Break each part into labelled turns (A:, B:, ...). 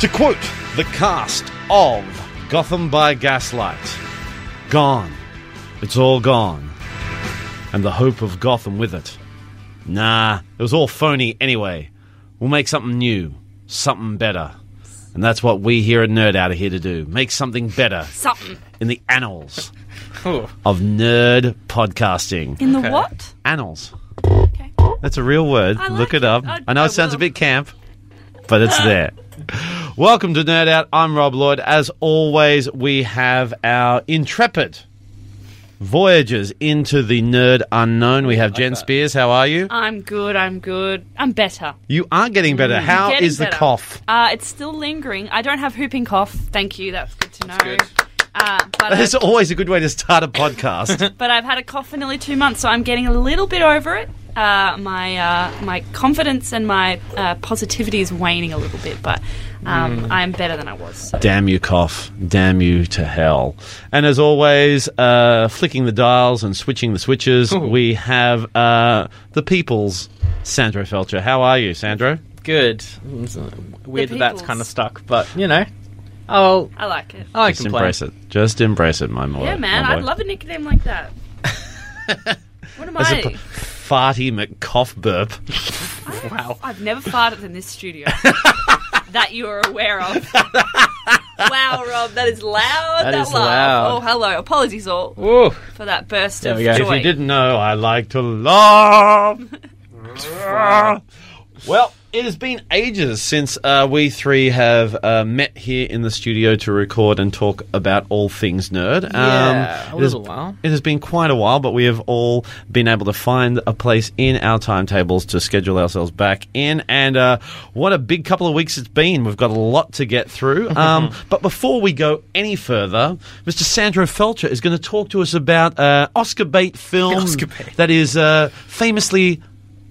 A: To quote the cast of Gotham by Gaslight Gone. It's all gone. And the hope of Gotham with it. Nah, it was all phony anyway. We'll make something new, something better. And that's what we here at Nerd Out are here to do make something better
B: Something.
A: in the annals of nerd podcasting.
B: In the what?
A: Annals.
B: Okay.
A: That's a real word.
B: I
A: Look
B: like
A: it
B: it.
A: up. I,
B: I-
A: know
B: I
A: it sounds a
B: will.
A: bit camp, but it's there. Welcome to Nerd Out. I'm Rob Lloyd. As always, we have our intrepid voyagers into the nerd unknown. We have Jen Spears. How are you?
B: I'm good, I'm good. I'm better.
A: You are getting better. How
B: Mm, Getting
A: is the
B: better.
A: cough?
B: Uh, it's still lingering. I don't have whooping cough. Thank you, that's good to know.
C: good.
B: Uh, but,
A: That's
B: I've,
A: always a good way to start a podcast.
B: but I've had a cough for nearly two months, so I'm getting a little bit over it. Uh, my uh, my confidence and my uh, positivity is waning a little bit, but um,
A: Hmm.
B: I'm better than I was. So.
A: Damn you, cough. Damn you to hell. And as always, uh, flicking the dials and switching the switches, we have uh, the people's Sandro Felcher. How are you, Sandro?
C: Good. It's, uh, Weird
B: The
C: that that's
B: peoples.
C: kind of stuck, but you know, I'll
B: I like it.
C: I
A: Just
C: complain.
A: embrace it. Just embrace it, my boy.
B: yeah, man,
A: my boy.
B: I'd love a nickname like that. what am
A: As a
B: I?
A: p- farty McCough burp.
C: Wow.
B: I've never farted in this studio that you are aware of. wow, Rob, that is loud.
C: That
B: That,
C: is
B: laugh.
C: loud.
B: Oh, hello. Apologies all
C: Ooh.
B: for that burst
C: There
B: of
C: we go. If
B: joy.
C: you
A: If you didn't know, I like to laugh. well, it has been ages since uh, we three have uh, met here in the studio to record and talk about all things nerd. Um,
C: Yeah, a
A: it has-
C: little while.
A: It has been quite a while, but we have all been able to find a place in our timetables to schedule ourselves back in. And uh, what a big couple of weeks it's been. We've got a lot to get through. Um, but before we go any further, Mr. Sandro Felcher is going to talk to us about uh, Oscar bait film
C: Oscar bait.
A: that is uh, famously.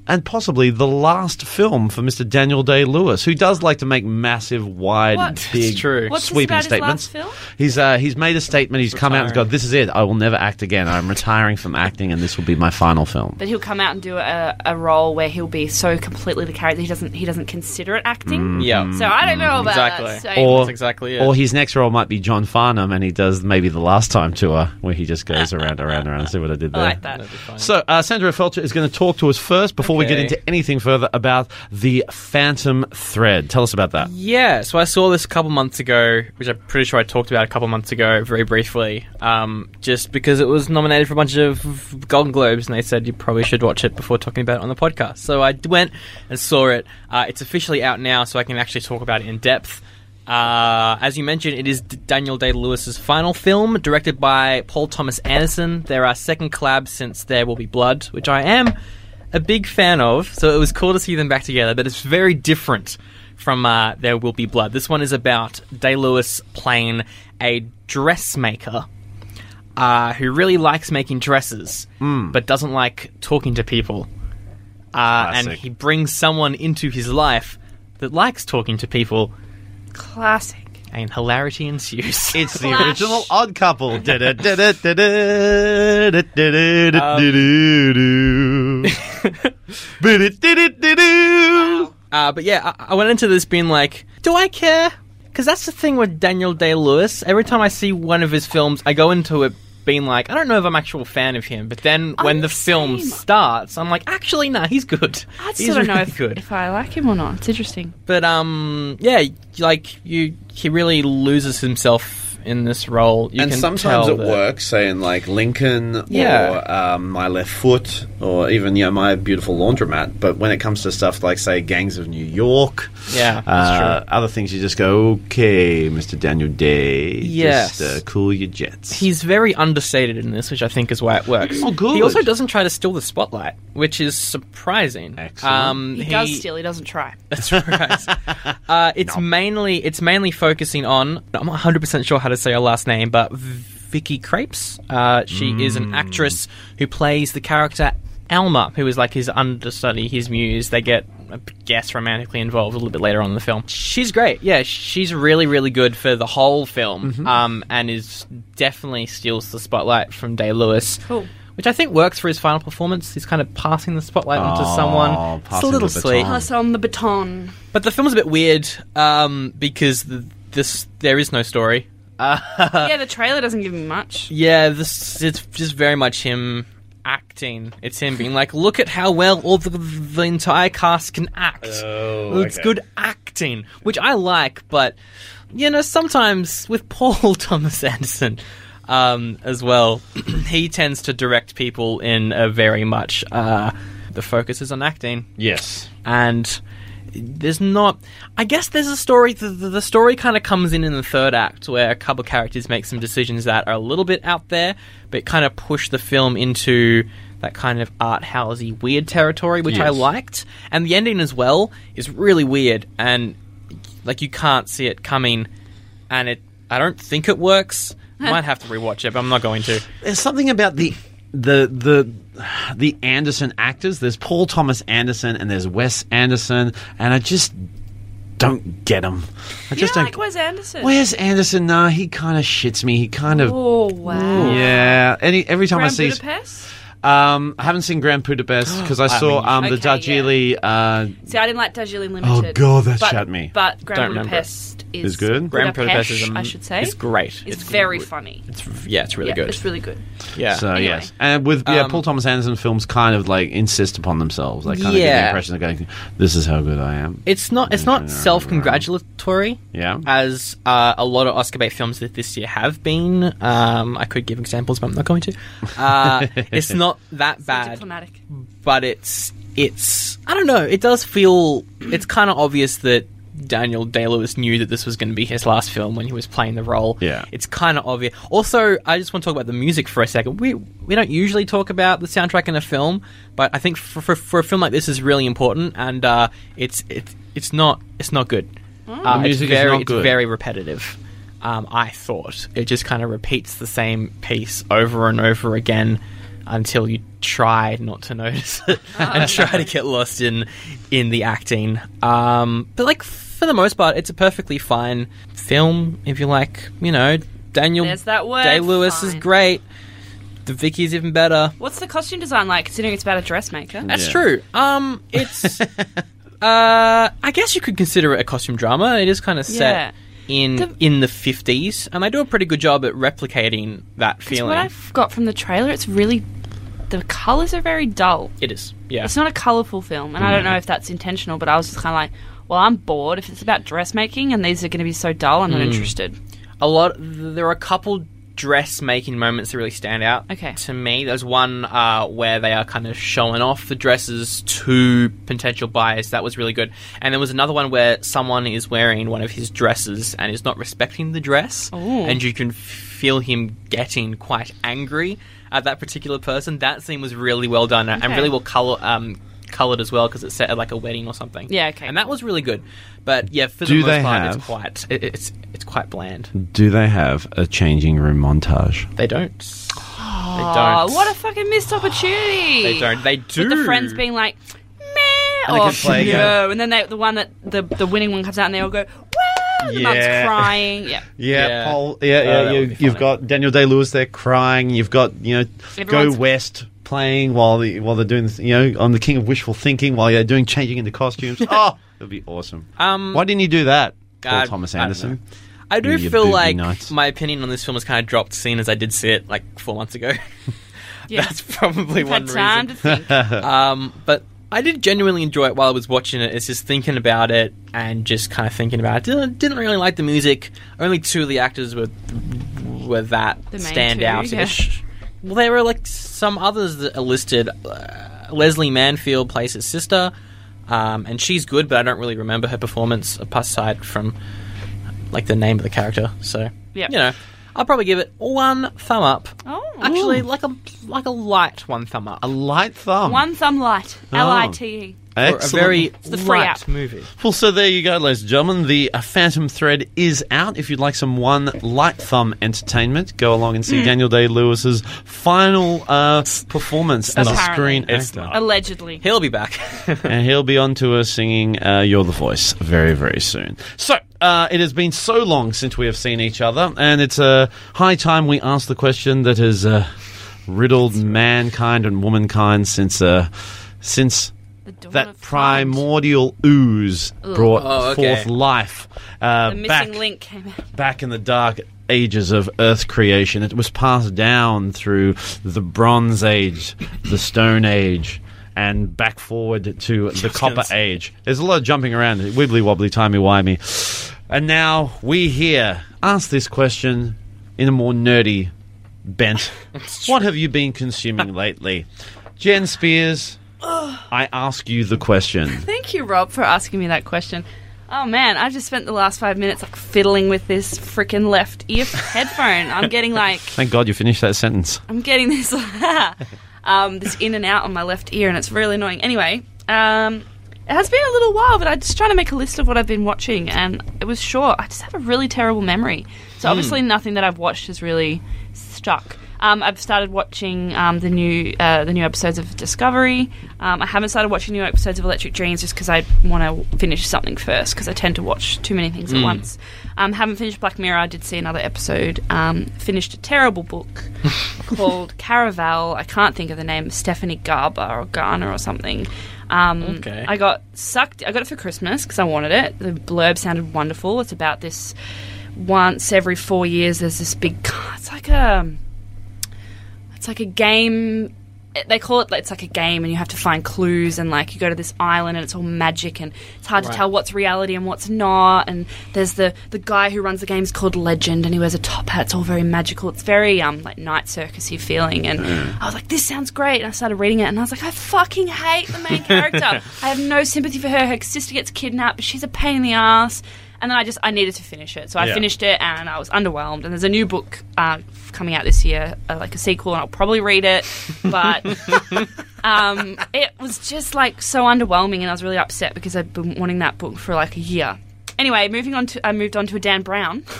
A: And possibly the last film for Mr. Daniel Day Lewis, who does like to make massive, wide,
B: What? It's
A: big,
C: true.
B: What's this
A: sweeping
B: about his
A: statements.
B: last film?
A: He's uh, he's made a statement. He's come out and
C: retiring.
A: gone. This is it. I will never act again. I'm retiring from acting, and this will be my final film.
B: But he'll come out and do a, a role where he'll be so completely the character he doesn't he doesn't consider it acting.
C: Mm. Yeah.
B: So I don't know about
C: Exactly.
B: that. statement.
A: Or
C: That's exactly it.
A: Or his next role might be John Farnham, and he does maybe the last time tour where he just goes around, around, around. See what I did
B: I
A: there.
B: like that.
A: So, uh, Sandra Felcher is going to talk to us first before we get
C: Okay.
A: into anything further about the Phantom Thread. Tell us about that.
C: Yeah, so I saw this a couple months ago, which I'm pretty sure I talked about a couple months ago, very briefly, um, just because it was nominated for a bunch of Golden Globes, and they said you probably should watch it before talking about it on the podcast. So I d- went and saw it. Uh, it's officially out now, so I can actually talk about it in depth. Uh, as you mentioned, it is D- Daniel Day Lewis's final film, directed by Paul Thomas Anderson. They're our second collab since There Will Be Blood, which I am a big fan of. So it was cool to see them back together, but it's very different from uh, There Will Be Blood. This one is about Day Lewis playing a dressmaker uh, who really likes making dresses, but doesn't like talking to people. Uh, and
A: Classic.
C: he brings someone into his life that likes talking to people,
B: Classic.
C: and hilarity ensues.
A: It's the
B: Flash.
A: original Odd Couple. Da-da, da-da, da-da, da-da, da-da-da-do. Ba-da-da-da-da-do.
C: Uh, but yeah, I, I went into this being like, do I care? Because that's the thing with Daniel Day Lewis. Every time I see one of his films, I go into it being like, I don't know if I'm an actual fan of him. But then when
B: I'm
C: the
B: the
C: film
B: Oh, same.
C: starts, I'm like, actually, nah, he's good.
B: I just
C: he's
B: don't know
C: really
B: if,
C: good.
B: if I like him or not. It's interesting.
C: But um, yeah, like you, he really loses himself in this role. You
A: and
C: can
A: sometimes
C: tell
A: it
C: that-
A: works, say in like Lincoln
C: Yeah.
A: or um, My Left Foot or even you know My Beautiful Laundromat. But when it comes to stuff like say Gangs of New York,
C: Yeah, that's
A: uh, other things you just go, okay, Mister Daniel Day,
C: Yes.
A: just uh, cool your jets.
C: He's very understated in this, which I think is why it works.
A: Oh, good.
C: He also doesn't try to steal the spotlight, which is surprising.
A: Excellent.
C: Um,
B: He, does steal, he doesn't try.
C: That's right. uh, it's mainly it's mainly focusing on. I'm not 100 percent sure how to say her last name, but Vicky Crepes. Uh, she is
A: Mm.
C: an actress who plays the character Alma, who is like his understudy, his muse. They get, I guess, romantically involved a little bit later on in the film. She's great. Yeah, she's really really good for the
A: Mm-hmm.
C: whole film. Um, and is definitely steals the spotlight from Day Lewis.
B: Cool.
C: which I think works for his final performance. He's kind of passing the spotlight onto
A: Oh,
C: someone. It's a
A: passing
C: little
A: the
C: sweet.
A: baton.
B: Pass on the baton.
C: But the film's a bit weird um, because th this there is no story.
B: yeah, the trailer doesn't give me much.
C: Yeah, this it's just very much him acting. It's him being like, "Look at how well all the, the entire cast can act.
A: Oh,
C: it's
A: okay.
C: good acting," which I like. But you know, sometimes with Paul Thomas Anderson um, as well, he tends to direct people in a very much uh, the focus is on acting
A: Yes.
C: and there's not i guess there's a story the, the the story kind of comes in in the third act where a couple characters make some decisions that are a little bit out there but kind of push the film into that kind of art housey weird territory which i
A: Yes.
C: liked and the ending as well is really weird and like you can't see it coming and it i don't think it works might have to rewatch it but i'm not going to
A: There's something about the the the the Anderson actors. There's Paul Thomas Anderson and there's Wes Anderson, and I just don't get them. I
B: Yeah,
A: just don't.
B: like Wes Anderson.
A: Where's Anderson? No, he kind of shits me. He kind of.
B: Oh wow.
A: Yeah. Any every time I
B: Grand
A: see.
B: Budapest.
A: Um, I haven't seen Grand Budapest because I saw um, the
B: Okay, yeah.
A: Darjeeling. Uh,
B: See, I didn't like Darjeeling Limited.
A: Oh, God, that
B: but,
A: shat me.
B: But Grand
C: Don't remember.
B: Budapest is,
A: Is good?
C: Grand Budapest is
B: Budapest,
C: am-
B: I should say.
C: it's great
B: It's, very
C: gr-
B: funny.
C: it's yeah it's really
B: yeah,
C: good
B: It's really good.
C: yeah
A: So
B: Anyway.
A: yes, and with yeah,
C: Um,
A: Paul Thomas Anderson films kind of like insist upon themselves. They kind of get the
C: Yeah.
A: impression of going, "This is how good I am."
C: It's not. It's not self-congratulatory.
A: Yeah.
C: As uh, a lot of Oscar bait films that this year have been. Um, I could give examples, but I'm not going to. Uh, it's not that bad,
B: Diplomatic.
C: but it's it's. I don't know. It does feel. It's kind of obvious that Daniel Day Lewis knew that this was going to be his last film when he was playing the role.
A: Yeah.
C: It's kind of obvious. Also, I just want to talk about the music for a second. We we don't usually talk about the soundtrack in a film, but I think for for, for a film like this is really important, and uh, it's it's it's not it's not good. Uh,
A: Hmm. The music
C: it's
A: is
C: very,
A: not good.
C: It's very repetitive. Um, I thought it just kind of repeats the same piece over and over again until you try not to notice it
B: Oh.
C: and try to get lost in in the acting. Um, but like for the most part, it's a perfectly fine film. If you like, you know, Daniel
B: There's that word,
C: Day Lewis is
B: fine.
C: great. The Vicky's even better.
B: What's the costume design like? Considering it's about a dressmaker.
C: That's
A: Yeah.
C: true. Um, it's. uh, I guess you could consider it a costume drama. It is kind of set in
B: The-
C: in the fifties, and they do a pretty good job at replicating that
B: That's
C: feeling.
B: what I've got from the trailer. It's really the colors are very dull.
C: It is, yeah. Mm.
B: It's not a colourful film, and I don't know if that's intentional, but I was just kind of like, well, I'm bored. If it's about dressmaking and these are going to be so dull, I'm not
C: Mm.
B: interested.
C: a lot. There are a couple dressmaking moments that really stand out.
B: Okay.
C: To me, there's one uh, where they are kind of showing off the dresses to potential buyers. That was really good. And there was another one where someone is wearing one of his dresses and is not respecting the dress,
B: Ooh.
C: and you can feel him getting quite angry at that particular person. That scene was really well done and
B: Okay.
C: really well color. Um, Colored as well because it's set at like a wedding or something.
B: Yeah, okay.
C: And that was really good, but yeah, for
A: Do
C: the most
A: they
C: part,
A: have-
C: it's quite it, it's it's quite bland.
A: Do they have a changing room montage?
C: They don't. they
B: Oh,
C: don't.
B: what a fucking missed opportunity!
C: they don't. They do.
B: With the friends being like, meh,
A: And they
B: or
A: could play again.
B: no, and then they, the one that the the winning one comes out and they all go, wow, the mum's
A: Yeah.
B: crying. Yeah,
A: Yeah,
C: Yeah.
A: Paul. Yeah, yeah.
C: Oh, that
A: you,
C: would be
A: you've
C: funny.
A: got Daniel Day Lewis there crying. You've got you know
B: Everyone's-
A: Go West playing while the while they're doing this, you know on the King of Wishful Thinking while they're doing changing into costumes. oh, it'd be awesome.
C: Um,
A: Why didn't you do that, Paul
C: God,
A: Thomas
C: I don't
A: Anderson?
C: I do
A: You- you
C: feel
A: booby
C: like
A: nuts.
C: my opinion on this film has kind of dropped, seeing as I did see it like four months ago.
B: yeah.
C: That's probably
B: You've
C: one
B: had time
C: reason.
B: to think.
C: Um, but I did genuinely enjoy it while I was watching it. It's just thinking about it and just kind of thinking about it. Didn't, didn't really like the music. Only two of the actors were were that
B: The main
C: stand
B: two,
C: out ish. Well, there were like some others that are listed. Uh, Leslie Manfield plays his sister, um, and she's good, but I don't really remember her performance aside from like the name of the character. So
B: Yeah.
C: you know. I'll probably give it one thumb up.
B: Oh.
C: actually, like a like a light one thumb up
A: A light thumb.
B: One thumb light,
A: Oh.
B: L I T E.
C: for a very
B: the free
C: light
B: app.
C: movie.
A: Well, so there you go, ladies and gentlemen. The uh, Phantom Thread is out. If you'd like some one light thumb entertainment, go along and
B: Hmm.
A: see Daniel Day Lewis's final uh, performance as a
B: Apparently.
A: screen
C: It's
A: actor,
C: not.
B: Allegedly.
C: He'll be back.
A: and he'll be on tour singing uh, "You're the Voice" very, very soon. So uh, it has been so long since we have seen each other, and it's uh, high time we ask the question that has uh, riddled mankind and womankind since uh, since
B: The dawn
A: that
B: of time.
A: primordial ooze brought
C: Oh, okay.
A: forth life uh,
B: The missing
A: back
B: link came out.
A: back in the dark ages of Earth creation. It was passed down through the Bronze Age, the Stone Age. And back forward to the Copper
C: say-
A: Age. There's a lot of jumping around, wibbly wobbly, timey wimey. And now we here ask this question in a more nerdy bent. what have you been consuming lately? Jen Spears, I ask you the question.
B: Thank you, Rob, for asking me that question. Oh man, I've just spent the last five minutes like fiddling with this freaking left ear headphone. I'm getting like,
A: Thank God you finished that sentence.
B: I'm getting this, um, this in and out on my left ear, and it's really annoying. Anyway, um, it has been a little while, but I'm just trying to make a list of what I've been watching, and it was short. I just have a really terrible memory, so obviously nothing that I've watched has really stuck. Um, I've started watching um, the new uh, the new episodes of Discovery. Um, I haven't started watching new episodes of Electric Dreams just because I want to finish something first because I tend to watch too many things at once. Um, haven't finished Black Mirror. I did see another episode. Um, finished a terrible book called Caraval. I can't think of the name. Stephanie Garber or Garner or something. Um,
C: Okay.
B: I got sucked. I got it for Christmas because I wanted it. The blurb sounded wonderful. It's about this once every four years. There's this big. ca- It's like a. It's like a game. it- They call it. It's like a game, and you have to find clues. And like you go to this island, and it's all magic, and it's hard to
C: Right.
B: tell what's reality and what's not. And there's the the guy who runs the game's called Legend, and he wears a top hat. It's all very magical. It's very um like night circusy feeling. And I was like, this sounds great. And I started reading it, and I was like, I fucking hate the main character. I have no sympathy for her. Her sister gets kidnapped, but she's a pain in the ass. And then I just I needed to finish it, so I
A: Yeah.
B: finished finished it and I was underwhelmed. And there's a new book uh, coming out this year, uh, like a sequel, and I'll probably read it. But um, it was just like so underwhelming, and I was really upset because I'd been wanting that book for like a year. Anyway, moving on to I moved on to a Dan Brown.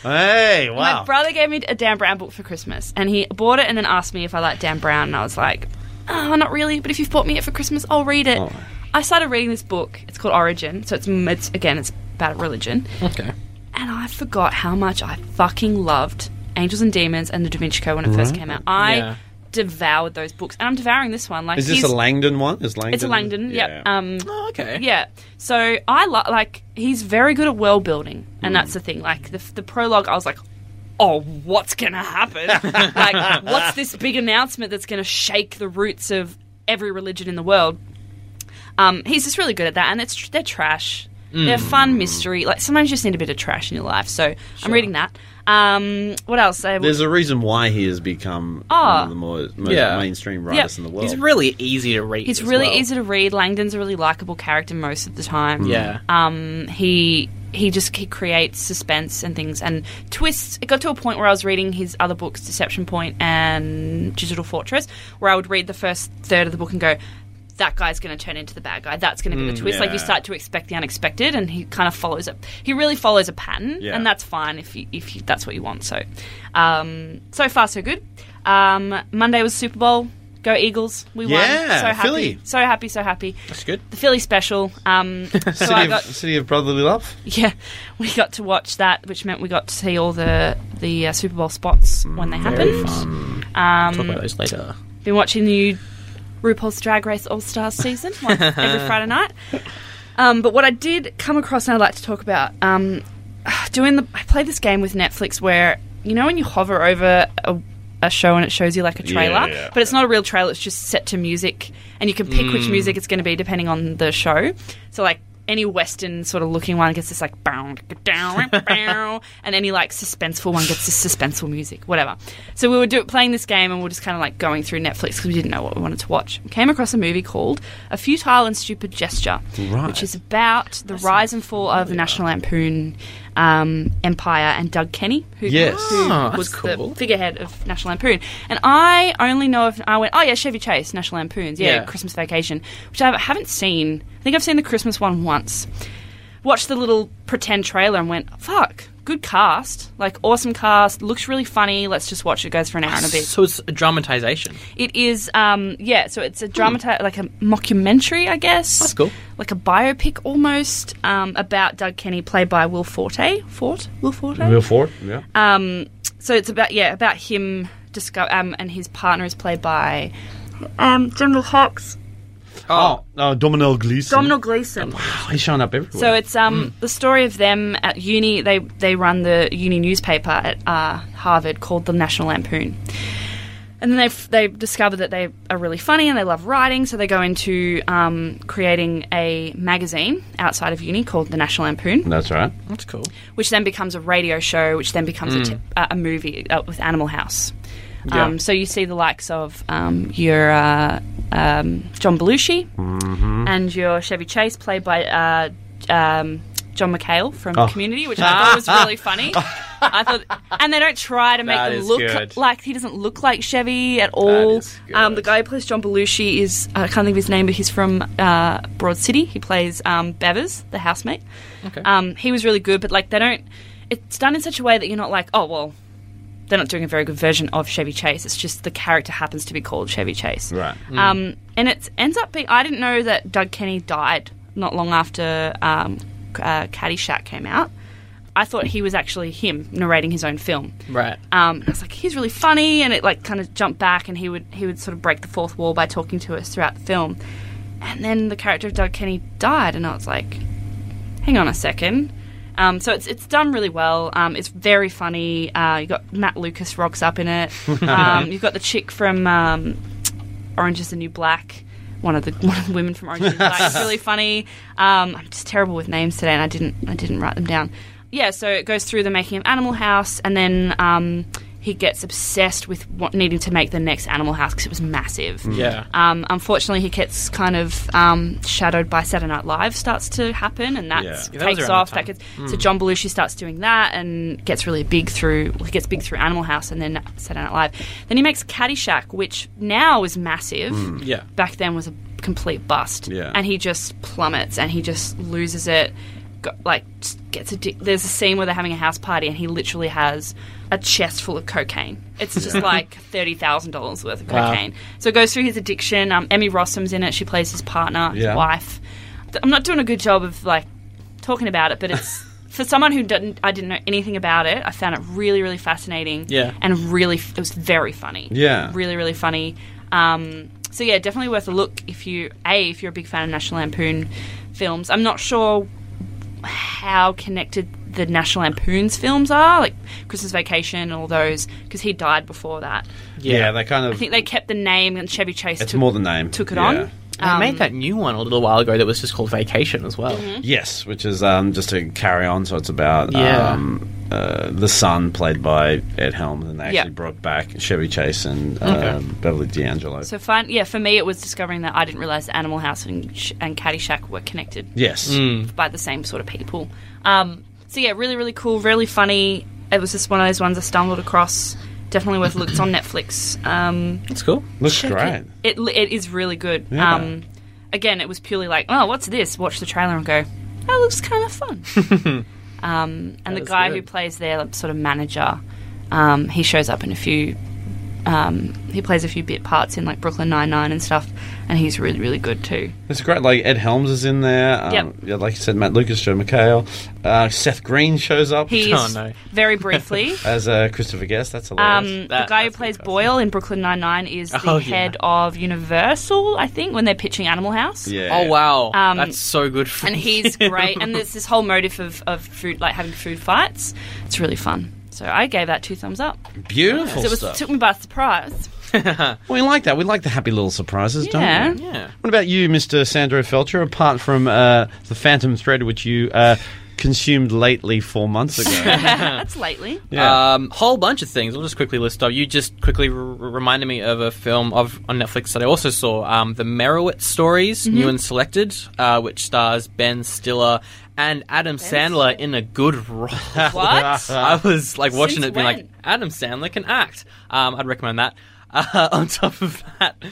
A: Hey, wow.
B: My brother gave me a Dan Brown book for Christmas, and he bought it and then asked me if I liked Dan Brown, and I was like, oh, not really, but if you've bought me it for Christmas, I'll read it.
A: Oh.
B: I started reading this book. It's called Origin, so it's, it's again, it's about religion
C: Okay.
B: and I forgot how much I fucking loved Angels and Demons and The Da Vinci Code when it first came out. I
C: Yeah.
B: devoured those books, and I'm devouring this one. Like,
A: Is this
B: he's-
A: a Langdon one? Is Langdon?
B: It's a Langdon. Yep. Um,
C: Oh, okay.
B: yeah. So I lo- like he's very good at world building, and that's the thing. Like the, the prologue, I was like, "Oh, what's gonna happen? like, what's this big announcement that's gonna shake the roots of every religion in the world?" Um, he's just really good at that, and it's tr- they're trash. They're
C: Mm.
B: fun mystery. Like sometimes you just need a bit of trash in your life. So I'm reading that. Um, what else? I,
A: There's a reason why he has become one
B: Ah.
A: of the more, most
C: Yeah.
A: mainstream writers
B: Yeah.
A: in the world.
C: He's really easy to read.
B: he's
C: as
B: really
C: well.
B: easy to read. Langdon's a really likable character most of the time.
C: Yeah.
B: um, he he just he creates suspense and things and twists. It got to a point where I was reading his other books, Deception Point and Digital Fortress, where I would read the first third of the book and go, "That guy's going to turn into the bad guy. That's going to be the twist." Like
A: Mm, yeah.
B: you start to expect the unexpected, and he kind of follows a he really follows a pattern,
A: Yeah.
B: and that's fine if you, if you, that's what you want. So, um, so far so good. Um, Monday was Super Bowl. Go Eagles! We won.
A: Yeah,
B: So happy,
A: Philly.
B: so happy, so happy.
C: That's good.
B: The Philly special. Um, so I
A: City,
B: got
A: of, City of Brotherly Love.
B: yeah, we got to watch that, which meant we got to see all the the uh, Super Bowl spots when they
A: Mm,
B: happened. um,
C: Talk about those later.
B: Been watching the new RuPaul's Drag Race All Stars season once every Friday night. Um, but what I did come across, and I'd like to talk about, um, doing the I play this game with Netflix where you know when you hover over a, a show and it shows you like a trailer,
A: yeah.
B: but it's not a real trailer; it's just set to music, and you can pick which music it's going to be depending on the show. So like. Any Western sort of looking one gets this like bow, down, bow, and any like suspenseful one gets this suspenseful music, whatever. So we were do- playing this game and we were just kind of like going through Netflix because we didn't know what we wanted to watch. We came across a movie called A Futile and Stupid Gesture,
A: Right.
B: which is about the rise and fall of the National Lampoon um, Empire and Doug Kenny, who,
A: Yes.
B: who
C: Oh, that's
B: was
C: cool.
B: the figurehead of National Lampoon. And I only know if I went, oh yeah, Chevy Chase, National Lampoons, yeah,
C: Yeah.
B: Christmas Vacation, which I haven't seen. I think I've seen the Christmas one once. Watched the little pretend trailer and went, fuck, good cast, like awesome cast, looks really funny. Let's just watch it. it goes for an hour and a bit.
C: So it's a dramatization.
B: It is, um, yeah. So it's a dramati like a mockumentary, I guess.
C: Hmm. That's cool.
B: Like a biopic almost um, about Doug Kenny, played by Will Forte. Fort, Will Forte. Uh,
A: Ford. Yeah.
B: Um, so it's about yeah about him discover, um, and his partner is played by um, General Hawks,
A: Oh, no, Domino Gleeson.
B: Domhnall Gleeson.
A: Wow, he's showing up everywhere.
B: So it's um, the story of them at uni. They they run the uni newspaper at uh, Harvard called the National Lampoon, and then they f- they discover that they are really funny and they love writing. So they go into um, creating a magazine outside of uni called the National Lampoon,
A: That's right.
C: That's cool.
B: which then becomes a radio show, which then becomes a, t- a, a movie uh, with Animal House.
C: Mm. Yeah.
B: Um, so you see the likes of um, your uh, um, John Belushi
C: Mm-hmm.
B: and your Chevy Chase, played by uh, um, John McHale from
C: Oh.
B: Community, which I thought was really funny. I thought, and they don't try to make
C: That
B: them
C: is
B: look
C: good.
B: like he doesn't look like Chevy at all.
C: is
B: Um,
C: good.
B: the guy who plays John Belushi is I can't think of his name, but he's from uh, Broad City. He plays um, Bevers, the housemate.
C: Okay.
B: Um, he was really good, but like they don't. It's done in such a way that you're not like, oh well, they're not doing a very good version of Chevy Chase. It's just the character happens to be called Chevy Chase.
A: Right.
B: Um, and it ends up being. I didn't know that Doug Kenny died not long after um, uh, Caddyshack came out. I thought he was actually him narrating his own film.
C: Right.
B: Um, I was like, he's really funny, and it like kind of jumped back, and he would he would sort of break the fourth wall by talking to us throughout the film. And then the character of Doug Kenny died, and I was like, hang on a second. Um, so it's it's done really well. Um, it's very funny. Uh, you got Matt Lucas rocks up in it. Um, you've got the chick from um, Orange Is the New Black. One of the one of the women from Orange Is the New Black. It's really funny. Um, I'm just terrible with names today, and I didn't I didn't write them down. Yeah, so it goes through the making of Animal House, and then um, he gets obsessed with what, needing to make the next Animal House because it was massive.
C: Yeah.
B: Um, unfortunately, he gets kind of um, shadowed by Saturday Night Live starts to happen, and that
A: Yeah.
C: Yeah, that was
B: takes
C: around
B: off.
C: that
B: That
C: time.
B: gets, So John Belushi starts doing that and gets really big through. Well, he gets big through Animal House, and then Saturday Night Live. Then he makes Caddyshack, which now is massive.
C: yeah.
B: Back then was a complete bust,
A: Yeah.
B: and he just plummets and he just loses it. Got, like just gets a there's a scene where they're having a house party and he literally has a chest full of cocaine. It's just like thirty thousand dollars worth of
C: Wow.
B: cocaine. So it goes through his addiction. Um, Emmy Rossum's in it. She plays his partner,
A: Yeah.
B: his wife. Th- I'm not doing a good job of like talking about it, but it's for someone who didn't I didn't know anything about it. I found it really really fascinating.
C: Yeah.
B: and really f- it was very funny.
A: Yeah.
B: really really funny. Um, so yeah, definitely worth a look if you a if you're a big fan of National Lampoon films. I'm not sure how connected the National Lampoon's films are, like Christmas Vacation and all those, because he died before that.
A: yeah. they kind of.
B: I think they kept the name and Chevy Chase
A: it's
B: took,
A: more the name.
B: took it
A: Yeah.
B: on.
C: I
B: Um,
C: made that new one a little while ago that was just called Vacation as well.
B: Mm-hmm.
A: Yes, which is um, just to carry on. So it's about
C: Yeah.
A: um, uh, the son played by Ed Helms, and they actually
B: Yeah.
A: brought back Chevy Chase and uh,
C: Okay.
A: Beverly D'Angelo.
B: So fun, yeah. For me, it was discovering that I didn't realize that Animal House and, Sh- and Caddyshack were connected
A: yes,
B: by the same sort of people. Um, so yeah, really, really cool, really funny. It was just one of those ones I stumbled across. Definitely worth a look. It's on Netflix. Um,
C: That's cool.
A: looks
B: check
A: great.
B: It. It, it is really good.
A: Yeah.
B: Um, again, it was purely like, oh, what's this? Watch the trailer and go, that looks kind of fun. um, and the
C: was
B: guy
C: good.
B: who plays their like, sort of manager, um, he shows up in a few. Um, he plays a few bit parts in like Brooklyn Nine Nine and stuff, and he's really really good too.
A: It's great. Like Ed Helms is in there. Um,
B: Yep.
A: yeah, like you said, Matt Lucas, Joe McHale, uh, Seth Green shows up
B: He's
C: Oh, no.
B: very briefly.
A: as uh, Christopher Guest. That's
B: Um,
A: hilarious.
B: the
C: That-
B: guy who
C: that's
B: plays
C: fantastic.
B: Boyle in Brooklyn Nine Nine is the
C: Oh, yeah.
B: head of Universal, I think, when they're pitching Animal House.
A: yeah.
C: Oh wow,
B: Um,
C: that's so good. For
B: and he's great. And there's this whole motive of, of food, like having food fights. It's really fun. So I gave that two thumbs up. 'Cause
A: beautiful
B: It was
A: stuff.
B: took me by surprise.
A: we like that. We like the happy little surprises,
B: Yeah.
A: don't we?
C: yeah.
A: What about you, Mr. Sandro Felcher? Apart from uh, the Phantom Thread, which you uh, consumed lately four months ago.
B: That's lately.
A: yeah.
C: Um, whole bunch of things. I'll just quickly list off. You just quickly r- reminded me of a film of on Netflix that I also saw, um, the Merowitz Stories,
B: Mm-hmm.
C: new and selected, uh, which stars Ben Stiller and Adam Sandler in a good role.
B: What?
C: I was like watching
B: Since
C: it, being like,
B: when?
C: Adam Sandler can act. Um, I'd recommend that. Uh, on top of that,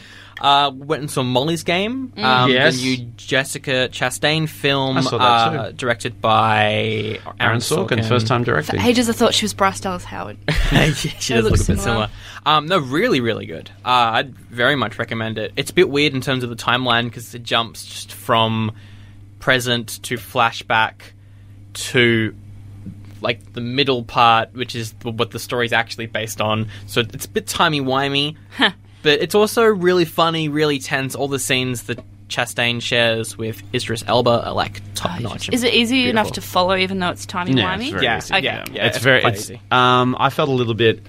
C: uh, went and saw Molly's Game,
B: Mm.
C: um,
A: Yes.
C: the new Jessica Chastain film,
A: I saw that
C: uh,
A: too.
C: directed by
A: Aaron Sorkin, first time directing.
B: Ages I thought she was Bryce Dallas Howard.
C: yeah, she
B: They look
C: does look a bit
B: similar.
C: similar. Um, no, really, really good. Uh, I'd very much recommend it. It's a bit weird in terms of the timeline because it jumps just from present to flashback to like the middle part, which is th- what the story's actually based on. So it's a bit timey wimey, but it's also really funny, really tense. All the scenes that Chastain shares with Idris Elba are like top notch.
B: Is it easy enough to
C: Beautiful.
B: follow, even though it's timey
A: Yeah,
B: wimey?
A: it's very
C: Yeah,
A: easy.
B: okay.
C: yeah, yeah,
A: it's very.
C: quite
A: It's,
C: easy.
A: um, I felt a little bit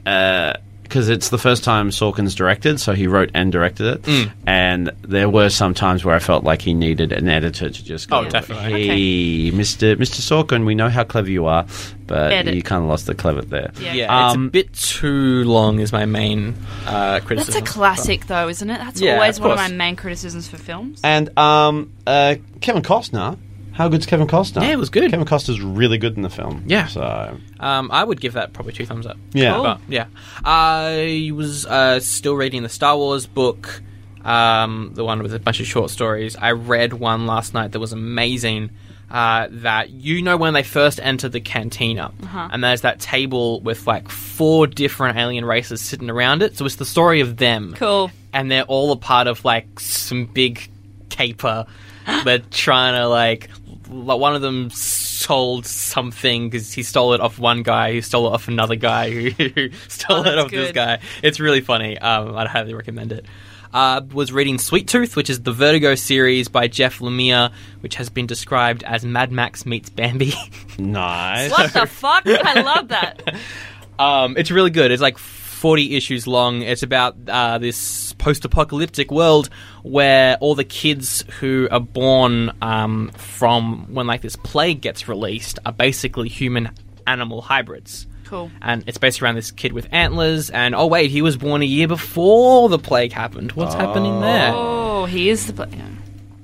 A: because it's the first time Sorkin's directed, so he wrote and directed it.
C: Mm.
A: And there were some times where I felt like he needed an editor to just go,
C: Oh, definitely.
A: Hey, Mister Mister Sorkin, we know how clever you are, but
B: Edit.
A: you kind of lost the clever there.
B: Yeah.
C: Yeah,
A: Um,
C: it's a bit too long is my main uh, criticism.
B: That's a classic, though, isn't it? That's
C: Yeah,
B: always
C: of
B: one of my
C: course.
B: main criticisms for films.
A: And um, uh, Kevin Costner. How good's Kevin Costner?
C: Yeah, it was good.
A: Kevin Costner's really good in the film.
C: Yeah.
A: So
C: Um, I would give that probably two thumbs up.
A: yeah.
B: Cool.
C: But yeah, I was uh, still reading the Star Wars book, um, the one with a bunch of short stories. I read one last night that was amazing. Uh, that you know when they first enter the cantina,
B: Uh-huh.
C: and there's that table with like four different alien races sitting around it. So it's the story of them,
B: Cool.
C: and they're all a part of like some big caper. They're trying to like like, one of them sold something because he stole it off one guy who stole it off another guy who stole
B: Oh,
C: it
B: that's
C: off this
B: good.
C: guy. It's really funny. Um, I'd highly recommend it. Uh, was reading Sweet Tooth, which is the Vertigo series by Jeff Lemire, which has been described as Mad Max meets Bambi.
A: Nice.
B: What the fuck? I love that.
C: Um, it's really good. It's like 40 issues long. It's about uh, this post apocalyptic world where all the kids who are born um, from when like this plague gets released are basically human animal hybrids.
B: Cool.
C: And it's based around this kid with antlers, and oh wait, he was born a year before the plague happened. What's happening there?
B: Oh, he is the. Bla- yeah.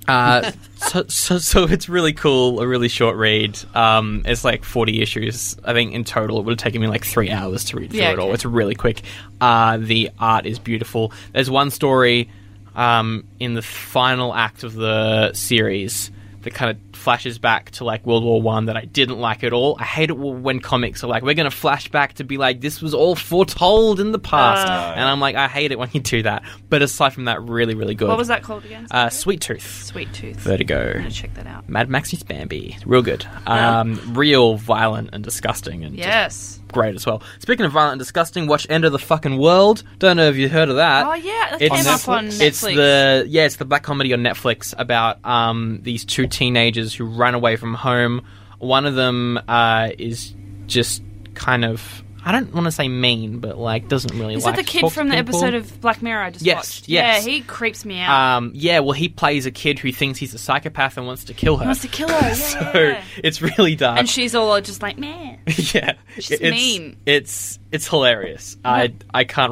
C: Uh, so, so, so it's really cool. A really short read. Um, it's like forty issues. I think in total, it would have taken me like three hours to read through
B: Yeah,
C: it all.
B: okay.
C: It's really quick. Uh, the art is beautiful. There's one story um, in the final act of the series that kind of flashes back to like World War One that I didn't like at all. I hate it when comics are like, we're going to flash back to be like, this was all foretold in the past,
B: Ah.
C: and I'm like, I hate it when you do that. But aside from that, really, really good.
B: What was that called again?
C: Uh, Sweet Mm. Tooth.
B: Sweet Tooth. I'm
C: Vertigo.
B: gonna check that out.
C: Mad Max meets Bambi. Real good. Um, Real violent and disgusting and just
B: Yes.
C: great as well. Speaking of violent and disgusting, watch End of the Fucking World. Don't know if you heard of that.
B: Oh yeah, that
C: Uh, It's-
B: came up on Netflix.
C: It's the yeah, it's the black comedy on Netflix about um, these two teenagers who run away from home. One of them uh, is just kind of I don't want to say mean, but like doesn't really
B: Is
C: like
B: that the
C: to
B: kid
C: talk to
B: from the
C: people.
B: episode of Black Mirror I just
C: Yes,
B: watched?
C: yes.
B: Yeah, he creeps me out.
C: Um, yeah, well, he plays a kid who thinks he's a psychopath and wants to kill her.
B: he wants to kill her. Yeah, yeah,
C: so uh,
B: yeah.
C: it's really dark.
B: And she's all just like, man.
C: yeah,
B: She's
C: it's,
B: mean.
C: It's it's hilarious. I I can't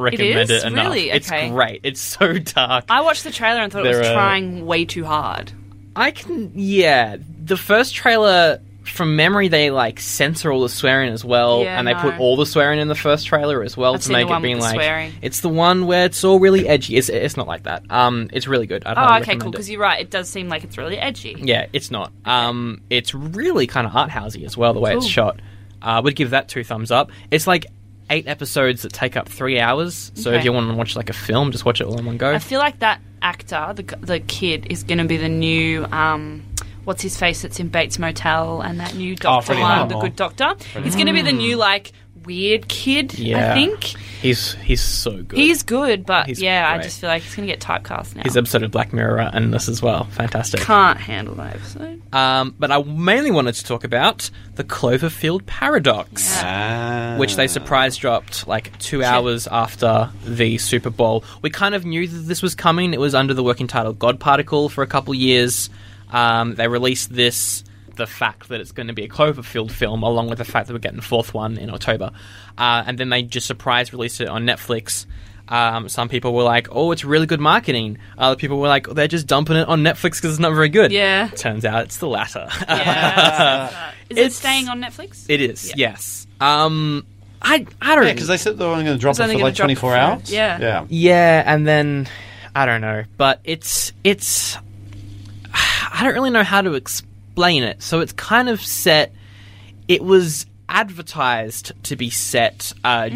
B: is?
C: recommend it, enough.
B: Really?
C: It's
B: Okay.
C: great. It's so dark. I,
B: I watched the trailer and thought it was
C: There are-
B: trying way too hard. Oh,
C: can yeah. The first trailer from memory, they like censor all the swearing as well,
B: Yeah,
C: and they put
B: no.
C: all the swearing in the first trailer as well
B: I've
C: to
B: seen the
C: make it
B: one
C: being
B: with the
C: like
B: swearing.
C: it's the one where it's all really edgy. It's it's not like that. Um, it's really good. I'd
B: Oh,
C: highly
B: okay, cool.
C: recommend it.
B: Because you're right. It does seem like it's really edgy.
C: Yeah, it's not. Um, it's really kind of art housey as well the way it's
B: Cool.
C: shot. I would give that two thumbs up. It's like eight episodes that take up three hours. So if
B: Okay.
C: you want to watch like a film, just watch it all in one go.
B: I feel like that actor, the g- the kid, is going to be the new. Um, What's his face that's in Bates Motel and that
C: Oh,
B: new doctor
A: Freddie
B: one, the
A: Highmore.
B: good doctor? He's going to be the new, like, weird kid, I
C: Yeah.
B: think.
C: he's he's so good.
B: He's good, but
C: He's
B: yeah, I
C: great.
B: just feel like he's going to get typecast now.
C: his episode of Black Mirror and this as well. Fantastic.
B: Can't handle that episode.
C: Um, but I mainly wanted to talk about the Cloverfield paradox.
B: Yeah.
A: Ah.
C: which they surprise dropped like two hours after the Super Bowl. We kind of knew that this was coming. It was under the working title God Particle for a couple years. Um, they released this, the fact that it's going to be a Cloverfield film, along with the fact that we're getting a fourth one in October. Uh, and then they just surprise released it on Netflix. Um, some people were like, oh, it's really good marketing. Other people were like, they're just dumping it on Netflix because it's not very good.
B: Yeah.
C: Turns out it's the latter.
B: Yeah. is it
C: It's-
B: staying on Netflix?
C: it is, yes. Um, I, I don't
A: Yeah, because they said they were only going to drop
B: It's
A: it
B: only
A: for
B: gonna
A: like
B: drop it
A: 24
B: for-
A: hours.
B: yeah.
A: Yeah.
C: Yeah, and then I don't know, but it's it's I don't really know how to explain it. So it's kind of set. It was advertised to be set uh,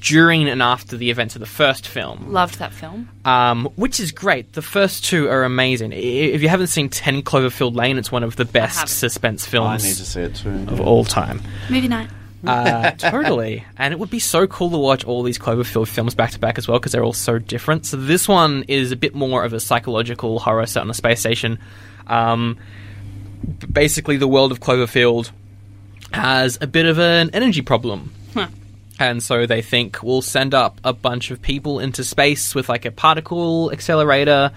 C: during and after the events of the first film,
B: Loved that film.
C: um, which is great. The first two are amazing. I- If you haven't seen Ten Cloverfield Lane, it's one of the best
B: haven't.
C: suspense
A: I
C: films
A: need to see it too.
C: of all time.
B: Movie night.
C: Uh, totally. And it would be so cool to watch all these Cloverfield films back to back as well because they're all so different. So this one is a bit more of a psychological horror set on a space station. Um, b- basically, the world of Cloverfield has a bit of an energy problem.
B: Huh.
C: And so they think we'll send up a bunch of people into space with like a particle accelerator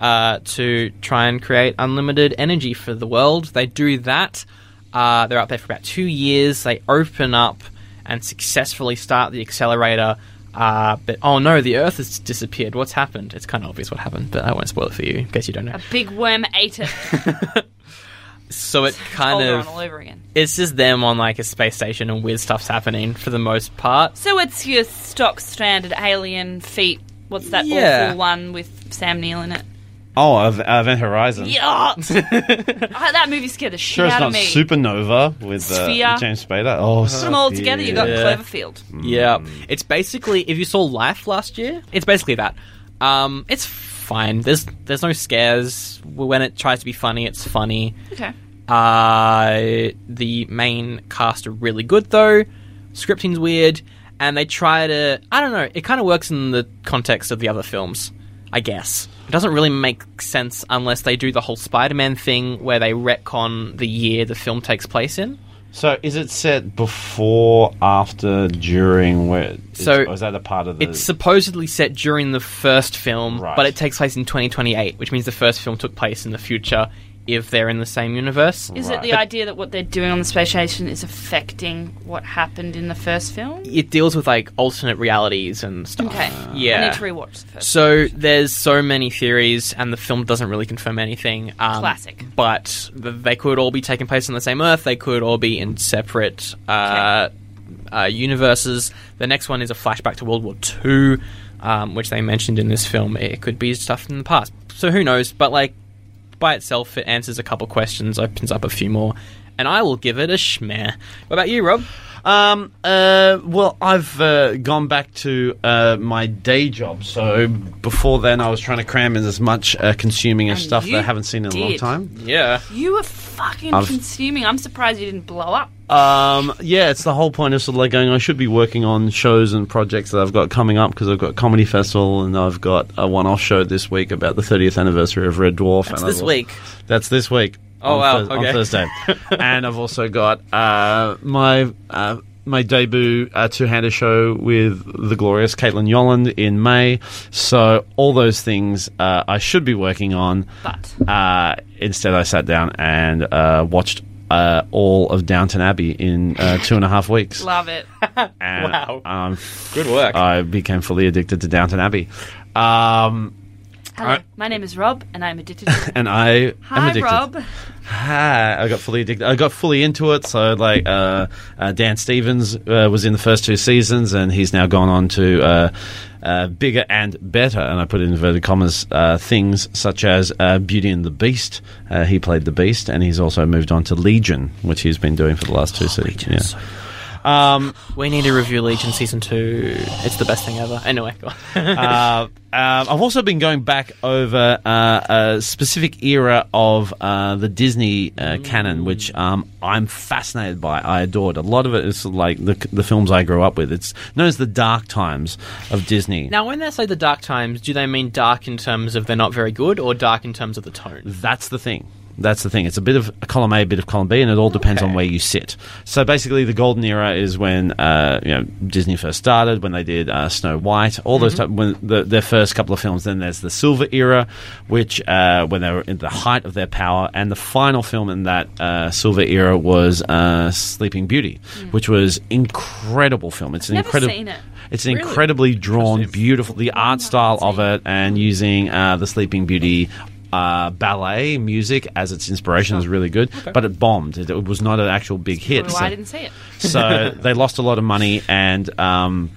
C: uh, to try and create unlimited energy for the world. They do that. Uh, they're up there for about two years. They open up and successfully start the accelerator. Uh, but oh no, the Earth has disappeared. What's happened? It's kind of obvious what happened, but I won't spoil it for you in case you don't know.
B: A big worm ate it.
C: So it kind
B: Boulder on
C: of
B: all over again.
C: it's just them on like a space station and weird stuff's happening for the most part.
B: So it's your stock stranded alien feet. What's that
C: Yeah.
B: awful one with Sam Neill in it?
A: Oh, Av- Event Horizon.
B: Yeah, that movie scared the shit
A: Sure, it's
B: out of
A: not
B: me.
A: Supernova with uh,
B: Sphere.
A: James Spader. Oh,
B: Put them all together, you got
C: Yeah.
B: Cloverfield.
C: Yeah, it's basically if you saw Life last year, it's basically that. Um, it's fine. There's there's no scares. When it tries to be funny, it's funny.
B: Okay.
C: Uh, the main cast are really good though. Scripting's weird, and they try to. I don't know. It kind of works in the context of the other films, I guess. It doesn't really make sense unless they do the whole Spider-Man thing where they retcon the year the film takes place in.
A: So is it set before, after, during? Where? is-
C: So-
A: or is that a part of the?
C: It's supposedly set during the first film,
A: Right.
C: but it takes place in 2028, which means the first film took place in the future if they're in the same universe.
B: Is it
A: Right.
B: the idea that what they're doing on the space station is affecting what happened in the first film?
C: It deals with like alternate realities and stuff.
B: Okay.
C: Yeah.
B: I need to rewatch the first.
C: So there's so many theories, and the film doesn't really confirm anything. Um,
B: Classic.
C: But th- they could all be taking place on the same Earth. They could all be in separate uh, uh, universes. The next one is a flashback to World War II, um, which they mentioned in this film. It could be stuff in the past. So who knows? But like by itself, it answers a couple questions, opens up a few more. And I will give it a schmear. What about you, Rob?
A: Um. Uh. Well, I've uh, gone back to uh, my day job. So before then, I was trying to cram in as much uh, consuming of
B: And
A: stuff that I
B: you
A: haven't seen in a long
B: did.
A: time.
C: Yeah.
B: You were fucking
A: I've-
B: consuming. I'm surprised you didn't blow up.
A: Um. Yeah. It's the whole point of sort of like going. I should be working on shows and projects that I've got coming up because I've got comedy festival and I've got a one-off show this week about the 30th anniversary of Red Dwarf.
C: That's
A: and
C: this
A: I've-
C: week.
A: That's this week.
C: Oh,
A: on
C: wow,
A: Thurs- on
C: okay.
A: Thursday, and I've also got uh, my uh, my debut uh, two-hander show with the glorious Caitlin Yolland in May. So all those things uh, I should be working on.
B: But
A: Uh, instead, I sat down and uh, watched. Uh, all of Downton Abbey in uh, two and a half weeks.
B: love it.
A: And
C: Wow.
A: um,
C: Good work.
A: I became fully addicted to Downton Abbey. Um,
B: Hello,
A: Alright.
B: my name is Rob, and I'm addicted. to
A: and I am
B: Hi,
A: addicted.
B: Rob.
A: Hi. I got fully addicted. I got fully into it. So, like, uh, uh, Dan Stevens uh, was in the first two seasons, and he's now gone on to uh, uh, bigger and better, and I put in inverted commas, uh, things such as uh, Beauty and the Beast. Uh, he played the Beast, and he's also moved on to Legion, which he's been doing for the last two seasons. Yeah. Um,
C: We need to review Legion season two. It's the best thing ever. Anyway, go on.
A: uh, um, I've also been going back over uh, a specific era of uh, the Disney uh, canon, which um, I'm fascinated by. I adored. A lot of it is like the, the films I grew up with. It's known as the dark times of Disney.
C: now, when they say the dark times, do they mean dark in terms of they're not very good, or dark in terms of the tone?
A: That's the thing. That's the thing. It's a bit of a column A, a bit of column B, and it all depends
C: Okay.
A: on where you sit. So basically, the golden era is when uh, you know Disney first started, when they did uh, Snow White, all
B: Mm-hmm.
A: those type, when the, their first couple of films. Then there's the silver era, which uh, when they were in the height of their power, and the final film in that uh, silver era was uh, Sleeping Beauty, which was incredible film. It's an
B: Mm. Never
A: incredible.
B: seen it. Oh
A: It's an
C: Really?
A: incredibly drawn, beautiful. The art style of
B: seen
A: it, and using uh, the Sleeping Beauty uh, ballet music as its inspiration is really good. But it bombed. It, it was not an actual big hit.
B: Why
A: so-
B: I didn't see it.
A: so they lost a lot of money and um,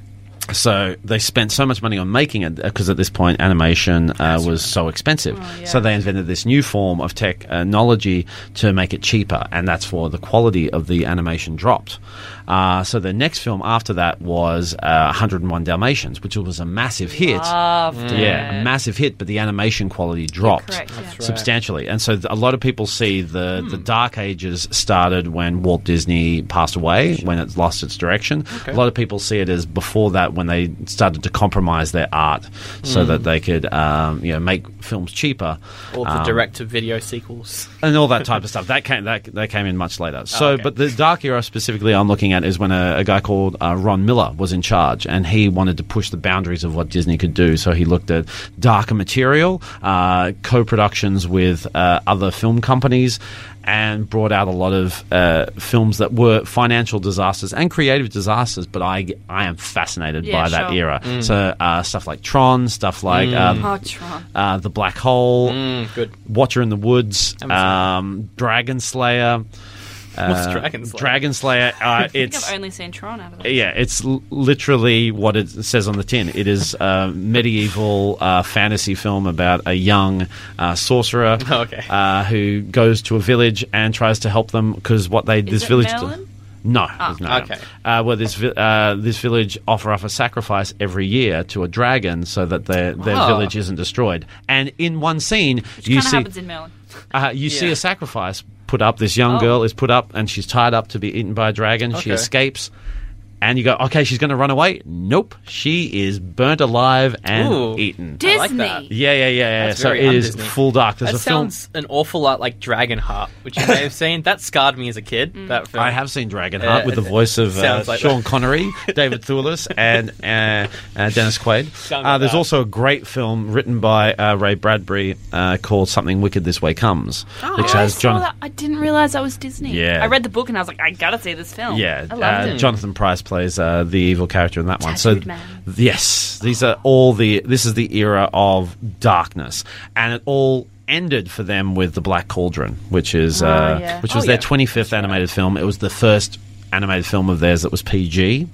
A: so they spent so much money on making it because at this point animation uh, was so expensive
B: Oh, yeah.
A: so they invented this new form of technology to make it cheaper and that's for the quality of the animation dropped Uh, so the next film after that was uh, 101 Dalmatians, which was a massive hit.
B: Loved it.
A: Yeah, a massive hit, but the animation quality dropped
B: Correct. yeah.
C: That's right. Hmm.
A: substantially. And so th- a lot of people see the the Dark Ages started when Walt Disney passed away, when it lost its direction.
C: Okay.
A: A lot of people see it as before that when they started to compromise their art so
C: Hmm.
A: that they could um, you know make films cheaper
C: All the
A: um,
C: direct to video sequels.
A: and all that type of stuff. That came that that came in much later. So,
C: Oh, okay.
A: but the dark era specifically, I'm looking at is when a, a guy called uh, Ron Miller was in charge, and he wanted to push the boundaries of what Disney could do. So he looked at darker material, uh, co-productions with uh, other film companies. And brought out a lot of uh, films that were financial disasters and creative disasters, but I, I am fascinated
B: Yeah,
A: by that
B: sure.
A: era.
C: Mm.
A: So uh, stuff like Tron, stuff like um,
B: Oh, Tron.
A: uh, the Black Hole,
C: Mm, good.
A: Watcher in the Woods,
C: Haven't seen
A: um, Dragon Slayer.
C: What's
A: uh,
C: Dragon Slayer?
A: Dragon Slayer. Uh,
B: I think
A: it's
B: I've only seen Tron out of that.
A: yeah, it's l- literally what it says on the tin. It is a medieval uh, fantasy film about a young uh, sorcerer
C: Okay.
A: uh, who goes to a village and tries to help them because what they this
B: it
A: village.
B: Merlin? Ah,
A: No, there's no.
C: Okay.
A: Uh, where this vi- uh, this village offer up a sacrifice every year to a dragon so that their their
C: Wow.
A: village isn't destroyed. And in one scene,
B: Ah. Which
A: you
B: kind of
A: see
B: happens in Merlin.
A: uh, you see
C: Yeah.
A: a sacrifice put up. This young
B: Oh.
A: girl is put up, and she's tied up to be eaten by a dragon. She
C: Okay.
A: escapes, and you go, "Okay, she's going to run away." Nope, she is burnt alive and
C: Ooh.
A: eaten.
B: Disney.
C: like that.
A: Yeah, yeah, yeah, yeah.
C: That's
A: so
C: very
A: it is
C: un-Disney.
A: full dark. There's
C: That
A: a film.
C: sounds an awful lot like Dragonheart, which you may have seen. That scarred me as a kid. That film.
A: I have seen Dragonheart
C: Yeah,
A: with the
C: it-
A: voice of uh,
C: sounds like
A: Sean
C: that.
A: Connery, David Thewlis, and uh, uh, Dennis Quaid.
C: Sounds
A: Uh,
C: like
A: there's
C: that.
A: also a great film written by uh, Ray Bradbury uh, called "Something Wicked This Way Comes,"
B: Oh,
A: which
B: I,
A: has
B: saw
A: John.
B: that. I didn't realize that was Disney.
A: Yeah.
B: I read the book and I was like, I gotta see this film.
A: Yeah,
B: I loved
A: uh,
B: it.
A: Jonathan Price plays uh, the evil character in that one.
B: Tattooed
A: so
B: man.
A: yes, these are all the. This is the era of darkness, and it all ended for them with the Black Cauldron, which is uh,
B: Oh, yeah.
A: which was
C: Oh,
A: their
C: yeah.
A: 25th animated film. It was the first animated film of theirs that was PG,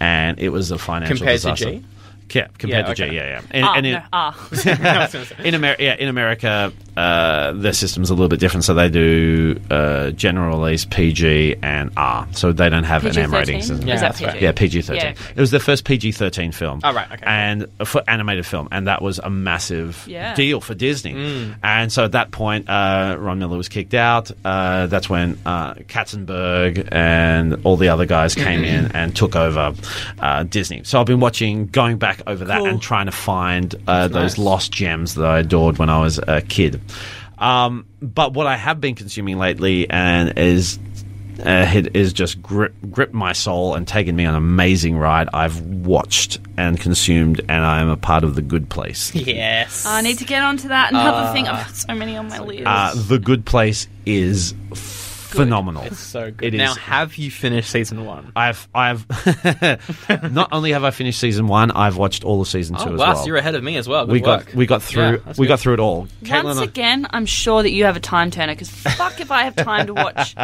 A: and it was a financial
C: Compared to
A: disaster.
C: G?
A: Yeah, compared to
C: Yeah,
A: G,
C: okay.
A: yeah, yeah. And,
B: Ah,
A: and it-
B: no, ah.
A: in America, yeah, in America, uh, their system's a little bit different, so they do uh, general release PG and R, so they don't have an M rating
B: PG-13?
A: system.
B: Or
C: Yeah,
B: is that
C: that's right.
B: PG?
A: Yeah, PG thirteen.
B: Yeah.
A: It was their first PG thirteen film.
C: Oh, right, okay.
A: And a for animated film, and that was a massive
B: Yeah.
A: deal for Disney.
C: Mm.
A: And so at that point, uh, Ron Miller was kicked out. Uh, that's when uh, Katzenberg and all the other guys came in and took over uh, Disney. So I've been watching, going back over that,
C: Cool.
A: and trying to find uh, those
C: nice.
A: lost gems that I adored when I was a kid. Um, but what I have been consuming lately and is uh, it is just grip, gripped my soul and taken me on an amazing ride. I've watched and consumed, and I am a part of the good place.
C: Yes.
B: Ah, I need to get onto that. Another
C: Ah.
B: thing. I've got so many on my list.
A: Uh, the good place is phenomenal.
C: It's so
A: It
C: good.
A: is-
C: now, have you finished season one?
A: I've, I've, not only have I finished season one, I've watched all of season two
C: Oh,
A: as
C: wow,
A: well.
C: so you're ahead of me as well. Good
A: we
C: work.
A: got, we got through,
C: Yeah, that's
A: we
C: good. uh,
A: got through it all. Caitlin, uh,
B: Once
A: I-
B: again, I'm sure that you have a time turner because fuck if I have time to watch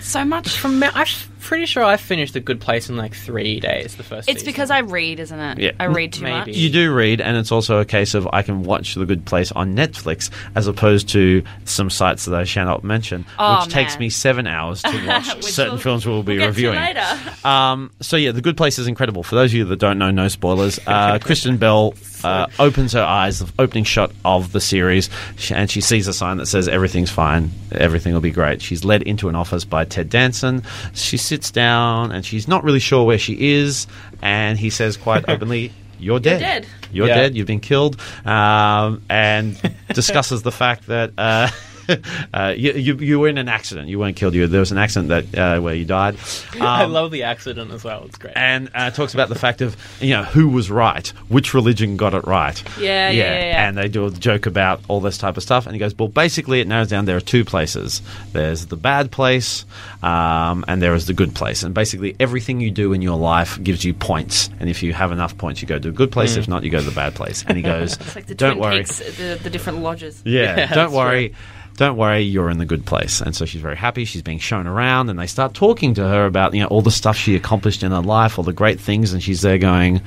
B: so much.
C: From me- I'm pretty sure I finished The Good Place in like three days. The first.
B: It's
C: season.
B: because I read, isn't it?
A: Yeah.
B: I read too
C: Maybe.
B: much.
A: You do read, and it's also a case of I can watch The Good Place on Netflix as opposed to some sites that I shall not mention,
B: Oh,
A: which takes
B: man.
A: me seven hours to watch
B: Which
A: certain
B: we'll-
A: films we'll be
B: we'll get to
A: reviewing.
B: later.
A: Um, so, yeah, The Good Place is incredible. For those of you that don't know, no spoilers. Uh, Kristen Bell uh, opens her eyes, the opening shot of the series, sh- and she sees a sign that says everything's fine, everything will be great. She's led into an office by Ted Danson. She sits down, and she's not really sure where she is, and he says quite openly, You're dead.
B: dead.
A: You're
C: Yeah.
A: dead. You've been killed. Um, and discusses the fact that uh, uh, you, you you were in an accident. You weren't killed. You there was an accident that uh, where you died.
C: I
A: Um,
C: love the accident as well. It's great.
A: and uh, talks about the fact of you know who was right, which religion got it right.
B: Yeah, yeah, yeah, yeah.
A: And they do a joke about all this type of stuff. And he goes, well, basically, it narrows down there are two places. There's the bad place, um, and there is the good place. And basically, everything you do in your life gives you points. And if you have enough points, you go to a good place. If not, you go to the bad place. And he goes,
B: Hmm. It's like the
A: don't
B: Twin
A: worry.
B: Peaks, the, the different lodges.
A: Yeah,
C: Yeah,
A: don't
C: that's
A: worry. Don't worry, you're in the good place. And so she's very happy. She's being shown around, and they start talking to her about you know all the stuff she accomplished in her life, all the great things. And she's there going,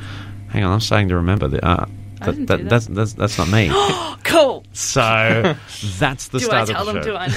A: "Hang on, I'm starting to remember that. Uh, that,
B: didn't
A: that,
B: do that.
A: That's, that's that's not me."
B: Cool.
A: so that's the
B: Do I
A: start
B: tell
A: of the
B: them?
A: show.
B: Do I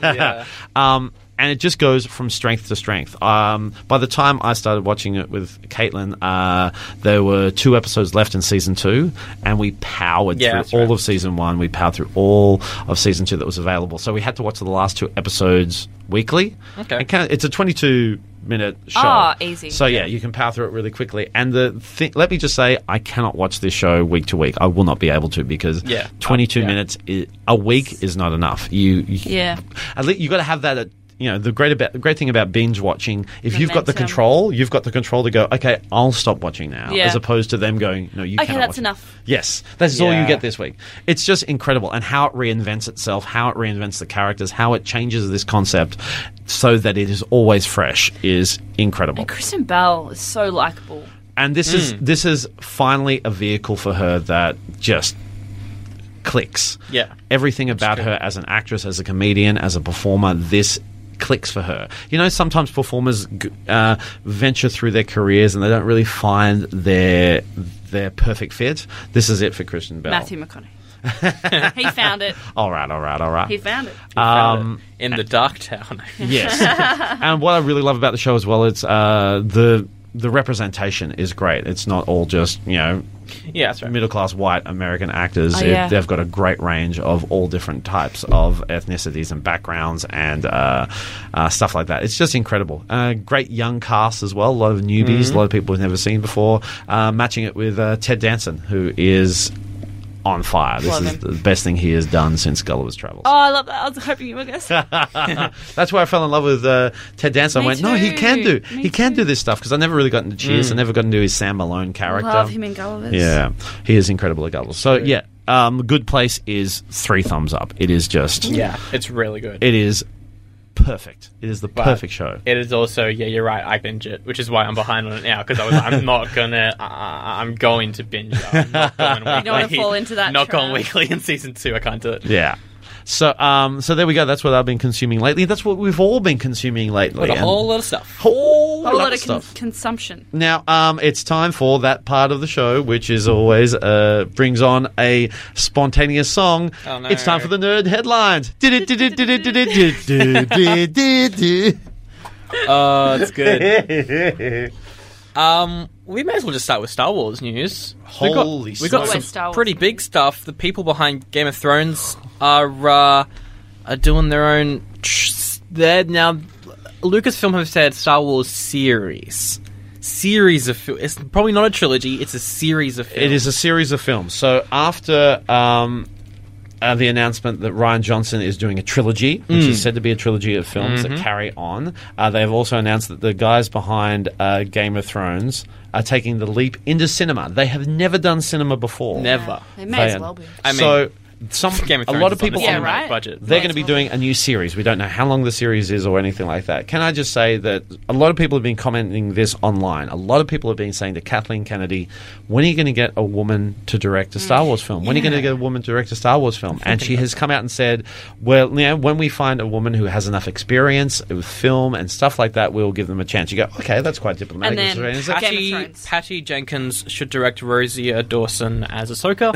B: not?
C: yeah.
A: Um, and it just goes from strength to strength. Um, by the time I started watching it with Caitlin, uh, there were two episodes left in season two, and we powered
C: Yeah, that's
A: through all
C: right.
A: of season one. We powered through all of season two that was available. So we had to watch the last two episodes weekly.
C: Okay.
A: And kind of- it's a 22 minute show.
B: Ah, easy.
A: So yeah, you can power through it really quickly. And the thi- let me just say, I cannot watch this show week to week. I will not be able to because
C: Yeah.
A: 22
C: Yeah.
A: minutes i a week is not enough. You, you
B: Yeah.
A: at least you got to have that. At, you know the great about the great thing about binge watching. If you've got the
B: Momentum.
A: control, you've got the control to go. Okay, I'll stop watching now,
B: Yeah.
A: as opposed to them going, no, you.
B: Okay,
A: cannot
B: that's
A: watch it."
B: enough.
A: Yes, that's all you
C: Yeah.
A: get this week. It's just incredible, and how it reinvents itself, how it reinvents the characters, how it changes this concept, so that it is always fresh, is incredible.
B: And Kristen Bell is so likable.
A: And this is this is finally a vehicle for her that just clicks.
C: Yeah.
A: Everything about
C: good.
A: her as an actress, as a comedian, as a performer, this clicks for her. You know, sometimes performers g- uh, venture through their careers and they don't really find their their perfect fit. This is it for Christian Bell.
B: Matthew McConaughey. he found it.
A: All right, all right, all right.
B: He found it.
A: Um,
C: in the dark town.
A: Yes. and what I really love about the show as well, it's uh, the the representation is great. It's not all just you know
C: yeah, that's right.
A: middle class white American actors.
B: Oh,
A: it-
B: yeah.
A: they've got a great range of all different types of ethnicities and backgrounds and uh, uh, stuff like that. It's just incredible. Uh, great young cast as well. A lot of newbies,
B: Mm-hmm.
A: a lot of people we've never seen before. Uh, matching it with uh, Ted Danson, who is on fire. This
B: Love
A: is
B: him.
A: the best thing he has done since Gulliver's Travels.
B: Oh, I love that. I was hoping you were going to say
A: That's why I fell in love with uh, Ted Danson. I
B: Me
A: went, no, he
B: too.
A: can do,
B: Me
A: he can
B: too. Mm.
A: do this stuff because I never really got into Cheers. I never got into his Sam Malone character.
B: Love him in Gulliver's.
A: Yeah, he is incredible at Gullible. So yeah, um, Good Place is three thumbs up. It is just,
C: Yeah, it's really good.
A: it is perfect. It is the
C: But
A: perfect show.
C: It is also yeah, you're right. I binge it, which is why I'm behind on it now because I was I'm not gonna. Uh, I'm going to binge. it. I'm not going weekly.
B: don't wanna fall into that
C: Not going
B: trap.
C: weekly in season two. I can't do it.
A: yeah. So um, so there we go. That's what I've been consuming lately. That's what we've all been consuming lately.
C: Like a
A: And-
C: whole uh, lot of stuff.
A: whole
B: a lot
A: of
B: of con-
A: stuff.
B: consumption.
A: Now, um, it's time for that part of the show, which is always uh, brings on a spontaneous song.
C: Oh, no.
A: It's time for the nerd headlines. That's
C: Oh, it's good. um, we may as well just start with Star Wars news. We've got-
A: Holy
C: we've got
A: smokes.
B: Always Star
C: some
B: Wars
C: pretty
B: news.
C: big stuff. The people behind Game of Thrones are uh, are doing their own. tr- They're now Lucasfilm have said Star Wars series. Series of films. It's probably not a trilogy. It's a series of films.
A: It is a series of films. So after um, uh, the announcement that Ryan Johnson is doing a trilogy, which
C: Mm.
A: is said to be a trilogy of films
C: Mm-hmm.
A: that carry on, uh, they have also announced that the guys behind uh, Game of Thrones are taking the leap into cinema. They have never done cinema before.
C: Never.
B: They may
A: They-
B: as well be.
C: I mean,
A: so some
C: Game of
A: a
C: Thrones
A: lot of
C: is on
A: people
C: the
B: Yeah,
A: on-
C: cinematic
B: right?
C: budget.
A: they're going
B: Might
A: to
B: as
A: be
B: well.
A: doing a new series. We don't know how long the series is or anything like that. Can I just say that a lot of people have been commenting this online. A lot of people have been saying to Kathleen Kennedy, when are you going to get a woman to direct a
B: Mm.
A: Star Wars film? When are you going to get a woman to direct a Star Wars film? And she has come out and said, well, you know, when we find a woman who has enough experience with film and stuff like that, we'll give them a chance. You go, okay, that's quite diplomatic.
B: And then-
A: It's like,
B: Game of
C: Patty,
B: Thrones.
C: Patty Jenkins should direct Rosia Dawson as Ahsoka.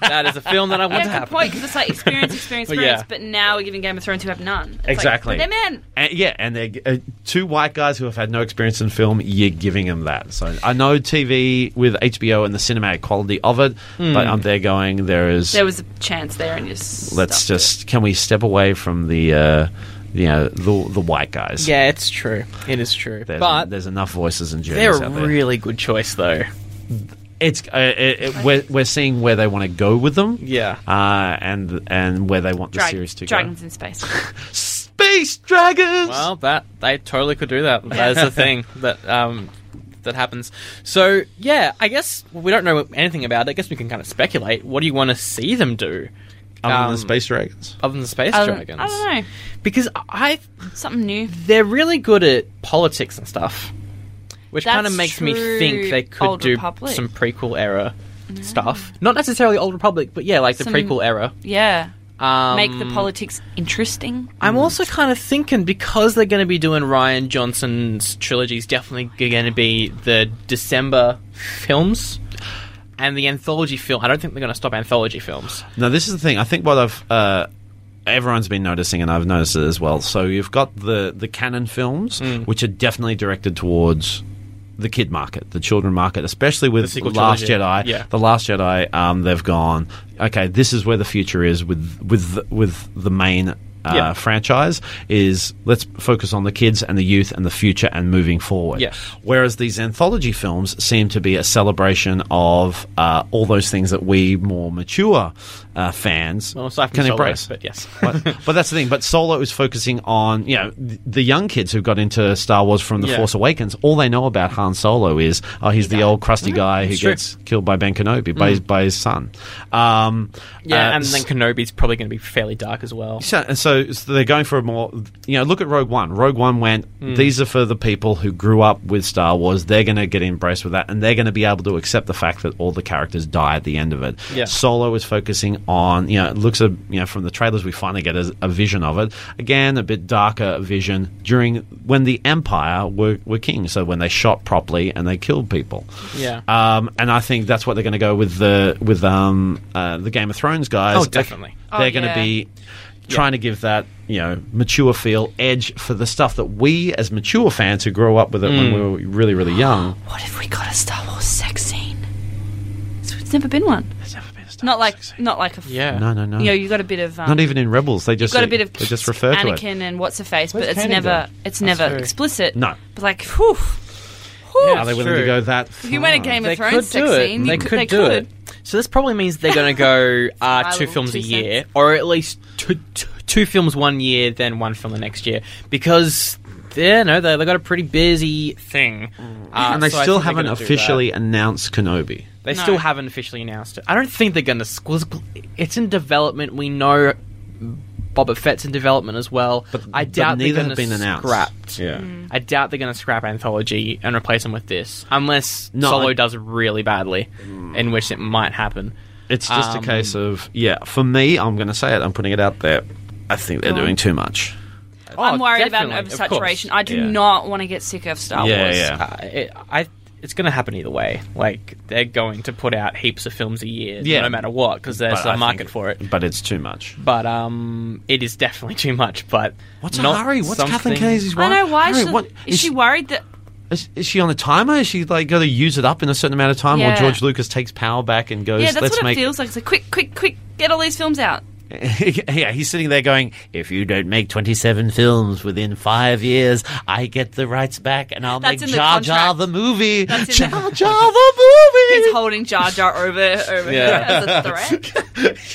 C: that is a film that I want
B: Yeah,
C: to
B: good
C: have.
B: point. Because it's like experience, experience,
C: But
B: experience.
C: yeah.
B: But now we're giving Game of Thrones who have none. It's like,
A: Exactly.
B: but they're men.
A: And, yeah, and they're uh, two white guys who have had no experience in film. You're giving them that. So I know TV with HBO and the cinematic quality of it,
C: Hmm.
A: but I'm there going. There is.
B: There was a chance there, and you just
A: let's
B: stuffed
A: just. Can we step away from the, uh, you know, the the white guys?
C: Yeah, it's true. It is true.
A: There's,
C: but
A: there's enough voices and
C: they're
A: journeys
C: a
A: out there.
C: really good choice, though.
A: it's uh, it, it, we're, we're seeing where they want to go with them.
C: Yeah.
A: Uh, and and where they want
B: Drag-
A: the series to
B: dragons in space.
A: go. Space dragons.
C: Well, that they totally could do that. That is the thing that um, that happens. So yeah, I guess we don't know anything about it. I guess we can kind of speculate. What do you want to see them do?
A: Other than
C: um,
A: the space dragons.
C: Other than the space
B: I don't-
C: dragons,
B: I don't know.
C: because I
B: Something new.
C: they're really good at politics and stuff, which
B: That's
C: kind of makes me
B: true,
C: think they could
B: Old
C: do
B: Republic.
C: some prequel era stuff. Not necessarily Old Republic, but yeah, like the
B: Some-
C: prequel era.
B: Yeah.
C: Um,
B: Make the politics interesting.
C: I'm also kind of thinking because they're going to be doing Ryan Johnson's trilogy is definitely going to be the December films and the anthology film. I don't think they're going to stop anthology films.
A: Now, this is the thing. I think what I've uh, everyone's been noticing, and I've noticed it as well. So you've got the the canon films,
C: Hmm.
A: which are definitely directed towards the kid market, the children market, especially with
C: sequel
A: Last
C: trilogy.
A: Jedi.
C: Yeah.
A: The Last Jedi, um, they've gone. Okay, this is where the future is with with the- with the main. Uh,
C: Yeah.
A: franchise is let's focus on the kids and the youth and the future and moving forward
C: Yeah.
A: whereas these anthology films seem to be a celebration of uh, all those things that we more mature uh, fans
C: Well, aside from
A: can
C: Solo,
A: embrace.
C: but yes.
A: but, but that's the thing. But Solo is focusing on you know th- the young kids who got into Star Wars from The
C: Yeah.
A: Force Awakens. All they know about Han Solo is oh he's the old crusty guy who
C: it's true. Mm.
A: gets killed by Ben Kenobi by his by his son. Um,
C: Yeah,
A: uh,
C: and then
A: s-
C: Kenobi's probably going to be fairly dark as well.
A: so, and so, so they're going for a more, you know, look at Rogue One. Rogue One went,
C: Hmm.
A: these are for the people who grew up with Star Wars. They're going to get embraced with that, and they're going to be able to accept the fact that all the characters die at the end of it.
C: Yeah.
A: Solo is focusing on, you know, it looks, a, you know, from the trailers we finally get a, a vision of it. Again, a bit darker vision during when the Empire were, were king, so when they shot properly and they killed people.
C: Yeah.
A: Um, and I think that's what they're going to go with the with um, uh, the Game of Thrones guys.
C: Oh, definitely.
A: They're,
B: Oh,
A: going to
B: yeah.
A: be trying to give that you know mature feel edge for the stuff that we as mature fans who grew up with it when we
C: Mm.
A: were really
C: Ah,
A: really young.
B: What if we got a Star Wars sex scene? So it's never been one.
A: There's never been a Star
B: Not
A: Wars
B: like,
A: sex scene.
B: not like a. f-
C: yeah.
A: no no no
B: You know, you got a bit of. Um,
A: not even in Rebels they just
B: got a bit of
A: they just refer
B: Anakin
A: to it.
B: and what's her face, but
A: Where's
B: it's
A: Kanan
B: never
A: going?
B: it's never
C: true.
B: explicit.
A: No.
B: but like, whew, whew.
A: Are
C: Yeah,
A: they
C: That's
A: willing to
C: true.
A: go that? Far?
B: if you went a Game of Thrones sex scene,
C: They
B: you
C: could do it. So this probably means they're going to go
B: My
C: uh, two
B: little
C: films a
B: two
C: year,
B: cents.
C: or at least two, two, two films one year, then one film the next year, because yeah, no, they they got a pretty busy thing,
B: Mm.
C: Uh,
A: and they
C: so I
A: still
C: think they're
A: haven't
C: gonna do that.
A: officially announced Kenobi.
C: They
B: No.
C: still haven't officially announced it. I don't think they're going to. It's in development. We know Boba Fett's in development as well. But I doubt
A: neither
C: they're
A: have
C: going
A: been
C: to
A: announced.
C: scrap.
A: Yeah.
B: Mm.
C: I doubt they're going to scrap anthology and replace them with this, unless
A: No,
C: Solo
A: I- Mm.
C: does really badly, in which it might happen.
A: It's just
C: Um,
A: a case of yeah. For me, I'm going to say it. I'm putting it out there. I think they're
B: Go on.
A: doing too much.
B: I'm
C: Oh,
B: worried about an
C: definitely, of
B: oversaturation.
C: course.
B: I do
A: Yeah.
B: not want to get sick of Star
A: Yeah,
B: Wars.
A: yeah.
C: Uh, it, I, it's going to happen either way. Like they're going to put out heaps of films a year,
A: Yeah.
C: no matter what, because there's
A: But I
C: a market
A: think-
C: for it.
A: But it's too much.
C: But um, it is definitely too much. But
A: What's
C: not
A: a hurry? What's
C: something-
A: Kathleen Kennedy's
B: I know why.
A: Hurry,
B: she,
A: what-
B: is she worried that?
A: is, is she on a timer? Is she like got to use it up in a certain amount of time, or
B: Yeah.
A: George Lucas takes power back and goes,
B: Yeah, that's
A: "Let's
B: what it
A: make."
B: feels like. It's like quick, quick, quick, get all these films out.
A: yeah, he's sitting there going, "If you don't make twenty-seven films within five years, I get the rights back, and I'll
B: That's
A: make
B: in the
A: Jar Jar
B: contract.
A: the movie. Jar
B: That's in the-
A: Jar the
B: He's
A: movie."
B: holding Jar Jar over over
C: Yeah.
B: her as a threat.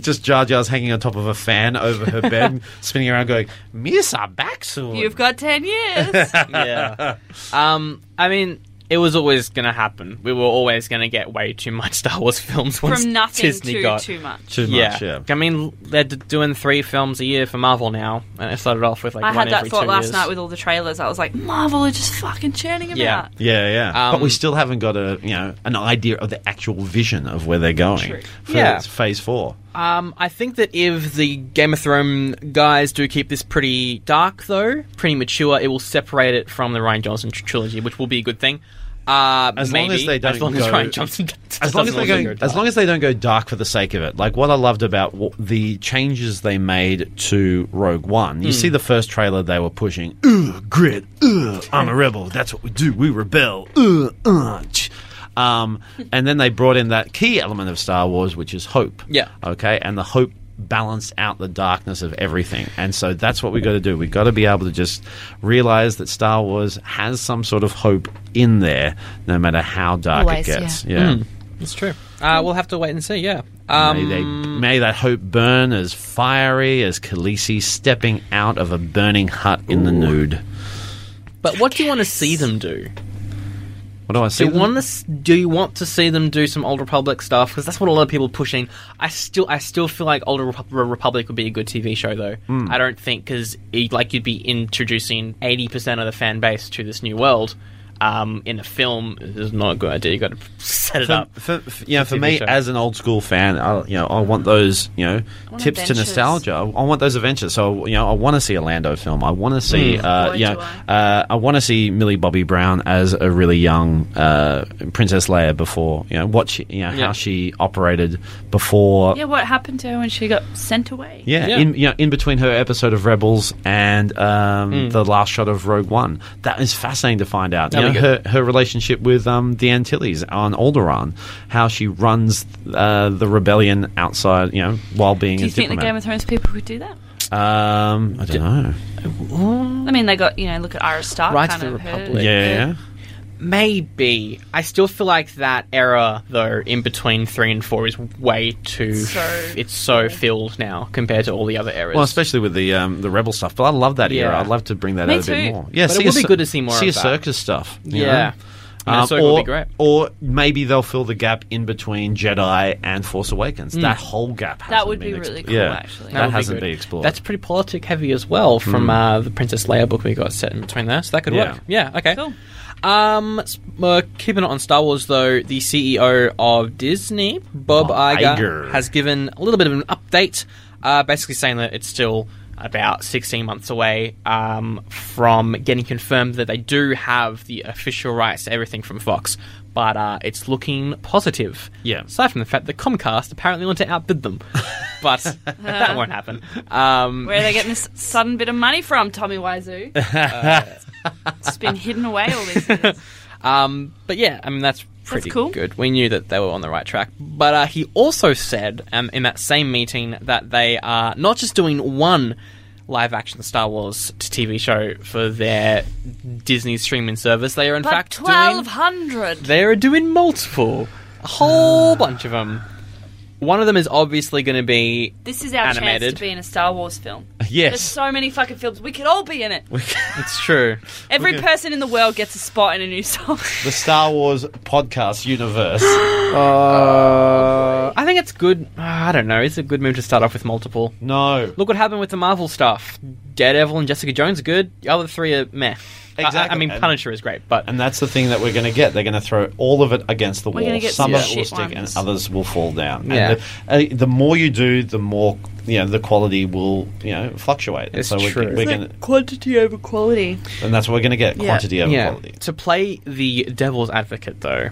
A: Just Jar Jar's hanging on top of a fan over her bed, spinning around, going, "Miss, I'm back soon."
B: You've got ten years.
C: yeah. Um, I mean, it was always going to happen. We were always going to get way too much Star Wars films once
B: From nothing
C: Disney
B: to
C: got.
B: too much.
A: Too
C: yeah.
A: much, yeah.
C: I mean, they're d- doing three films a year for Marvel now, and it started off with like
B: I
C: one
B: had that
C: every
B: thought
C: two
B: last
C: years.
B: night with all the trailers. I was like, Marvel are just fucking churning them
C: Yeah.
B: out.
A: Yeah, yeah. but we
C: Um,
A: still haven't got a you know an idea of the actual vision of where they're going
B: True.
A: for
C: Yeah.
A: phase four.
C: Um, I think that if the Game of Thrones guys do keep this pretty dark, though, pretty mature, it will separate it from the Ryan Johnson tr- trilogy, which will be a good thing. Uh,
A: As long
C: maybe,
A: as they don't
C: as long
A: go-
C: as Ryan Johnson,
A: As long as, they go, as long as they don't go dark for the sake of it, like what I loved about w- the changes they made to Rogue One, you see the first trailer they were pushing, ugh, grit, ugh, I'm a rebel, that's what we do, we rebel, ugh, uh, tch." um, and then they brought in that key element of Star Wars, which is hope.
C: Yeah.
A: okay, and the hope balanced out the darkness of everything. And so that's what we got to do. We've got to be able to just realize that Star Wars has some sort of hope in there, no matter how dark
B: Always,
A: it gets. Yeah.
C: It's true. Uh, we'll have to wait and see. Yeah. Um,
A: May, they, may that hope burn as fiery as Khaleesi stepping out of a burning hut in the nude.
C: but what do you want to see them do?
A: What do I see?
C: Do you
A: them-
C: want to s- do you want to see them do some Old Republic stuff? Because that's what a lot of people are pushing. I still I still feel like Old Repu- Re- Republic would be a good TV show though.
A: Hmm.
C: I don't think because like you'd be introducing eighty percent of the fan base to this new world. um, in a film is not a good idea. You got to set it
A: For,
C: up.
A: for, for, you know, for
C: TV
A: me
C: show.
A: as an old school fan, I, you know, I want those you know
B: want
A: tips
B: adventures.
A: to nostalgia. I, I want those adventures. So you know, I want to see a Lando film. I want to see
C: Mm.
A: uh,
B: Boy,
A: you
B: do
A: know, uh, I want to see Millie Bobby Brown as a really young uh, Princess Leia before you know what she, you know
C: Yeah.
A: how she operated before.
B: Yeah, what happened to her when she got sent away?
A: Yeah,
C: Yeah.
A: in you know, in between her episode of Rebels and um,
B: Hmm.
C: Mm.
A: the last shot of Rogue One, that is fascinating to find out. You
C: That'll
A: know,
C: be
A: her her relationship with um, the Antilles on Alderaan, how she runs uh, the rebellion outside, you know, while being
B: Do
A: a
B: you think the Game
A: diplomat.
B: of Thrones people would do that?
A: um, I don't know.
B: I mean, they got you know, look at Iris Stark,
C: Rise
B: kind
C: of the
B: of her-
C: Republic.
A: yeah, yeah.
C: Maybe. I still feel like that era, though, in between three and four, is way too.
B: So
C: it's so
B: full.
C: filled now compared to all the other eras.
A: Well, especially with the um, the rebel stuff, but I love that era.
C: Yeah.
A: I'd love to bring that
B: Me
A: out a
B: too.
A: bit more. Yeah,
C: But it
A: see a
C: would be
A: cir-
C: good to see more
A: See a
C: of that.
A: circus stuff. you
C: Yeah.
A: know? Um,
C: Yeah, so it would
A: or,
C: be great.
A: or maybe they'll fill the gap in between Jedi and Force Awakens. That whole gap. hasn't
B: would be
A: been
B: really
A: explored.
B: cool,
A: Yeah,
B: actually.
A: that,
B: That would
C: Mm. would
A: hasn't
C: good.
A: been explored.
C: That's pretty politic heavy as well from uh, the Princess Leia book we got set in between there, so that could
A: Yeah.
C: work. Yeah, okay.
B: Cool.
C: Um, s- uh, keeping it on Star Wars though, the CEO of Disney, Bob
A: Bob
C: Iger,
A: Iger.
C: has given a little bit of an update, uh, basically saying that it's still about 16 months away um, from getting confirmed that they do have the official rights to everything from Fox, but uh, it's looking positive.
A: Yeah.
C: Aside from the fact that Comcast apparently want to outbid them, but that won't happen. Um,
B: Where are they getting this sudden bit of money from, Tommy Wiseau? it's been hidden away all these years.
C: Um, but yeah, I mean that's pretty
B: cool.
C: good. We knew that they were on the right track. But uh, he also said um, in that same meeting that they are not just doing one live action Star Wars t- TV show for their Disney streaming service. They are in
B: But
C: fact
B: twelve
C: doing
B: hundred.
C: they are doing multiple, a
B: Ah.
C: whole bunch of them. One of them is obviously going to be
B: This is our chance
C: Animated.
B: to be in a Star Wars film. There's
A: yes.
B: so many fucking films. We could all be in it.
C: it's true.
B: Every person in the world gets a spot in a new song.
A: the Star Wars podcast universe.
C: Uh, I think it's good. uh, I don't know. It's a good move to start off with multiple.
A: no.
C: Look what happened with the Marvel stuff. Daredevil and Jessica Jones are good. The other three are meh. I- I- I,
A: Exactly.
C: mean,
A: And-
C: Punisher is great, but
A: And that's the thing that we're going to get. They're going to throw all of it against the
B: We're
A: wall.
B: gonna get
A: Some
B: some
A: of it will
B: shit
A: stick, and
B: ones.
A: others will fall down.
C: Yeah.
A: And the, uh, the more you do, the more you know. The quality will you know fluctuate. And
C: It's
A: so
C: true.
A: We're, we're gonna,
B: quantity over quality.
A: and that's what we're going to get:
B: Yeah.
A: quantity over
C: yeah.
A: quality.
C: To play the devil's advocate, though,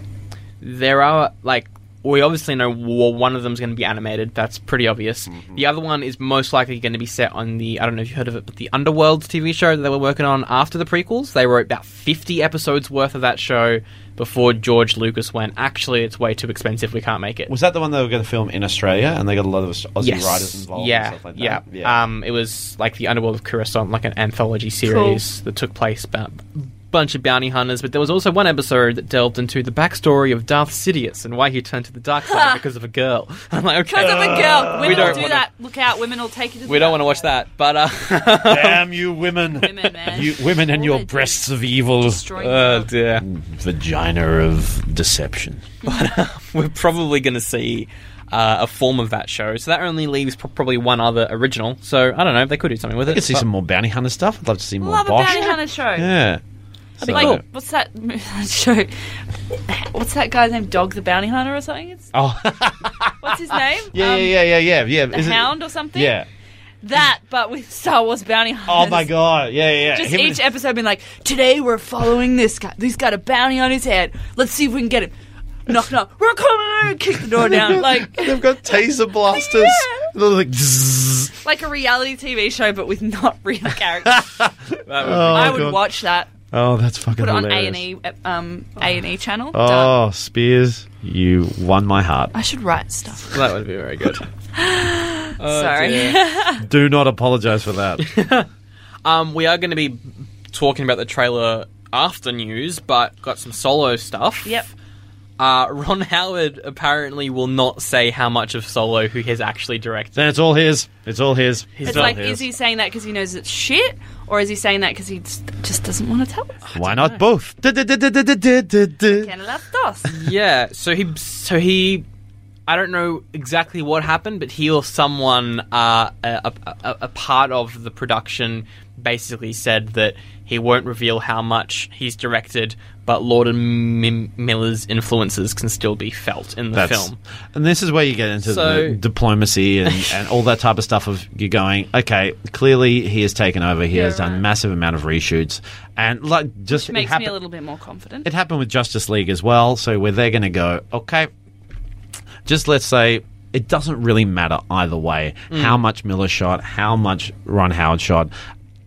C: there are like we obviously know wa- one of them's going to be animated. That's pretty obvious.
A: Mm-hmm.
C: The other one is most likely going to be set on the I don't know if you heard of it, but the Underworld TV show that they were working on after the prequels. They wrote about fifty episodes worth of that show before George Lucas went. Actually, it's way too expensive. We can't make it.
A: Was that the one they were going to film in Australia, and they got a lot of Aussie writers involved?
C: Yeah,
A: and stuff like that?
C: yeah. Um, it was like the Underworld of Coruscant, like an anthology series that took place about a bunch of bounty hunters. But there was also one episode that delved into the backstory of Darth Sidious and why he turned to the dark side because of a girl. I'm like,
B: Because
C: okay,
B: of a
A: Uh,
B: girl, women
C: don't
B: will do
C: wanna-
B: that. Look out, women will take you to. The
C: we don't want to watch that. But uh,
A: Damn you, women!
B: Women, man.
A: You women and
B: All they
A: your
B: do
A: breasts of evil,
B: Destroy
C: oh
B: the world.
C: dear,
A: Mm, vagina of deception.
C: we're probably going to see. Uh, a form of that show, so that only leaves pro- probably one other original. So I don't know. They could do something with it.
A: I could see
C: but-
A: some more bounty hunter stuff. I'd love to see more
B: Love a
A: Bosch.
B: bounty hunter show.
A: Yeah. So-
B: Like what's that mo- show? What's that guy's name? Dog the Bounty Hunter or something? It's,
A: Oh,
B: what's his name?
A: yeah,
B: Um,
A: yeah, yeah, yeah, yeah.
B: The
A: Is it-
B: Hound or something?
A: Yeah.
B: That, but with Star Wars bounty hunters.
A: Oh my god. Yeah, yeah. yeah.
B: Just
A: Him and-
B: each episode being like, today we're following this guy. He's got a bounty on his head. Let's see if we can get him. Knock, knock. We're coming. Kick the door down. Like,
A: They've got taser blasters.
B: Yeah.
A: They're like, zzzz.
B: like a reality TV show, but with not real characters.
C: That would
A: Oh,
B: I would
A: God.
B: watch that.
A: Oh, that's fucking
B: Put it on A
A: hilarious.
B: and E, um, A and E channel. Done.
A: Oh, Spears, you won my heart.
B: I should write stuff.
C: be, that would be very good. Oh,
B: Sorry.
C: dear.
A: Do not apologize for that.
C: Um, we are going to be talking about the trailer after news, but got some solo stuff.
B: yep.
C: Uh, Ron Howard apparently will not say how much of Solo who has actually directed.
A: then it's all his. It's all his.
B: It's
A: all
B: like,
A: his.
B: is he saying that because he knows it's shit, or is he saying that because he just just doesn't want to tell us?
A: Why not both? Du-du-du-du-du-du-du-du.
B: Can I love dos?
C: Yeah, so he so he I don't know exactly what happened, but he or someone, uh, a, a, a- a part of the production, basically said that he won't reveal how much he's directed, but Lord and M- Miller's influences can still be felt in the film.
A: And this is where you get into
C: So-
A: the diplomacy and, and all that type of stuff of you're going, okay, clearly he has taken over. He
B: Yeah,
A: has done
B: right.
A: massive amount of reshoots. And like just
B: Which makes
A: it happen-
B: me a little bit more confident.
A: it happened with Justice League as well, so where they're going to go, okay, just let's say it doesn't really matter either way
B: Hmm.
A: how much Miller shot, how much Ron Howard shot.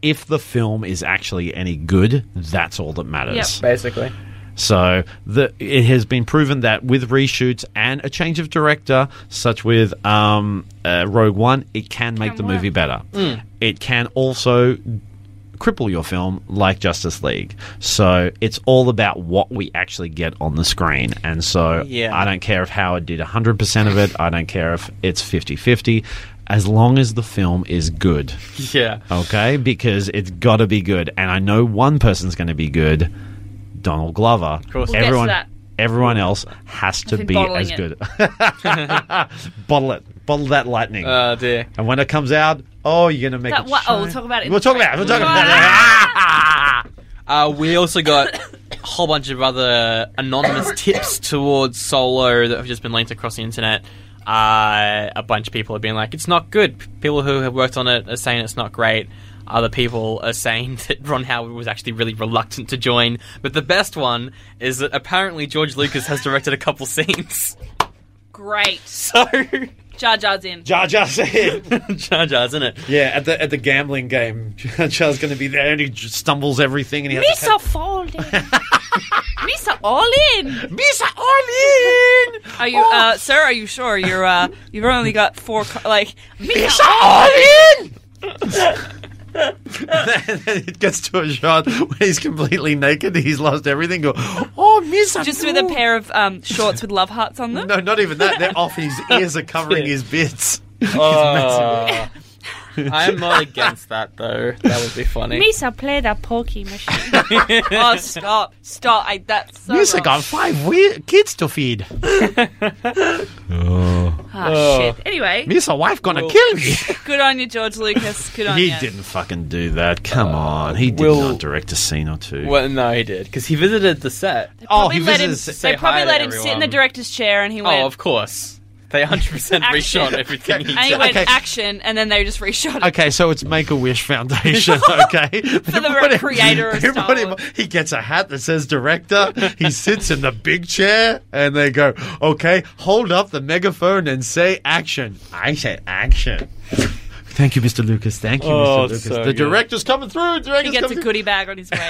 A: If the film is actually any good, that's all that matters.
C: Basically,
A: So the, it has been proven that with reshoots and a change of director, such with um, uh, Rogue One, it can make
B: Can
A: the
B: work. Hmm.
A: movie better. It can also cripple your film like Justice League. So it's all about what we actually get on the screen. And so
C: Yeah.
A: I don't care if Howard did 100% of it. I don't care if it's 50-50. As long as the film is good.
C: yeah.
A: Okay, because it's got to be good, and I know one person's going to be good, Donald Glover. Of
C: course.
B: get
C: We'll
B: to
A: everyone,
B: that.
A: everyone else has to
B: been
A: be
B: bottling
A: as
B: it.
A: good. bottle it, bottle that lightning,
C: Oh dear.
A: and when it comes out, oh, you're going to make
B: That
A: it.
B: wa- oh,
A: shine.
B: we'll talk about it in
A: We'll
B: the
A: talk
B: break.
A: about it. We'll talk about it.
C: Uh, we also got a whole bunch of other anonymous tips towards Solo that have just been linked across the internet. Uh, a bunch of people have been like, it's not good. People who have worked on it are saying it's not great. Other people are saying that Ron Howard was actually really reluctant to join. But the best one is that apparently George Lucas has directed a couple scenes.
B: Great.
C: So,
B: Jar Jar's in.
A: Jar Jar said,
C: Jar Jar's in it.
A: "Yeah, at the at the gambling game, Jar Jar's going to be there, and he j- stumbles everything, and he has to
B: Misa Fallen. Misa All In.
A: Misa Oh, Orlean.
B: Are you, uh, sir? Are you sure you're? Uh, you've only got four. Co- like Misa All In.
A: Olin! and then it gets to a shot where he's completely naked. He's lost everything. Go, oh, Misa!
B: Just with a pair of um, shorts with love hearts on them.
A: No, not even that. They're off. His
B: Oh,
A: ears are covering his bits.
C: Uh, I'm not against that, though. That would be funny.
B: Misa play that pokey machine. oh, stop, stop! I, that's so
A: Misa
B: wrong.
A: got five we- kids to feed.
B: Ah,
A: Oh.
B: shit. Anyway,
A: Misa wife gonna
C: Well-
A: kill me.
B: good on you, George Lucas. Good on
A: he
B: you.
A: didn't fucking do that. Come on. He did
C: Will-
A: not direct a scene or two.
C: Well, no, he did because he visited the set.
A: oh,
B: Probably
A: he
B: let him,
A: visits-
C: say
B: they probably
C: hi to
B: let him sit in the
C: everyone.
B: director's chair, and he went.
C: Oh, of course. They 100%
B: Action.
C: reshot everything he
B: and he
C: did.
B: went
A: Okay.
B: action, and then they just reshot it.
A: Okay, so it's Make a Wish Foundation. Okay, for
B: the creator of Star Wars.
A: He gets a hat that says director. He sits in the big chair, and they go, "Okay, hold up the megaphone and say action." I say action. Thank you, Mr. Lucas. Thank you,
C: Oh,
A: Mr. Lucas.
C: so
A: the
C: good.
A: director's coming through. Director's
B: He gets a
A: coming through.
B: goodie bag on his way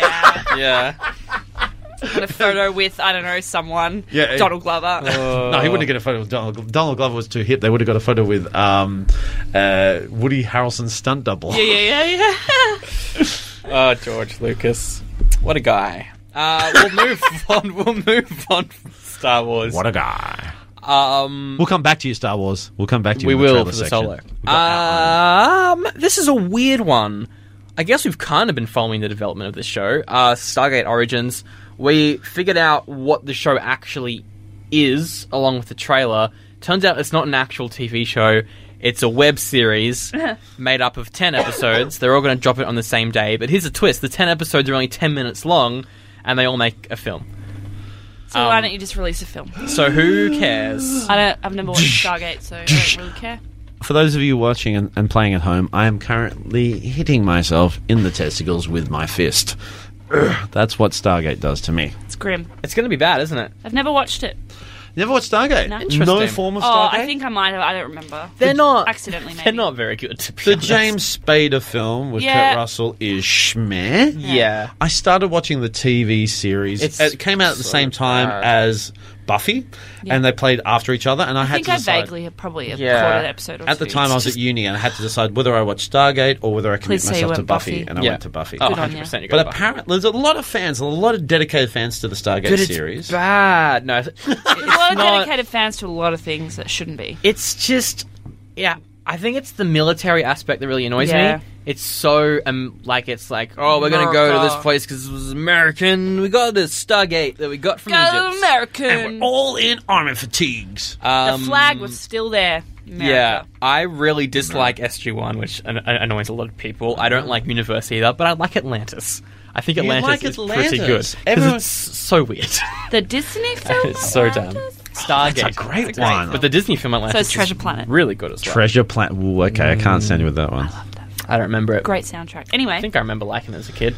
B: out,
C: Yeah.
B: and a photo with I don't know someone.
A: Yeah, it- Oh.
B: Donald Glover.
A: No, he wouldn't get a photo with Donald. Donald Glover was too hip. They would have got a photo with um, uh, Woody Harrelson's stunt double.
B: yeah, yeah, yeah, yeah.
C: Oh, George Lucas. What a guy. Uh, we'll move on. We'll move on from Star Wars.
A: What a guy!
C: um,
A: We'll come back to you, Star Wars. We'll come back to you.
C: we
A: in
C: will
A: trailer
C: for the
A: section.
C: solo.
A: We've got outline.
C: Um, this is a weird one. I guess we've kind of been following the development of this show. Uh, Stargate Origins. We figured out what the show actually is along with the trailer. Turns out it's not an actual TV show. It's a web series made up of 10 episodes. They're all going to drop it on the same day, but here's a twist. The 10 episodes are only 10 minutes long and they all make a film.
B: So
A: Um.
B: why don't you just release a film?
C: So who cares?
B: I don't. I've never watched Stargate, so I don't really care.
A: for those of you watching and, and playing at home, I am currently hitting myself in the testicles with my fist. Ugh, that's what Stargate does to me.
B: It's grim.
C: It's going to be bad, isn't it?
B: I've never watched it.
A: Never watched Stargate.
B: No.
C: Interesting.
A: No form of
B: Oh,
A: Stargate.
B: I think I might have. I don't remember.
C: They're not
B: accidentally,
C: They're
B: maybe.
C: not very good. To be
A: the
C: honest.
A: James Spader film with
B: Yeah.
A: Kurt Russell is schmeh.
C: Yeah.
A: I started watching the TV series.
C: It's
A: it came out at the
C: so
A: same time
C: bad.
A: as Buffy, and they played after each other. And I,
B: I
A: had
B: think
A: to
B: I
A: decide.
B: vaguely have probably have
C: Yeah.
B: caught an episode or
A: At the
B: two.
A: time, I was
B: It's
A: at uni, and I had to decide whether I watched Stargate or whether I commit
B: Please say you
A: myself to
B: went
A: Buffy,
B: Buffy.
A: and I
C: Yeah.
A: went to Buffy.
C: Oh,
B: Good on
C: 100%
B: ya.
C: you go
A: But
C: back.
A: apparently, there's a lot of fans, a lot of dedicated fans to the Stargate
C: Dude, it's
A: series.
C: bad. No, it's, it's
B: There's a lot of
C: not-
B: dedicated fans to a lot of things that shouldn't be.
C: It's just, yeah. I think it's the military aspect that really annoys
B: Yeah.
C: me. It's so um, like it's like oh we're gonna go to this
B: America.
C: place because it was American. We got this Stargate that we got from Egypt.
B: American.
A: And we're all in armor fatigues.
B: the
C: Um,
B: flag was still there.
C: Yeah,
B: America.
C: I really dislike SG One, which an- an- annoys a lot of people. I don't like Universe either, but I like Atlantis. I think
A: You
C: Atlantis
A: like
C: is pretty good.
A: Atlantis?
C: 'cause
A: Everyone-
C: it's so weird.
B: The Disney film.
C: it's so dumb.
B: Atlantis?
C: Stargate,
A: a great
C: It's
A: one.
C: but the Disney film Atlantis,
B: it's Treasure
C: is
B: Planet.
C: really good as well.
A: Treasure plant. Ooh, okay, I can't stand you with that one.
C: I don't remember it.
B: Great soundtrack.
C: I
B: Anyway,
C: think I remember liking it as a kid.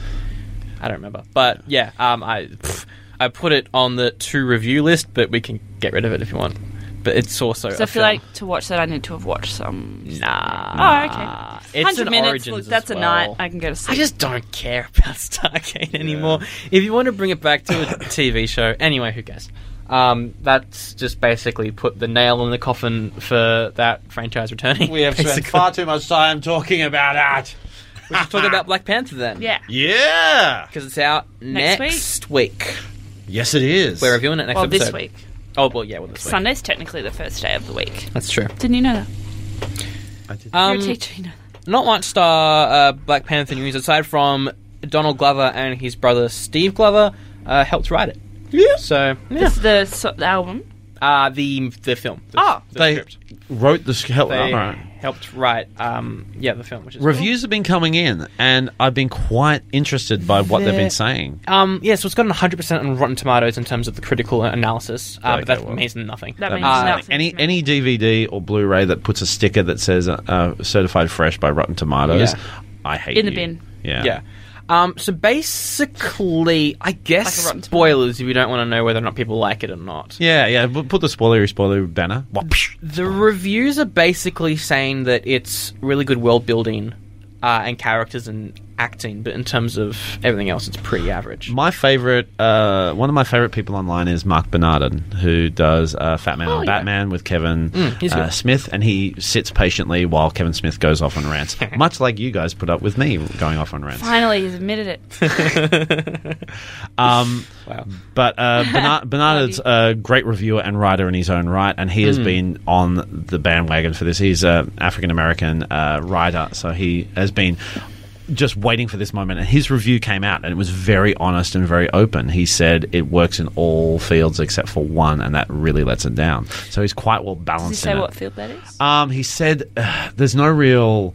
C: I don't remember, but yeah, um, I pff, I put it on the to review list, but we can get rid of it if you want. But it's also
B: so I
C: a
B: feel
C: film.
B: like to watch that I need to have watched some.
C: nah.
B: Oh, okay.
C: It's
B: 100
C: an
B: minutes.
C: origins.
B: look,
C: as
B: that's a
C: well.
B: night I can go to sleep.
C: I just don't care about Stargate anymore. If you want to bring it back to a TV show, anyway, who cares? Um, that's just basically put the nail in the coffin for that franchise returning.
A: We have spent
C: basically.
A: far too much time talking about that.
C: We should talk about Black Panther then.
B: yeah.
A: Yeah.
C: Because it's out
B: Next
C: next,
B: week?
C: week.
A: Yes, it is.
C: We're reviewing it next
B: Well,
C: episode.
B: this week.
C: Oh, well, yeah, well, this week.
B: Sunday's technically the first day of the week.
C: That's true.
B: Didn't you know that?
A: I did-
B: You're a
C: Um,
B: teacher, you know that.
C: not much star uh, Black Panther news aside from Donald Glover and his brother Steve Glover uh, helped write it.
A: yes.
C: So, yeah.
B: This is the, so, the album.
C: Uh, the, the film. The,
B: Oh.
C: the
A: They
C: script.
A: wrote the script.
C: they
A: Alright.
C: helped write um, yeah the film which is
A: Reviews have been coming in, and I've been quite interested by what they've been
C: They're-
A: saying.
C: cool. um, yeah so it's gotten 100% on Rotten Tomatoes in terms of the critical analysis uh,
A: Okay,
C: but that
A: well.
C: means nothing
B: That means
C: uh,
B: nothing.
A: Any any DVD or Blu-ray that puts a sticker that says uh, uh, "Certified Fresh" by Rotten Tomatoes,
C: Yeah.
A: I hate
B: In the
A: you.
B: bin.
A: Yeah.
C: yeah um, so basically I
B: Like
C: guess
B: a Rotten Tomato.
C: spoilers if you don't want to know whether or not people like it or not
A: Yeah, yeah. bu- Put the spoilery spoiler banner. Whop.
C: The reviews are basically saying that it's really good world building uh, and characters and acting, but in terms of everything else, it's pretty average.
A: My favorite, uh, one of my favorite people online is Mark Bernardin, who does uh, Fat Man
C: Oh,
A: on
C: yeah.
A: Batman with Kevin
C: Mm, he's
A: uh,
C: good.
A: Smith, and he sits patiently while Kevin Smith goes off on rants, much like you guys put up with me going off on rants.
B: Finally, he's admitted it.
A: Um,
C: Wow.
A: But uh, Bernard, Bernard's a great reviewer and writer in his own right, and he has been on the bandwagon for this. He's an African American uh, writer, so he has been just waiting for this moment. And his review came out, and it was very honest and very open. He said it works in all fields except for one, and that really lets it down. So he's quite well
B: Does he
A: balanced.
B: say
A: in it.
B: what field that is?
A: Um, he said uh, there's no real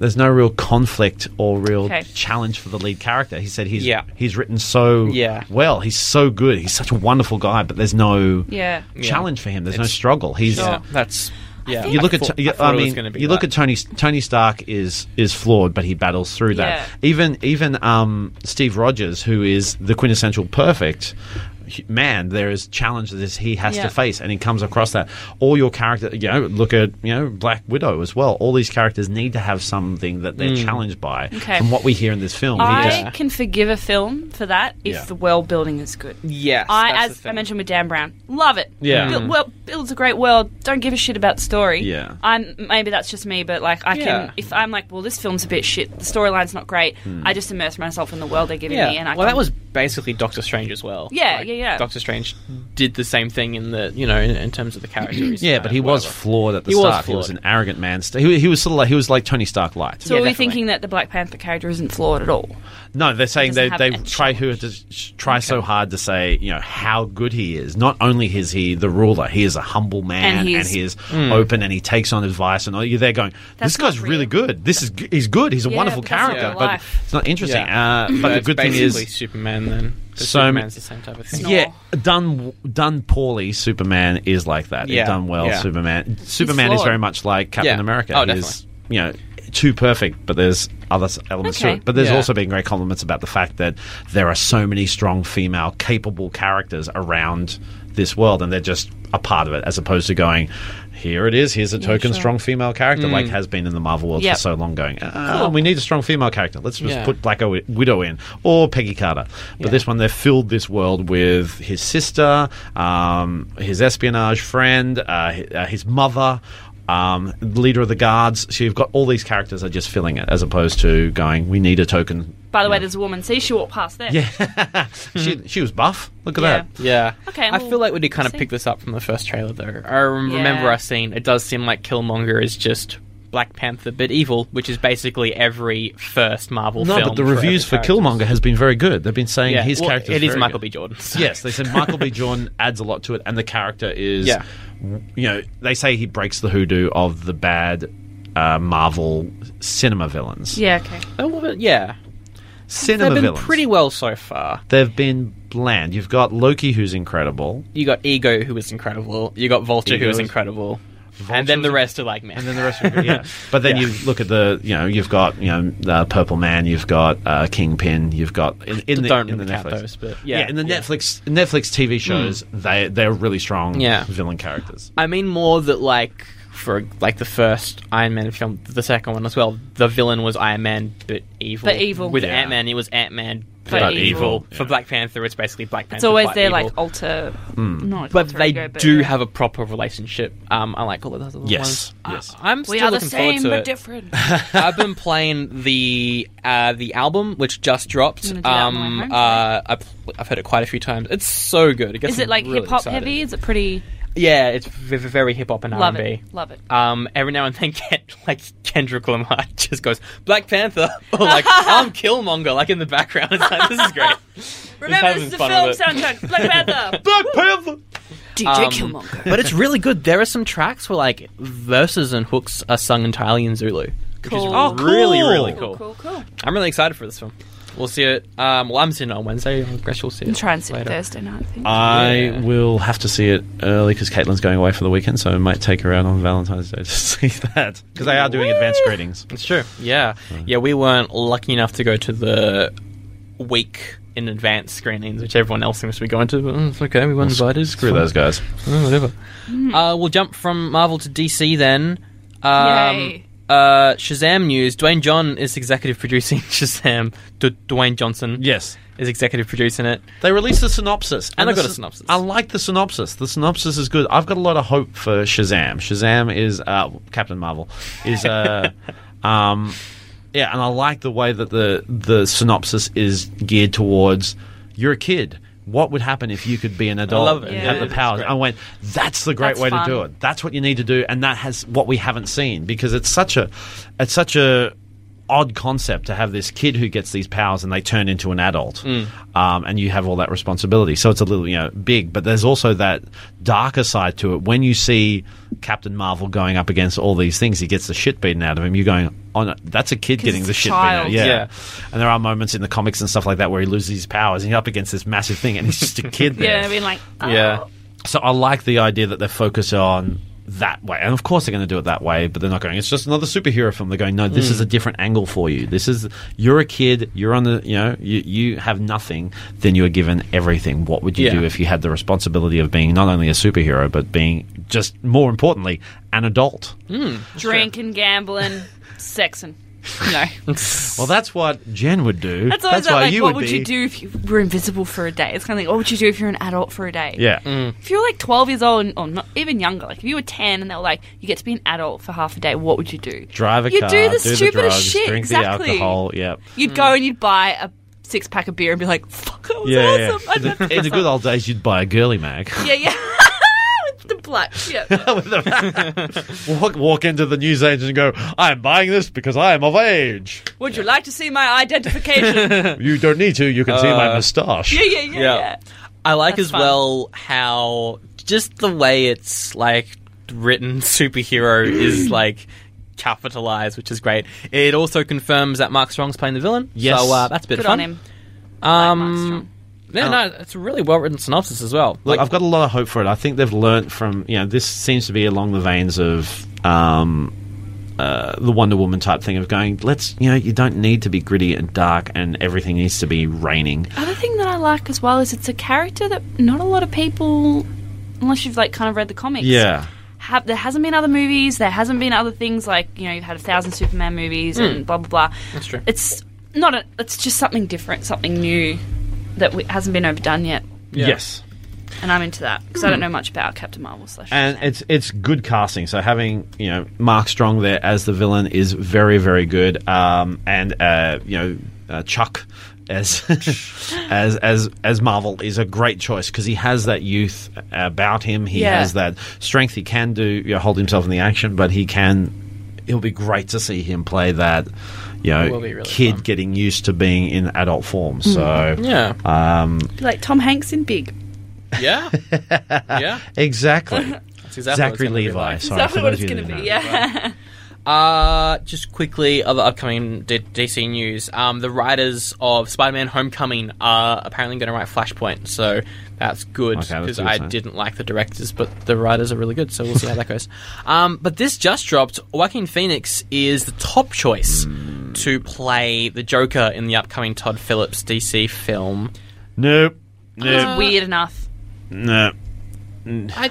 A: there's no real conflict or real
B: Okay.
A: challenge for the lead character. He said he's
C: Yeah.
A: he's written so
C: Yeah.
A: well. He's so good. He's such a wonderful guy, but there's no
B: yeah.
A: challenge for him. There's no struggle. He's
C: Yeah, that's yeah.
A: you look at
C: thought-
A: you- I,
C: thought it was
A: mean
C: gonna be
A: you look
C: that.
A: at Tony Tony Stark is is flawed, but he battles through
B: Yeah.
A: that. Even even um, Steve Rogers, who is the quintessential perfect hu- man, there is challenges he has
B: Yeah.
A: to face, and he comes across that. All your character, you know, look at you know Black Widow as well. All these characters need to have something that
C: Mm.
A: they're challenged by.
B: Okay.
A: From what we hear in this film,
B: I
A: he just
B: can forgive a film for that if
A: Yeah.
B: the world building is good.
C: yes,
B: I,
C: that's the
B: as I
C: thing.
B: mentioned with Dan Brown, love it.
A: Yeah.
B: Buil-
A: Mm.
B: well, builds a great world. Don't give a shit about story.
A: Yeah.
B: I'm maybe that's just me, but like I
C: Yeah. Mm.
B: can, if I'm like, well, this film's a bit shit. The storyline's not great. I just immerse myself in the world they're giving
C: yeah.
B: me, and I
C: well,
B: can,
C: that was basically Doctor Strange as well.
B: Yeah, yeah, yeah.
C: Doctor Strange did the same thing in the you know in, in terms of the character. he's
A: yeah,
C: kind
A: but
C: of
A: he was
C: whatever.
A: flawed at the
C: He was
A: start. he was an
C: flawed.
A: arrogant man. St- He, he was sort of like he was like Tony Stark light.
B: So
C: Yeah,
B: are we
C: definitely.
B: thinking that the Black Panther character isn't flawed at all?
A: No, they're saying they,
B: doesn't
A: they
B: have a
A: try who to try so hard to say you know how good he is. Not only is he the ruler, he is a humble man
B: And
A: and,
B: he's-
A: he is
C: Mm.
A: open and he takes on advice and all. You're there going,
B: That's
A: this guy's
B: not
A: really
B: real.
A: good. This is g- he's good. He's a
B: Yeah,
A: wonderful
B: but that's not
A: character,
B: real
A: but
B: life.
A: it's not interesting.
C: Yeah.
A: Uh, but the
C: it's
A: good thing
C: basically
A: is.
C: Superman then. So
A: So-
C: Superman's the same type of thing.
B: Snor-
A: Yeah, done done poorly. Superman is like that. If
C: Yeah,
A: done well.
C: yeah.
A: Superman Superman is
B: flawed.
A: very much like Captain
C: Yeah.
A: America.
C: Oh,
A: He is, you know, too perfect, but there's other s- elements
B: Okay.
A: to it. But there's
C: Yeah.
A: also been great compliments about the fact that there are so many strong female capable characters around this world, and they're just a part of it, as opposed to going. Here it is. Here's a token
B: sure.
A: strong female character, like
C: Mm.
A: has been in the Marvel world
B: Yep.
A: for so long. Going, ah,
B: Cool.
A: we need a strong female character. Let's just
C: Yeah.
A: put Black Owi- Widow in or Peggy Carter. But
C: Yeah.
A: this one, they've filled this world with his sister, um, his espionage friend, uh, hi- uh, his mother, um, leader of the guards. So you've got all these characters are just filling it, as opposed to going, we need a token.
B: By the way, there's a woman. See, she walked past there.
A: Yeah. she, she was buff. Look at
B: Yeah.
A: that.
C: Yeah.
B: Okay,
C: I
B: well,
C: feel like we did kind of
B: see.
C: pick this up from the first trailer, though. I rem-
B: Yeah.
C: remember I seen it does seem like Killmonger is just Black Panther but evil, which is basically every first Marvel
A: No,
C: film.
A: but the
C: for every
A: reviews for
C: character.
A: Killmonger has been very good. They've been saying
C: Yeah,
A: his
C: well,
A: character
C: It is
A: very
C: Michael
A: good.
C: B. Jordan. so-
A: Yes, they said Michael B. Jordan adds a lot to it, and the character is,
C: Yeah.
A: you know, they say he breaks the hoodoo of the bad uh, Marvel cinema villains.
B: Yeah, okay.
C: Oh, well, yeah.
A: Cinema
C: They've been
A: villains.
C: pretty well so far.
A: They've been bland. You've got Loki, who's incredible,
C: You got Ego, who was incredible. You got Vulture,
A: Ego
C: who was
A: is-
C: incredible.
A: Vulture
C: and then the
A: was-
C: rest are like, man.
A: and then the rest. Are, yeah, but then
C: Yeah.
A: you look at the, you know, you've got you know the Purple Man, you've got uh, Kingpin, you've got in, in the
C: don't
A: in the
C: count
A: Netflix.
C: those, but
A: yeah,
C: yeah, Hmm.
A: in the Netflix Netflix TV shows, they they're really strong
C: Yeah.
A: villain characters.
C: I mean more that like for like the first Iron Man film, the second one as well. The villain was Iron Man, but evil.
B: But evil.
C: with
A: Yeah.
C: Ant Man, it was Ant Man, but,
B: But
C: evil.
A: evil,
C: For
A: yeah.
C: Black Panther, it's basically Black Panther.
B: It's always
C: but
B: their
C: evil. Mm.
B: like alter. No, it's
C: But
B: alter
C: they
B: ego, but
C: do
B: yeah.
C: have a proper relationship. Um, I like all of those other
A: Yes,
C: ones.
A: yes.
C: I, am still
B: We are the
C: looking forward
B: same
C: to
B: but
C: it.
B: different.
C: I've been playing the uh, the album which just dropped.
B: I'm gonna do that on my
C: Um,
B: home
C: uh, I've, I've heard it quite a few times. It's so good. It gets
B: Is it
C: me
B: like
C: really
B: hip hop
C: excited.
B: heavy? Is it pretty?
C: Yeah, it's v- v- very hip hop and R
B: Love
C: and B.
B: it. Love it.
C: Um, every now and then, Ken- like Kendrick Lamar just goes Black Panther, or like I'm Killmonger, like in the background. It's like this is great.
B: Remember,
C: having
B: this is the
C: fun
B: film
C: with it.
B: soundtrack. Black Panther.
A: Black Panther.
B: DJ
C: Um,
B: Killmonger.
C: but it's really good. There are some tracks where like verses and hooks are sung entirely in Zulu, which is
B: Cool.
A: Oh,
C: really
A: cool.
C: really
B: Cool,
C: cool.
B: cool, cool.
C: I'm really excited for this film. We'll see it. Um, well, I'm seeing it on Wednesday. Gresh will see it.
B: And try and sit
C: later.
B: Thursday night. I think.
A: I
C: Yeah.
A: will have to see it early because Caitlin's going away for the weekend, so I might take her out on Valentine's Day to see that because they are doing advanced greetings.
C: It's true. Yeah,
A: Hmm.
C: yeah. We weren't lucky enough to go to the week in advance screenings, which everyone else seems to be going to. But mm, it's okay, we weren't invited. It's
A: Screw
C: fine.
A: those guys.
C: Mm, whatever. Uh, we'll jump from Marvel to DC then. Um,
B: Yay.
C: uh, Shazam news: Dwayne John is executive producing Shazam. D- Dwayne Johnson
A: Yes,
C: is executive producing it.
A: they released the synopsis,
C: And I've
A: the
C: got a
A: syn-
C: synopsis.
A: I like the synopsis. The synopsis is good. I've got a lot of hope for Shazam. Shazam is uh, Captain Marvel is uh, um, yeah, and I like the way that the the synopsis is geared towards you're a kid. What would happen if you could be an adult
C: love it.
A: and
B: Yeah.
A: have the
B: It's
A: powers?
C: great.
A: I went, that's the great
B: That's
A: way
B: fun.
A: to do it. That's what you need to do, and that has what we haven't seen because it's such a it's such a odd concept to have this kid who gets these powers and they turn into an adult,
B: Mm.
A: um, and you have all that responsibility. So it's a little you know big, but there's also that darker side to it. When you see Captain Marvel going up against all these things, he gets the shit beaten out of him. You're going, on that's a kid getting
B: it's
A: the
B: a
A: shit beaten out.
B: child.
A: Yeah.
C: Yeah.
A: and there are moments in the comics and stuff like that where he loses his powers and he's up against this massive thing, and he's just a kid. there.
B: yeah, I mean, like, oh,
C: Yeah.
A: So I like the idea that they're focused on that way. And of course they're going to do it that way, but they're not going, it's just another superhero film. They're going, no, this
B: Hmm.
A: is a different angle for you. This is, you're a kid, you're on the, you know, you, you have nothing, then you are given everything. What would you
C: Yeah.
A: do if you had the responsibility of being not only a superhero, but being just more importantly, an adult?
B: Hmm. drinking, gambling, sexing. No,
A: Well, that's what Jen would do.
B: that's always that,
A: why
B: like,
A: you
B: what
A: would,
B: would you
A: be-
B: do if you were invisible for a day? It's kind of like, what would you do if you're an adult for a day?
A: Yeah.
B: If you were like 12 years old, and, or not, even younger, like if you were 10 and they were like, you get to be an adult for half a day, what would you do?
A: Drive a
B: You'd
A: car,
B: do the stupidest
A: drugs,
B: shit.
A: drink
B: exactly.
A: the alcohol. Yep.
B: You'd
C: Mm.
B: go and you'd buy a six pack of beer and be like, fuck, that was awesome. I'd love to
A: In the good old days, you'd buy a girly mag.
B: Yeah, yeah. With the black. Yeah.
A: with a- walk, walk into the newsagent and go, I'm buying this because I am of age.
B: Would you like to see my identification? yeah,
A: You don't need to. You can see my
C: Uh,
A: moustache.
B: yeah, yeah, yeah.
C: Yeah. I like
B: That's
C: as
B: fun.
C: well how just the way it's like written superhero is like capitalized, which is great. It also confirms that Mark Strong's playing the villain.
A: Yes.
C: So uh, that's a bit
B: Good
C: of
B: on
C: fun.
B: him.
C: Um, yeah,
A: Oh.
C: no, it's a really well written synopsis as well.
A: Look,
C: Like,
A: I've got a lot of hope for it. I think they've learnt from, you know, this seems to be along the veins of um, uh, the Wonder Woman type thing of going, let's, you know, you don't need to be gritty and dark and everything needs to be raining.
B: Other thing that I like as well is it's a character that not a lot of people, unless you've like kind of read the comics,
A: Yeah.
B: have, there hasn't been other movies. There hasn't been other things like you know you've had a thousand Superman movies and blah blah blah.
C: Hmm. That's true.
B: It's not. A, it's just something different, something new that we, hasn't been overdone yet,
C: Yeah.
A: Yes.
B: and I'm into that because I don't know much about Captain Marvel. Slash
A: Hmm. and it's it's good casting. So having you know Mark Strong there as the villain is very very good. Um, and uh, you know uh, Chuck as as as as Marvel is a great choice because he has that youth about him. He
B: Yeah.
A: has that strength. He can do you know, hold himself in the action, but he can it'll be great to see him play that, you
C: It
A: know,
C: will be really
A: kid
C: fun. Mm.
A: getting used to being in adult form. So
C: Yeah.
A: um,
B: Be like Tom Hanks in Big.
C: yeah. Yeah.
A: exactly,
C: That's exactly what it's
A: Zachary
C: gonna be
A: Levi.
C: like.
A: Sorry,
B: Is
A: for
B: that what
A: those
B: it's
A: of you that don't
B: going to be?
A: know.
B: Yeah.
C: Uh, just quickly, other upcoming D- DC news. Um, the writers of Spider-Man: Homecoming are apparently going to write Flashpoint, so that's good
A: Okay, that's
C: because
A: a good
C: I
A: sign.
C: didn't like the directors, but the writers are really good, so we'll see how that goes. Um, but this just dropped. Joaquin Phoenix is the top choice
A: Hmm.
C: to play the Joker in the upcoming Todd Phillips DC film.
A: Nope, nope,
B: It's weird enough.
A: nope.
C: I,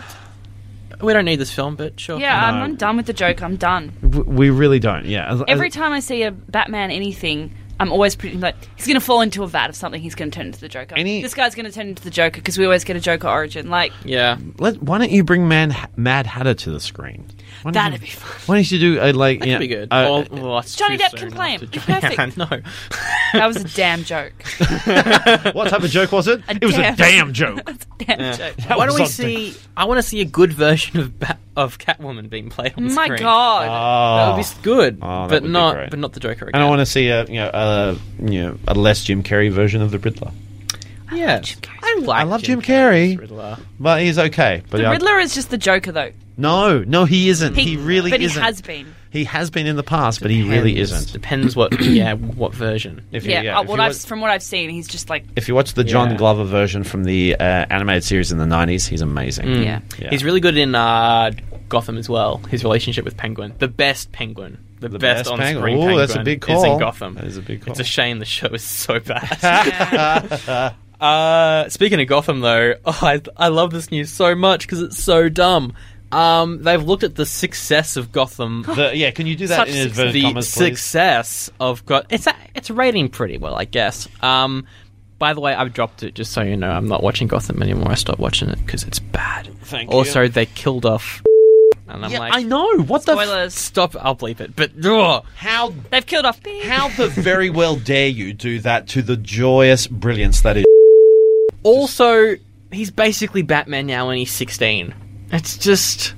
C: we don't need this film, but sure.
B: Yeah, I'm,
A: No.
B: I'm done with the joke. I'm done.
A: W- We really don't. Yeah. As-
B: Every
A: as-
B: time I see a Batman anything, I'm always pretty like he's going to fall into a vat of something. He's going to turn into the Joker.
A: Any-
B: This guy's going to turn into the Joker because we always get a Joker origin. Like
C: Yeah.
A: let, why don't you bring Man Mad Hatter to the screen? Why don't
B: that'd
A: you,
B: be fun.
A: Why don't you do a like?
C: That'd
A: yeah,
C: be good.
A: uh,
C: Well, well, that's
B: Johnny
C: too
B: Depp
C: soon
B: can play him.
C: after
B: He's
C: Johnny-
B: perfect.
C: no.
B: That was a damn joke.
A: what type of joke was it? it was a
B: damn-
A: damn joke.
B: damn joke.
A: That
C: Why
A: was
C: don't we
A: on
C: see? I want to see a good version of Bat- of Catwoman being played on the
B: My
C: screen.
B: God.
A: Oh.
C: that would be good,
A: Oh, that
C: but
A: would be
C: not
A: great.
C: but not the Joker again.
A: And I want to see a you know a you know a less Jim Carrey version of the Riddler.
C: yeah, I like.
A: I love Jim
C: Carrey's
A: Carrey.
C: Riddler.
A: But he's okay. But
B: the
A: I-
B: Riddler is just the Joker, though.
A: no, no, he isn't. Oh, He, really
B: but
A: isn't.
B: he has been.
A: He has been in the past, but he really
C: Depends-
A: isn't.
C: Depends what yeah what version.
A: If you,
B: Yeah, uh,
A: if,
B: what
A: you
B: I've,
A: watch,
B: from what I've seen, he's just like
A: if you watch the John
C: Yeah.
A: Glover version from the uh, animated series in the '90s, he's amazing.
C: Mm.
B: Yeah.
A: Yeah.
C: he's really good in uh, Gotham as well. His relationship with Penguin, the best Penguin, the,
A: The
C: best,
A: best
C: on
A: Penguin.
C: screen.
A: Ooh,
C: Penguin
A: that's a big
C: Is
A: call.
C: in Gotham.
A: That is a big
C: It's
A: call.
C: a shame the show is so bad.
B: Yeah.
C: Uh, speaking of Gotham, though, oh, I I love this news so much because it's so dumb. Um, they've looked at the success of Gotham.
A: The- yeah, can you do that
B: Such
A: in
B: success.
A: inverted
C: the
A: commas, please?
C: success of Gotham. It's a, it's rating pretty well, I guess. Um, by the way, I've dropped it just so you know. I'm not watching Gotham anymore. I stopped watching it because it's bad.
A: Thank
C: also,
A: you.
C: they killed off, and I'm
A: Yeah,
C: like,
A: I know. What the? F-
B: spoilers.
C: stop. I'll bleep it, but ugh.
A: how?
B: They've killed off.
A: How the very well dare you do that to the joyous brilliance that is?
C: Also, he's basically Batman now when he's 16. It's just.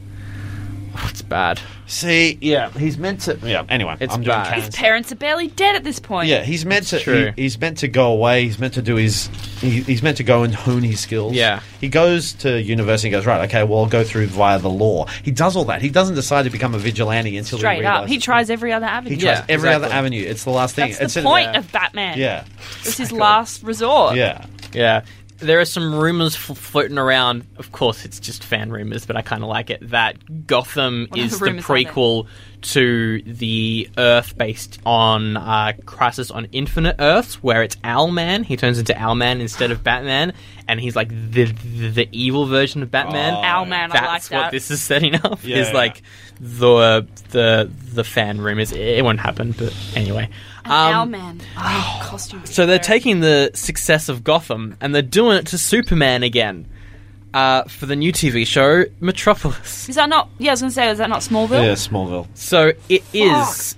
C: oh, it's bad.
A: See, yeah, he's meant to. Yeah. Anyway,
C: It's
A: I'm doing
C: bad.
A: cannons.
B: His parents are barely dead at this point.
A: Yeah, he's meant to.
C: true.
A: he- he's meant to go away. He's meant to do his. He, he's meant to go and hone his skills.
C: Yeah.
A: He goes to university and goes right. Okay, well, I'll go through via the law. He does all that. He doesn't decide to become a vigilante until he
B: straight up.
A: realizes
B: He tries every other
A: He
B: avenue.
A: tries
C: Yeah,
A: every other
C: exactly.
A: avenue. It's the last thing.
B: That's
A: it's
B: the
A: in-
B: point of Batman.
A: Yeah.
B: It's his last resort.
A: Yeah.
C: Yeah. There are some rumors f- floating around. Of course, it's just fan rumors, but I kind of like it that Gotham
B: What
C: is
B: other
C: the
B: rumours are there?
C: prequel to the Earth based on uh, Crisis on Infinite Earths, where it's Owlman. He turns into Owlman instead of Batman, and he's like the the, the evil version of Batman.
A: Oh.
B: Owlman, I
C: That's
B: like
C: what
B: that.
C: this is setting up.
A: Yeah,
C: is
A: yeah.
C: like the the the fan rumors. It won't happen, but anyway. Um,
B: Owlman. Oh, costume.
C: so they're taking the success of Gotham and they're doing it to Superman again uh, for the new TV show Metropolis.
B: Is that not? Yeah, I was going to say, is that not Smallville?
A: Yeah. Smallville.
C: So it is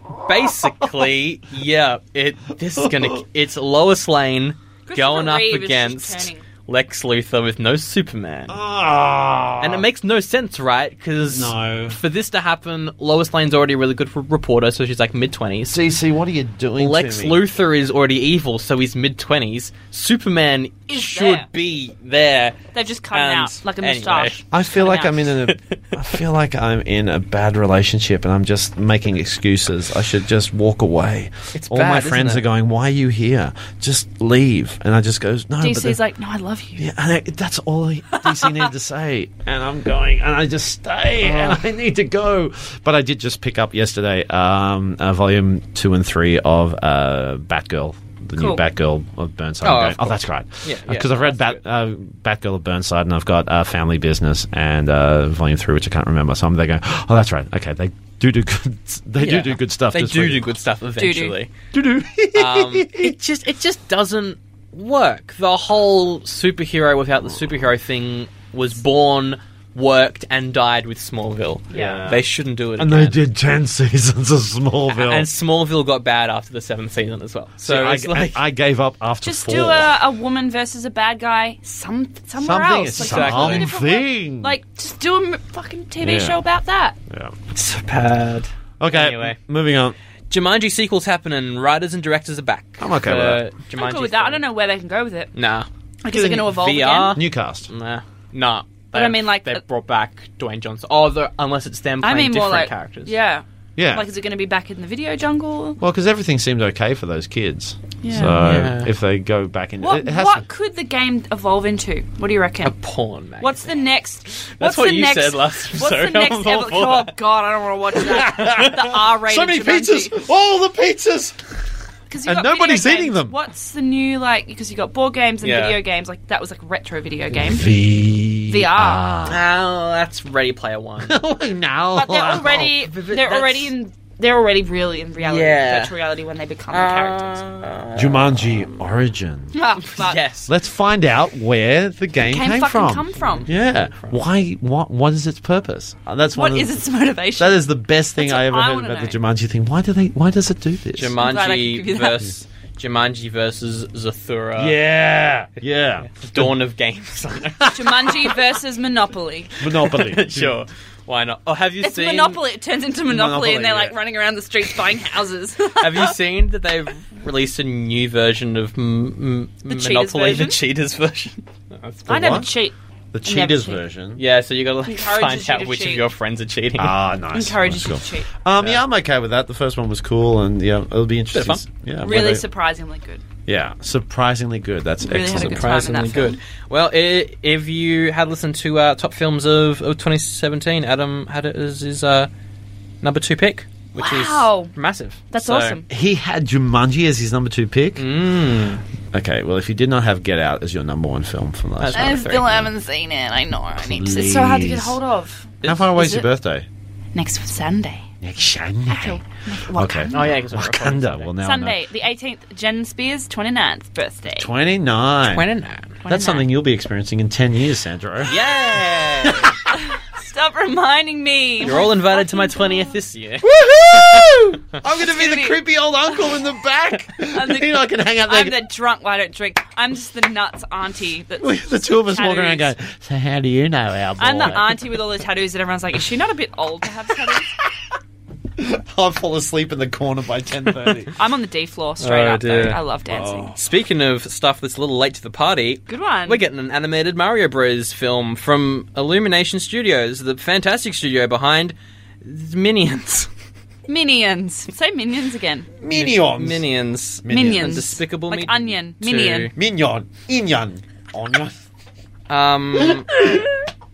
C: basically yeah. It this is gonna it's Lois Lane
B: Christopher
C: going up
B: Reeve is just
C: against
B: turning. Oh.
C: Lex Luthor with no Superman.
A: Ah.
C: And it makes no sense, right? Because
A: No.
C: for this to happen, Lois Lane's already a really good r- reporter, so she's like mid twenties.
A: DC, what are you doing?
C: Lex
A: to me?
C: Luthor is already evil, so he's mid twenties. Superman should
B: there.
C: be there.
B: They've just cut it
C: And
B: out like a
C: anyway.
B: moustache.
A: I feel
B: Cut it
A: like I'm
B: out.
A: in a. I feel like I'm in a bad relationship, and I'm just making excuses. I should just walk away.
C: It's
A: All
C: bad,
A: my
C: isn't
A: friends
C: it?
A: are going, "Why are you here? Just leave." And I just goes, "No." but
B: DC's
A: the-
B: like, no, I love you.
A: yeah, and I, that's all I- DC needed to say, and I'm going, and I just stay, and
C: Oh.
A: I need to go. But I did just pick up yesterday, um, uh, volume two and three of uh, Batgirl. The new
B: Cool.
A: Batgirl of Burnside.
C: Oh,
A: I'm
C: of
A: oh
C: course.
A: that's right.
C: Yeah, yeah,
A: Because I've read
C: that's
A: Bat, uh, Batgirl of Burnside and I've got uh, Family Business and uh, Volume 3, which I can't remember. So I'm there going, oh, that's right. Okay, they do do good, they do,
C: Yeah.
A: do good stuff.
C: They
A: this
C: do
A: week.
C: do good stuff eventually.
A: Do-do.
C: um, it just it just doesn't work. The whole superhero without the superhero thing was born, worked, and died with Smallville.
B: Yeah.
C: they shouldn't do it.
A: and
C: again.
A: they did 10 seasons of Smallville.
C: And Smallville got bad after the seventh season as well. So
A: I,
C: it's like
A: I gave up after
B: Just
A: four.
B: do a, a woman versus a bad guy some, somewhere
A: Something-
B: else.
C: Exactly.
B: completely different way.
A: something.
B: Like, just do a m- fucking TV
A: Yeah.
B: show about that.
A: Yeah.
C: it's so bad.
A: Okay,
C: Anyway.
A: moving on.
C: Jumanji sequels happen and writers and directors are back.
A: I'm okay
C: for
A: with
C: Jumanji
B: I'm good with that. I
C: three.
B: don't know where they can go with it.
C: Nah.
B: Like, is it going to evolve
C: VR?
B: again?
A: New cast.
C: Nah. Nah.
B: But I
C: They've-
B: mean, like,
C: they
B: uh,
C: brought back Dwayne Johnson. Although, unless it's them
B: I
C: playing
B: mean, more
C: different
B: like
C: characters.
B: Yeah.
A: Yeah.
B: Like, is it going to be back in the video jungle?
A: well, because everything seemed okay for those kids.
B: Yeah.
A: So
C: Yeah.
A: if they go back in,
B: What
A: it has
B: What
A: to-
B: could the game evolve into? What do you reckon?
C: A porn magazine.
B: What's the next?
C: That's
B: what's
C: what
B: the
C: you
B: next,
C: said last
B: What's the
C: episode.
B: next
C: I'm all
B: episode?
C: for
B: Oh
C: that.
B: God, I don't want to watch that. the R-rated.
A: so many pizzas! All the pizzas!
B: because
A: and nobody's eating them.
B: What's the new like? Because you got board games and
C: Yeah.
B: video games. Like that was like retro video game.
A: V- Ah.
B: VR.
C: Oh, that's Ready Player One.
A: oh, no.
B: But they're already they're already in they're already really in reality
C: Yeah.
B: virtual reality when they become the characters.
A: Jumanji Origin.
B: Ah, fuck.
C: yes.
A: Let's find out where the game
B: Came
A: Uh, came,
B: fucking
A: from.
B: come from.
A: Yeah. Why? What? What is its purpose? Uh, that's one.
B: What
A: of
B: is
A: the,
B: its motivation?
A: That is the best thing
B: That's
A: I ever
B: what I
A: heard
B: wanna
A: about the
B: know.
A: Jumanji thing. Why do they? Why does it do this?
B: I'm glad I could give you
C: Jumanji
B: that.
C: versus Jumanji versus Zathura.
A: Yeah. Yeah.
C: Dawn of Games.
B: Jumanji versus Monopoly.
A: Monopoly.
C: sure. Why not? Oh, have you
B: It's
C: seen
B: Monopoly. It turns into
A: Monopoly,
B: Monopoly, and they're like
A: yeah.
B: running around the streets buying houses.
C: Have you seen that they've released a new version of m- m-
B: The cheaters
C: Monopoly,
B: version?
C: the cheaters version? That's
B: I
C: cool.
B: never
A: what?
B: cheat.
A: The
B: Never
A: cheaters
B: seen.
A: version.
C: Yeah, so you gotta like,
B: Encourages
C: find
B: you
C: out
B: to
C: which
B: cheat.
C: of your friends are cheating.
A: Ah, nice.
B: Encourages you
A: That's
B: to
A: cool.
B: cheat.
A: Um, yeah. I'm okay with that. The first one was cool, and yeah, it'll be interesting.
C: fun.
A: to s- Yeah,
B: Really
A: whether-
B: surprisingly good.
A: yeah, surprisingly good. That's
B: Really had a
A: excellent.
B: good time. in
C: Surprisingly
B: that
C: good.
B: film.
C: Well, i if you had listened to uh, top films of, of 2017, Adam had it as his uh, number two pick, which
B: Wow.
C: is massive.
B: That's
C: So-
B: awesome.
A: He had Jumanji as his number two pick.
C: Mm.
A: Okay, well, if you did not have Get Out as your number one film from last
C: That's
A: year,
C: right.
B: I
C: three.
B: still haven't seen it. I know. I need to. It's so hard to get
A: Please.
B: hold of.
A: how far away is,
B: Is
A: your
B: it-
A: birthday?
B: Next Sunday.
A: Next Sunday.
B: What
A: Okay.
C: Oh yeah, 'cause we're recording
A: Wakanda. Well, now I know.
B: Sunday, the 18th, Jen Spears' 29th birthday.
A: 29.
C: When and now.
A: That's something you'll be experiencing in 10 years, Sandro.
C: Yeah.
B: Stop reminding me.
C: You're all invited to my 20th this year.
A: Woohoo! I'm going to be
B: gonna
A: the
B: be-
A: creepy old uncle in the back.
B: the-
A: you know, I can hang out there.
B: I'm the drunk. Why don't drink? I'm just the nuts auntie. That's
A: with the two of us walking around
B: tattoos.
A: going, So, how do you know our boy?
B: I'm the auntie with all the tattoos that everyone's like, is she not a bit old to have tattoos?
A: I'll fall asleep in the corner by 10.30.
B: I'm on the D floor straight
C: Oh,
B: up. Though.
C: dear.
B: I love dancing.
C: Speaking of stuff that's a little late to the party,
B: Good one.
C: we're getting an animated Mario Bros. film from Illumination Studios, the fantastic studio behind Minions.
B: minions. Say minions again.
A: Minions.
C: Minions.
B: Minions.
C: And Despicable
B: Like
C: Me.
B: onion.
C: two.
B: Minion.
A: Minion. Onion. Onion.
C: Um.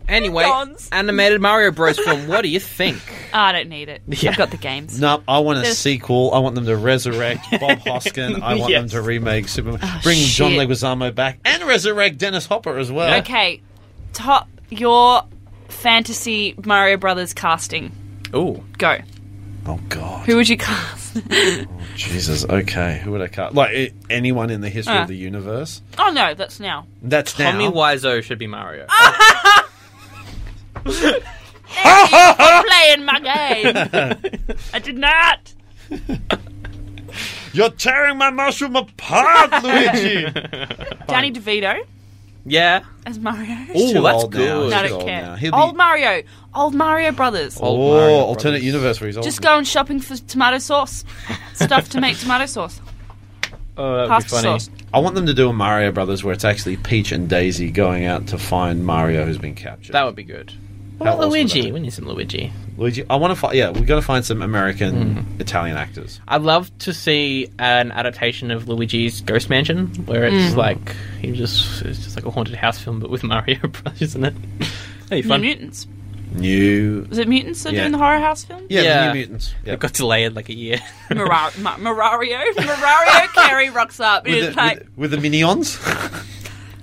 C: Anyway,
B: Dance.
C: animated Mario Bros. film. What do you think?
B: Ah, I don't need it. I've got the games.
A: No, I want a
B: There's-
A: sequel. I want them to resurrect Bob Hoskin. I want
C: Yes.
A: them to remake Superman. Bring John
B: Oh, shit.
A: Leguizamo back and resurrect Dennis Hopper as well.
B: Okay, top your fantasy Mario Brothers casting.
C: Ooh.
B: Go.
A: Oh God.
B: Who would you cast?
A: Jesus. Okay. Who would I cut? Like i- anyone in the history
B: Uh.
A: of the universe.
B: oh no, that's now.
A: That's
C: Tommy
A: now.
C: Wiseau should be Mario.
A: Ah!
B: Playing my game. I did not.
A: You're tearing my mushroom apart, Luigi.
B: Danny DeVito
C: Yeah.
B: as Mario.
A: Ooh,
C: Too
A: that's
C: old now.
A: good.
C: No,
B: I
A: He's
B: don't
A: old
B: care.
A: now. He'll be-
B: Old Mario. Old Mario Brothers.
A: Oh,
C: Old Mario
A: alternate
C: Brothers.
A: universe where he's old.
B: Just going shopping for tomato sauce. Stuff to make tomato sauce.
C: Oh, that
B: Pasta sauce.
A: I want them to do a Mario Brothers where it's actually Peach and Daisy going out to find Mario who's been captured.
C: That would be good.
A: How awesome would that
C: Luigi.
A: be?
C: We need some Luigi.
A: Luigi. I want to find. Yeah, we're going to find some American
C: Mm-hmm.
A: Italian actors.
C: I'd love to see an adaptation of Luigi's Ghost Mansion, where it's Mm. like he just it's just like a haunted house film, but with Mario Bros. Isn't it? That'd be
B: New
C: fun.
B: Mutants.
A: New.
B: Was it Mutants that are
A: Yeah.
B: doing the horror house film?
A: Yeah, the
C: Yeah.
A: New Mutants. Yeah.
C: It got delayed like a year.
B: Marar- Ma- Marario. Marario Carey rocks up. and
A: with,
B: It's
A: the,
B: like,
A: with, with the minions.
B: I'm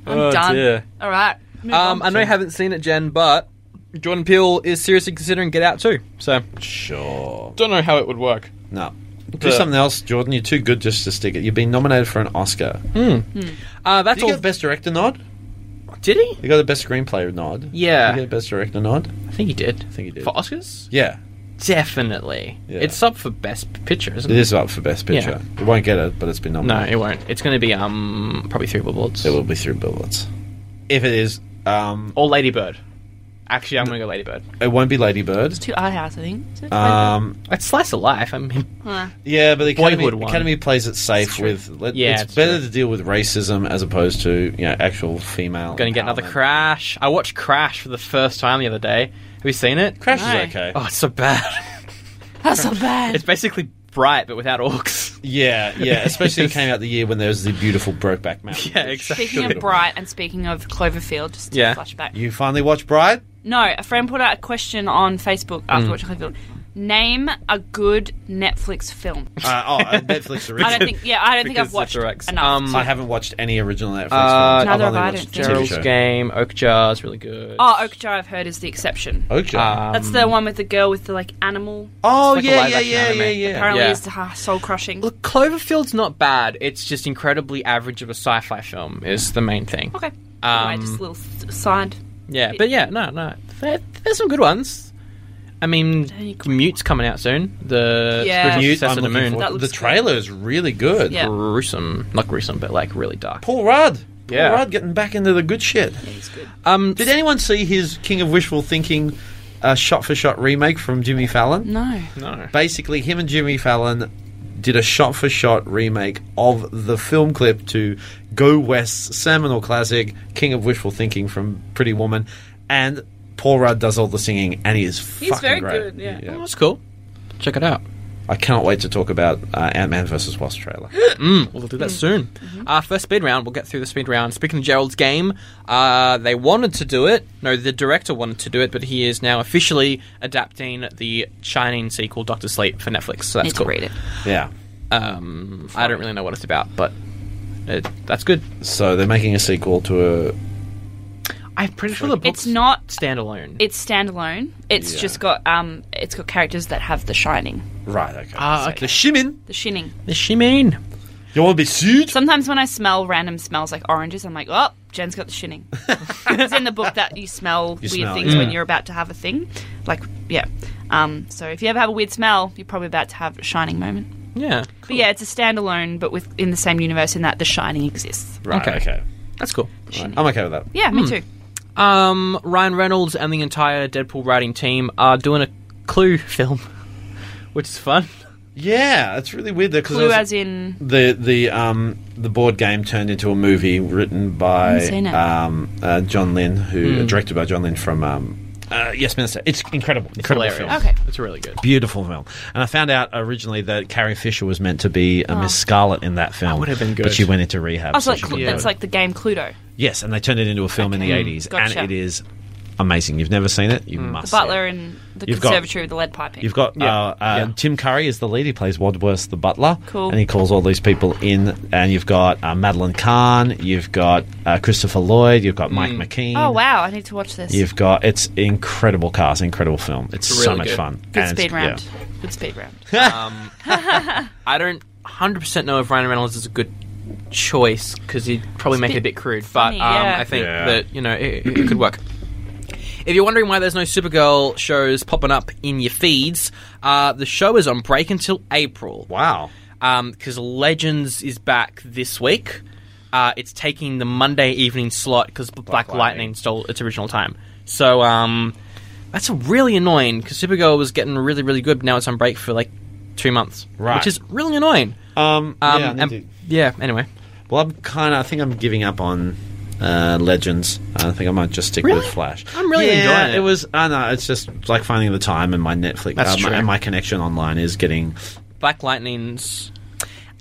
C: Oh,
B: done.
C: dear.
B: All right. move
C: Um,
B: on.
C: I know you haven't seen it, Jen, but Jordan Peele is seriously considering Get Out too. So
A: sure.
C: don't know how it would work.
A: No. Do
C: Yeah.
A: something else, Jordan. You're too good just to stick it. You've been nominated for an Oscar.
C: Uh, that's
A: Did you
C: all.
A: get best director nod?
C: Did he?
A: You got a best screenplay nod.
C: Yeah.
A: Did you get best director nod.
C: I think he did. I
A: think he did.
C: for Oscars.
A: Yeah,
C: Definitely.
A: Yeah.
C: It's up for Best Picture, isn't
A: it
C: it?
A: is up for best picture. It won't get it, but it's been
C: No,
A: nominated.
C: it won't. It's going to be um probably three billboards
A: it will be through bullets. If it is, um,
C: or Lady Bird. Actually, I'm gonna go Ladybird.
A: It won't be Ladybird.
B: Two art house, I think. Is it?
C: Uh,
A: Um,
C: It's slice of life. I mean,
B: Huh.
A: yeah, but the Academy,
C: Boyhood one.
A: Academy plays it safe
C: It's true.
A: with. Let,
C: Yeah,
A: it's,
C: it's
A: better
C: true.
A: to deal with racism as opposed to you know actual female.
C: gonna get another
A: empowerment.
C: Crash. I watched Crash for the first time the other day. Have you seen it?
A: Crash
B: No.
A: is okay.
C: Oh, it's so bad.
B: That's so bad.
C: it's basically Bright but without orcs.
A: Yeah, yeah. Especially it
C: Yes.
A: came out the year when there was the beautiful Brokeback Mountain.
C: Yeah,
A: which
C: exactly.
A: should
B: Speaking of
A: have-
B: Bright and speaking of Cloverfield, just to
C: Yeah.
B: flashback.
A: You finally watched Bright?
B: No, a friend put out a question on Facebook
C: Mm.
B: after watching Cloverfield. Name a good Netflix film.
A: Uh, oh, uh, Netflix original.
B: I don't think. Yeah, I don't think
C: Because
B: I've watched
C: Ziplocs.
B: enough.
C: Um,
B: to-
A: I haven't watched any original Netflix. films.
C: Uh,
A: I've only
B: Neither have I,
A: watched the
B: I don't think.
A: TV
C: Gerald's
A: show.
C: Game, Oak Jar is really good.
B: oh, Oak Jar I've heard is the exception.
A: Oak Jar.
C: Um,
B: That's the one with the girl with the like animal.
A: oh
C: it's like a
A: yeah, yeah,
C: live-action
A: yeah, yeah,
C: anime.
A: yeah.
B: Apparently,
C: Yeah.
B: is uh, soul crushing.
C: Look, Cloverfield's not bad. It's just incredibly average of a sci-fi film is the main thing.
B: Okay.
C: Um,
B: Anyway, just a little s- side.
C: Yeah, but yeah, no, no, there, there's some good ones. I mean,
B: Any good
C: Mute's coming out soon. The
B: Yeah.
C: spiritual
A: Mute,
C: successor
A: I'm
C: to
A: looking
C: Moon.
A: forward-
B: That
A: the
B: looks
A: trailer is really good.
B: Yeah.
C: Gruesome, not gruesome, but like really dark.
A: Paul Rudd. Paul
C: Yeah.
A: Rudd getting back into the good shit.
B: He's good.
C: Um,
A: Did anyone see his King of Wishful Thinking uh, shot for shot remake from Jimmy Fallon?
B: No.
C: no.
A: Basically, him and Jimmy Fallon did a shot for shot remake of the film clip to Go West's seminal classic, King of Wishful Thinking from Pretty Woman. And Paul Rudd does all the singing, and he is
B: He's
A: fucking
B: very
A: great.
B: good, yeah.
C: Oh, that's cool. Check it out.
A: I cannot wait to talk about uh, Ant Man versus Wasp trailer.
C: Mm, we'll do that
B: Mm-hmm.
C: soon. Uh, first speed round. We'll get through the speed round. Speaking of Gerald's game, uh, they wanted to do it. No, the director wanted to do it, but he is now officially adapting the Shining sequel, Doctor Sleep, for Netflix. So that's
B: Need
C: cool.
B: to read it.
A: yeah.
C: Um, I don't really know what it's about, but it, that's good.
A: So they're making a sequel to a.
C: I'm pretty sure the book's
B: It's not.
C: standalone.
B: It's standalone. It's
A: Yeah.
B: just got um. It's got characters that have the shining,
A: Right, okay.
C: Ah,
A: The
C: okay.
A: Shimin.
B: the shining.
C: The Shimin.
A: You want to be sued?
B: Sometimes when I smell random smells like oranges, I'm like, oh, Jen's got the shining. it's in the book that you smell
A: You
B: weird
A: smell,
B: things
A: yeah.
B: when you're about to have a thing. Like, yeah. Um, so if you ever have a weird smell, you're probably about to have a shining moment.
C: Yeah,
B: But yeah, it's a standalone, but with in the same universe in that the shining exists.
A: Right, okay.
C: Okay. that's cool.
B: The shining.
A: I'm okay with that.
B: yeah, me too.
C: Um, Ryan Reynolds and the entire Deadpool writing team are doing a Clue film, which is fun.
A: Yeah, it's really weird though
B: Blue
A: because
B: as in
A: the the um the board game turned into a movie written by
B: haven't seen it.
A: um uh, John Lin, who directed by John Lin from um uh, Yes Minister. It's incredible, incredible film.
B: Okay.
C: it's really good.
A: Beautiful film, and I found out originally that Carrie Fisher was meant to be a Miss Scarlet in that film.
C: would have been
A: but
C: good.
A: she went into rehab.
B: Oh, so Oh. like,
A: she
B: Clu-
A: couldn't
C: yeah.
A: do
B: that's
A: it.
B: like the game Cluedo.
A: yes, and they turned it into a film in the
B: Okay.
A: eighties,
B: Gotcha.
A: and it is amazing. You've never seen it, you
B: The
A: must. see it.
B: butler and the
A: You've got-
B: conservatory with the lead piping.
A: You've got
C: Yeah.
A: uh, uh,
C: Yeah.
A: Tim Curry is the lead. He plays Wadsworth the butler.
B: Cool.
A: And he calls all these people in. And you've got uh, Madeline Kahn. You've got uh, Christopher Lloyd. You've got Mike
C: Mm.
A: McKean.
B: oh wow, I need to watch this.
A: You've got it's incredible cast, incredible film. It's
C: Really
A: so much
C: good.
A: fun.
B: Good
A: And it's-
B: speed round.
A: yeah.
B: Good speed round.
C: Um, I don't 100% know if Ryan Reynolds is a good choice because he'd probably
B: It's a
C: make it a
B: bit
C: bit crude,
B: funny,
C: but um,
B: yeah.
C: I think
A: Yeah.
C: that, you know, it, it could work. If you're wondering why there's no Supergirl shows popping up in your feeds, uh, the show is on break until April.
A: Wow.
C: because Um, Legends is back this week. Uh, it's taking the Monday evening slot because Black, Lightning.
A: Lightning
C: stole its original time. So um, that's really annoying because Supergirl was getting really, really good. But now it's on break for like two months,
A: Right.
C: Which is really annoying.
A: Um,
C: Um,
A: yeah, I need
C: and-
A: to-
C: yeah, Anyway,
A: Well, I'm kind of. I think I'm giving up on uh, Legends. I think I might just stick
C: Really?
A: with Flash.
C: I'm really
A: Yeah,
C: enjoying it.
A: It was. I know. It's just like finding the time and my Netflix. uh,
C: That's
A: my-
C: true.
A: and my connection online is getting.
C: Black Lightning's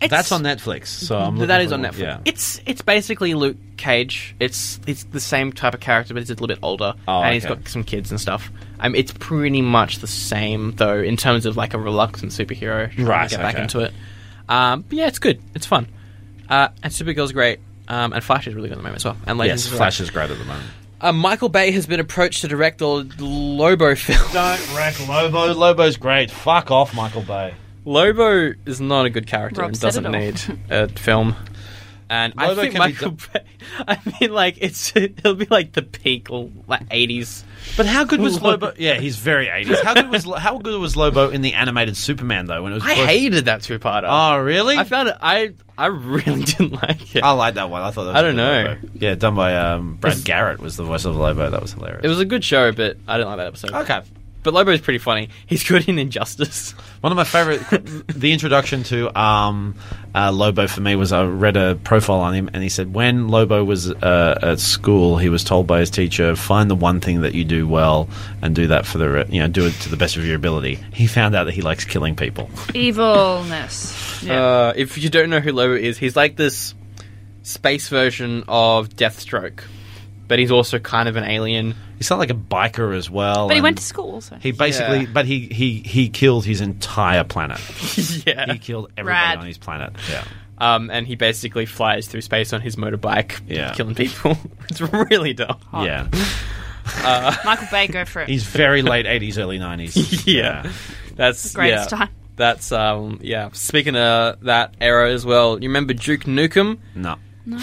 C: it's,
A: That's on Netflix. So I'm.
C: that
A: looking
C: is
A: for-
C: on Netflix.
A: Yeah.
C: It's it's basically Luke Cage. It's it's the same type of character, but it's a little bit older,
A: Oh,
C: and he's
A: okay.
C: got some kids and stuff. Um, it's pretty much the same though in terms of like a reluctant superhero trying
A: Right,
C: to get back
A: okay.
C: into it. Um, but yeah, it's good. It's fun, uh, and Supergirl's great. Um, and Flash is really good at the moment as well. And Legends
A: yes,
C: is
A: Flash
C: alright.
A: is great at the moment.
C: Uh, Michael Bay has been approached to direct the Lobo film.
A: Don't wreck Lobo. Lobo's great. Fuck off, Michael Bay.
C: Lobo is not a good character
B: Rob
C: and
B: said it
C: doesn't
B: all.
C: need a film. And I
A: Lobo
C: think
A: can be
C: Michael
A: do-
C: Bay. I mean, like it's it'll be like the peak, like eighties.
A: But how good was
C: Lobo-
A: Lobo? Yeah, he's very 80s. How good was Lo- how good was Lobo in the animated Superman though? When it was
C: I
A: first-
C: hated that two-parter.
A: Oh, really?
C: I found it. I I really didn't like it.
A: I like that one. I thought that was
C: I don't
A: a good
C: know.
A: Lobo. Yeah, done by um, Brad
C: It's-
A: Garrett was the voice of Lobo. That was hilarious.
C: It was a good show, but I didn't like that episode.
A: okay.
C: But Lobo's pretty funny. He's good in Injustice.
A: One of my favorite, the introduction to um, uh, Lobo for me was I read a profile on him, and he said when Lobo was uh, at school, he was told by his teacher, "Find the one thing that you do well and do that for the re- you know do it to the best of your ability." He found out that he likes killing people.
B: Evilness. Yeah.
C: Uh, if you don't know who Lobo is, he's like this space version of Deathstroke, but he's also kind of an alien.
A: He's not like a biker as well.
B: but he
A: and
B: went to school also.
A: um, He basically,
C: Yeah.
A: but he he he killed his entire planet.
C: yeah.
A: He killed everybody
B: Rad.
A: on his planet. Yeah.
C: Um, and he basically flies through space on his motorbike,
A: Yeah.
C: killing people. it's really dumb.
B: Hot.
A: Yeah,
B: Michael Bay, go for it.
A: he's very late eighties, early nineties.
C: yeah. That's
B: Greatest
C: yeah.
B: time.
C: That's um yeah. Speaking of that era as well, you remember Duke Nukem?
A: no,
B: No.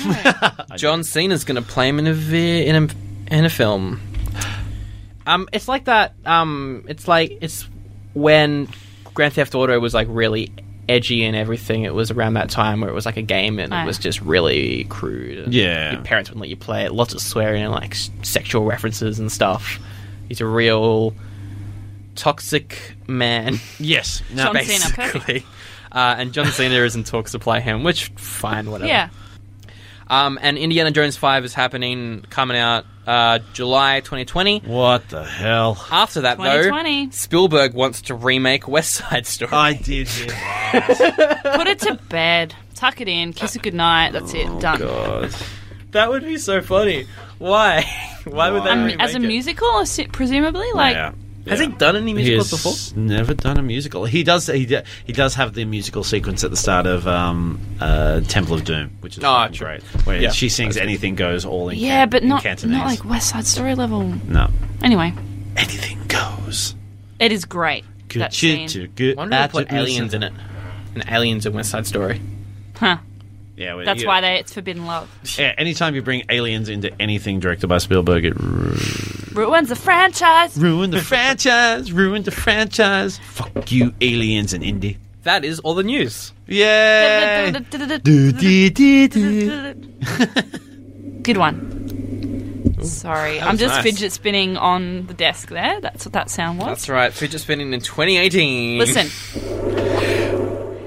C: John Cena's going to play him in a vi- in a in a film. Um, it's like that. Um, it's like it's when Grand Theft Auto was like really edgy and everything. It was around that time where it was like a game and
B: Right.
C: it was just really crude. and
A: Yeah.
C: your parents wouldn't let you play it. Lots of swearing and like s- sexual references and stuff. He's a real toxic man.
A: yes, no.
B: John Cena, perfect.
C: basically. Uh, and John Cena is in talks to play him, which fine, whatever.
B: yeah.
C: Um, and Indiana Jones 5 is happening, coming out uh, July 2020.
A: What the hell?
C: After that, though,
B: 2020.
C: Spielberg wants to remake West Side Story.
A: I did.
B: Put it to bed. Tuck it in. Kiss it goodnight. That's it. Done.
A: Oh, God.
C: that would be so funny. Why? Why would they
A: Um,
C: remake
B: As a
C: it?
B: musical, or si- presumably, like
A: yeah.
C: Has he done any
A: He
C: musicals
A: has
C: before?
A: never done a musical. He does. He, d- he does have the musical sequence at the start of um, uh, Temple of Doom, which is
C: Oh,
B: Ah,
A: fucking
C: true.
A: great. Where
C: Yeah.
A: she sings "Anything Goes" all in
B: yeah,
A: Can-
B: but
A: in
B: not
A: Cantonese.
B: not like West Side Story level.
A: no.
B: Anyway,
A: Anything goes.
B: it is great.
A: Good
B: that
A: shit
B: scene.
A: to good.
C: I wonder if they
A: attitude.
C: put aliens in it. And aliens in West Side Story.
B: Huh.
A: Yeah, well,
B: That's
A: you-
B: why they, it's forbidden love.
A: Yeah, anytime you bring aliens into anything directed by Spielberg, it ru-
B: Ruins the franchise.
A: ruined the franchise. Ruined the franchise. Fuck you, aliens and indie.
C: That is all the news.
A: Yeah.
B: Good one. Sorry, I'm
C: was
B: just
C: nice.
B: fidget spinning on the desk there. That's what that sound was.
C: That's right. Fidget spinning in 2018.
B: Listen.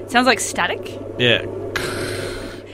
B: Sounds like static.
A: Yeah.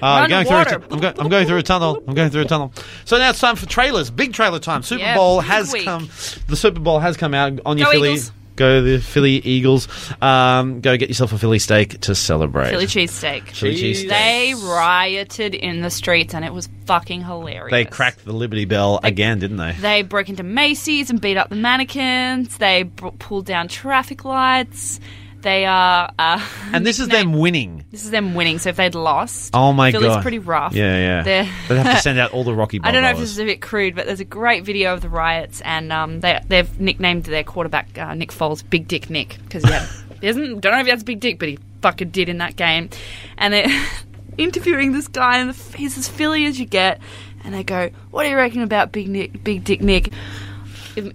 A: Uh,
B: Run
A: going through a
B: water.
A: tu- I'm, go- I'm going through a tunnel. I'm going through a tunnel. So now it's time for trailers. Big trailer time. Super
B: Yeah,
A: Bowl
B: big
A: has
B: week.
A: come. The Super Bowl has come out on your
B: Go
A: Philly.
B: Eagles.
A: Go the Philly Eagles. Um, go get yourself a Philly steak to celebrate.
B: Philly cheesesteak.
A: Philly cheese
C: Cheese.
A: steak.
B: They rioted in the streets and it was fucking hilarious.
A: They cracked the Liberty Bell again, didn't they?
B: They broke into Macy's and beat up the mannequins. They b- pulled down traffic lights. They are. Uh,
A: And this is them winning.
B: This is them winning. So if they'd lost,
A: Oh my
B: Philly's
A: god.
B: pretty rough.
A: Yeah, yeah.
B: They're-
A: They'd have to send out all the Rocky
B: I don't know if this
A: Balboas.
B: is a bit crude, but there's a great video of the riots, and um, they, they've nicknamed their quarterback uh, Nick Foles Big Dick Nick because he, had- he doesn't. Don't know if he has a big dick, but he fucking did in that game. And they're interviewing this guy, and he's as Philly as you get. And they go, "What do you reckon about Big Nick, Big Dick Nick?"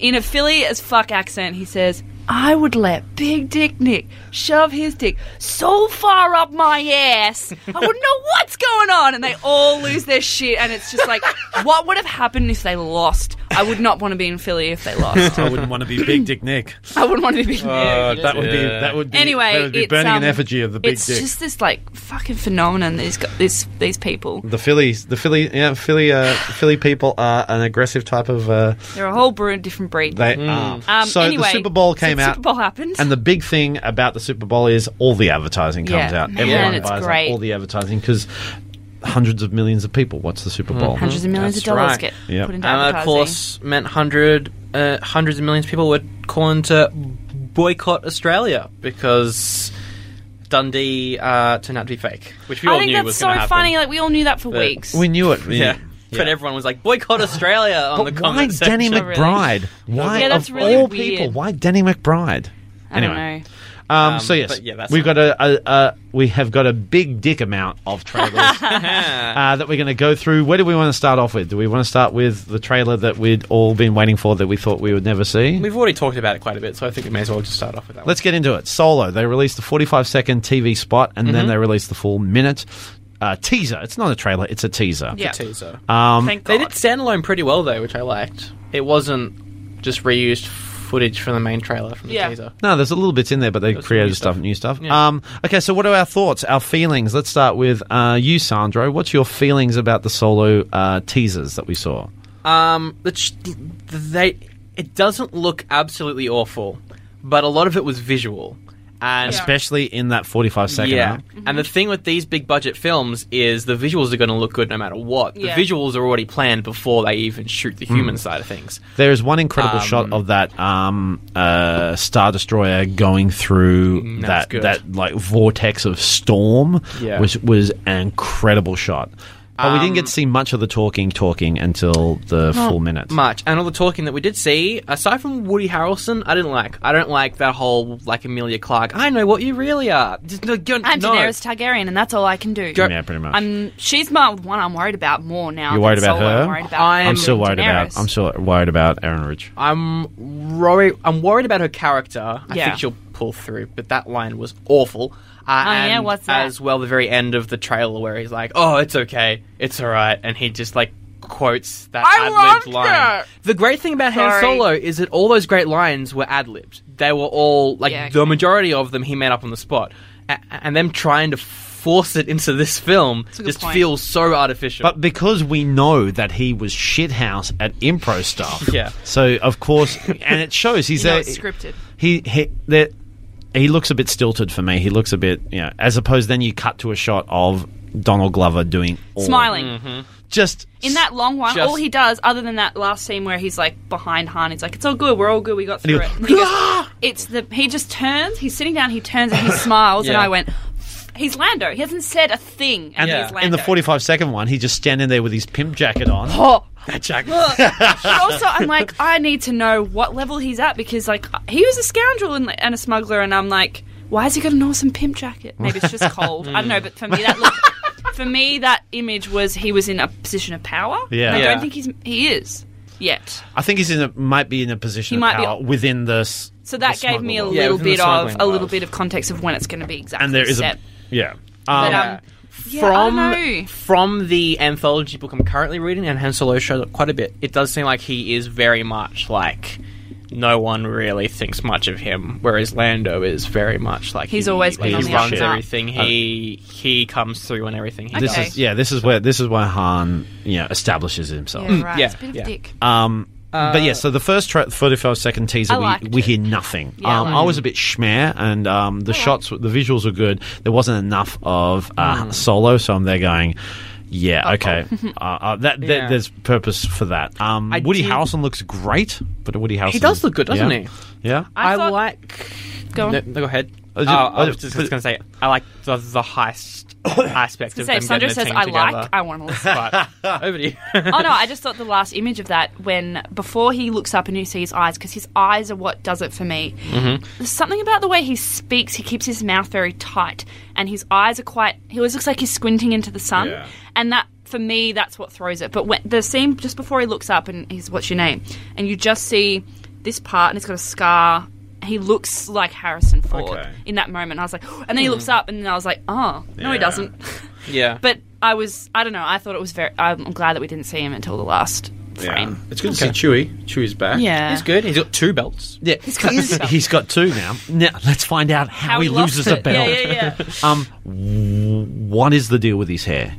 B: In a Philly as fuck accent, he says, "I would let Big Dick Nick shove his dick so far up my ass, I wouldn't know what's going on." And they all lose their shit, and it's just like, what would have happened if they lost? I would not want to be in Philly if they lost.
A: I wouldn't want to be Big Dick Nick.
B: I wouldn't want to be.
C: Uh,
A: That would be.
C: Yeah.
A: That would be.
B: anyway,
A: that would be
B: it's,
A: burning
B: um,
A: an effigy of the Big
B: It's
A: Dick.
B: just this like fucking phenomenon. These got this these people.
A: The Phillies, the Philly, yeah, Philly, uh, Philly people are an aggressive type of. Uh,
B: They're a whole brew, different breed.
A: they are.
B: um,
A: so
B: anyway,
A: the Super Bowl
B: so
A: came
B: the
A: out,
B: Super Bowl happened.
A: and the big thing about the Super Bowl is all the advertising comes
B: Yeah.
A: out.
B: Man,
A: Everyone
B: it's
A: buys up
B: great.
A: all the advertising because hundreds of millions of people watch the Super Bowl.
B: hundreds of millions
C: That's
B: of dollars
C: right.
B: get
A: Yep.
B: put into
C: And
B: advertising.
C: of course, meant hundred, uh, hundreds of millions of people were calling to boycott Australia because Dundee uh, turned out to be fake, which we all
B: I think
C: knew
B: that's
C: was
B: so
C: going to happen.
B: funny. Like we all knew that for
C: But-
B: weeks.
A: We knew it.
C: yeah. but
A: Yeah.
C: everyone was like, boycott Australia on
A: But
C: the
A: why
C: comment section.
A: Denny
B: really.
A: McBride? Why
B: Yeah, that's
A: of
B: really
A: all
B: weird.
A: people? Why Denny McBride?
B: I don't
A: anyway,
B: know.
A: Um,
C: Um,
A: so yes,
C: but yeah, that's
A: we've got a, a, a we have got a big dick amount of trailers uh, that we're going to go through. Where do we want to start off with? Do we want to start with the trailer that we'd all been waiting for that we thought we would never see?
C: We've already talked about it quite a bit, so I think we may as well just start off with that.
A: Let's get into it. Solo. They released the 45 second TV spot and
C: Mm-hmm.
A: then they released the full minute uh, teaser. It's not a trailer, it's a teaser.
B: Yeah.
C: one. teaser.
A: Um,
B: Thank
C: Uh, They
B: God.
C: did standalone pretty well though, which I liked. It wasn't just reused footage from the main trailer from the
B: Yeah.
C: teaser.
A: no, there's a little bits in there, but they
C: There's some
A: created
C: new
A: stuff,
C: stuff.
A: new stuff.
C: Yeah.
A: Um, okay, so what are our thoughts, our feelings? Let's start with uh, you, Sandro. What's your feelings about the solo uh, teasers that we saw?
C: Um, the ch- they it doesn't look absolutely awful, but a lot of it was visual, and
B: Yeah.
A: Especially in that 45 second
C: yeah.
A: arc.
C: And the thing with these big budget films is the visuals are going to look good no matter what.
B: Yeah.
C: The visuals are already planned before they even shoot the human side of things.
A: There is one incredible
C: Um,
A: shot of that um, uh, star destroyer going through
C: Mm, that's
A: that
C: good.
A: that like vortex of storm,
C: Yeah.
A: which was an incredible shot. But we didn't
C: Um,
A: get to see much of the talking talking until the full minute.
C: Much and all the talking that we did see, aside from Woody Harrelson, I didn't like. I don't like that whole like Amelia Clark. I know what you really are. Just, no, go-
B: I'm
C: no.
B: Daenerys Targaryen, and that's all I can do.
C: Go-
A: yeah, pretty much.
B: I'm. She's my one I'm worried about more now.
A: You're
B: than
A: worried about
B: Solo.
A: her?
B: I'm worried about.
C: I'm
A: I'm still worried
B: Daenerys.
A: about. I'm still worried about Aaron Ridge.
C: I'm worried. I'm worried about her character. I
B: Yeah.
C: think she'll pull through, but that line was awful. Uh,
B: Oh,
C: and
B: yeah, what's that?
C: As well, the very end of the trailer where he's like, "Oh, it's okay, it's all right," and he just like quotes that
B: I loved
C: ad-libbed line.
B: that!
C: The great thing about Han
B: Sorry.
C: Solo is that all those great lines were ad-libbed. They were all like
B: Yeah,
C: the
B: okay.
C: majority of them he made up on the spot, A- and them trying to force it into this film
B: a good
C: just
B: point.
C: feels so artificial.
A: But Uh, because we know that he was shithouse at improv stuff,
C: Yeah.
A: So of course, and it shows he's
B: You know
A: a
B: it's scripted.
A: He he that he looks a bit stilted for me. He looks a bit you know. As opposed, then you cut to a shot of Donald Glover doing all-
B: Smiling
A: just
B: in that long one.
C: Mm-hmm. Just-
B: all he does, other than that last scene where he's like behind Han, he's like, "It's all good. We're all good. We got
A: he
B: through
A: goes, "Ah!"
B: it." And he goes, it's the he just turns. He's sitting down. He turns and he smiles. And
C: Yeah.
B: I went, "He's Lando. He hasn't said a thing." And
C: Yeah.
B: he's Lando.
A: in the forty-five second one, he just standing there with his pimp jacket on.
B: Oh,
C: That Jack-
B: but also I'm like, I need to know what level he's at because like he was a scoundrel and, and a smuggler, and I'm like, why has he got an awesome pimp jacket? Maybe it's just cold. I don't know, but for me that look, for me that image was he was in a position of power.
A: Yeah.
B: and I
C: Yeah.
B: don't think he's he is yet.
A: I think he's in a, might be in a position
B: He
A: of
B: might be-
A: power within the. s-
B: So
A: the
B: that gave me a
A: smuggler.
C: Yeah,
B: little
C: within the
B: bit of
C: smuggling
B: a little
C: world.
B: bit of context of when it's going to be exactly
A: and there is
B: set.
A: a yeah. Um,
B: But, um,
C: Yeah.
B: yeah, I
C: from
B: don't know.
C: from the anthology book I'm currently reading, and Han Solo shows up quite a bit. It does seem like he is very much like no one really thinks much of him, whereas Lando is very much like
B: He's
C: he-
B: always been
C: he
A: on the up
C: runs
A: and up.
C: everything. He he comes through on everything. He
B: This
A: this
C: does.
B: Okay.
A: is yeah. This is where this is where Han you know, establishes himself.
B: yeah, right.
C: yeah,
B: it's a bit of
C: yeah.
B: a dick.
A: Mm, Um, but yeah, so the first tra- 45 second teaser,
B: I
A: we,
B: liked
A: we
B: it.
A: hear nothing.
B: Yeah, I
A: um,
B: liked Oh,
A: I was a bit schmear, and um, the shots, the visuals were good. There wasn't enough of
B: Mm.
A: uh, solo, so I'm there going, yeah, okay. uh, uh, that, that
C: Yeah.
A: There's purpose for that. Um,
C: I
A: Woody
C: did-
A: Harrelson looks great, but Woody Harrelson.
C: does look good, doesn't
A: yeah.
C: he?
A: Yeah.
B: I
C: I,
B: thought-
C: like.
B: Go on.
C: No, no, go ahead.
A: I was just-
C: oh,
A: I
C: I was
A: was-
C: just,
A: but-
C: going to say I like the the heist aspect of
B: Say,
C: them
B: if Sandra
C: getting the
B: says
C: team
B: I
C: together.
B: like, I want to listen.
C: but over to you.
B: oh no, I just thought the last image of that when before he looks up and you see his eyes because his eyes are what does it for me.
A: Mm-hmm.
B: There's something about the way he speaks. He keeps his mouth very tight and his eyes are quite. He always looks like he's squinting into the sun,
A: Yeah.
B: and that for me that's what throws it. But when the scene just before he looks up and he's what's your name, and you just see this part and it's got a scar. He looks like Harrison Ford
A: Oh, Okay. Hmm.
B: in that moment. I was like, and then he looks up, and then I was like, oh no,
A: Yeah.
B: he doesn't.
C: yeah,
B: But I was, I don't know, I thought it was very, I'm glad that we didn't see him until the last frame.
A: It's good
C: Okay.
A: Chewy. Chewie's back.
B: Yeah.
C: he's good. He's got two belts.
A: Yeah,
B: He's got
A: he's,
B: himself.
A: he's got two now. Now let's find out how, he,
B: lost
A: loses
B: it.
A: a belt.
B: Yeah, yeah, yeah.
A: Um, w- what is the deal with his hair?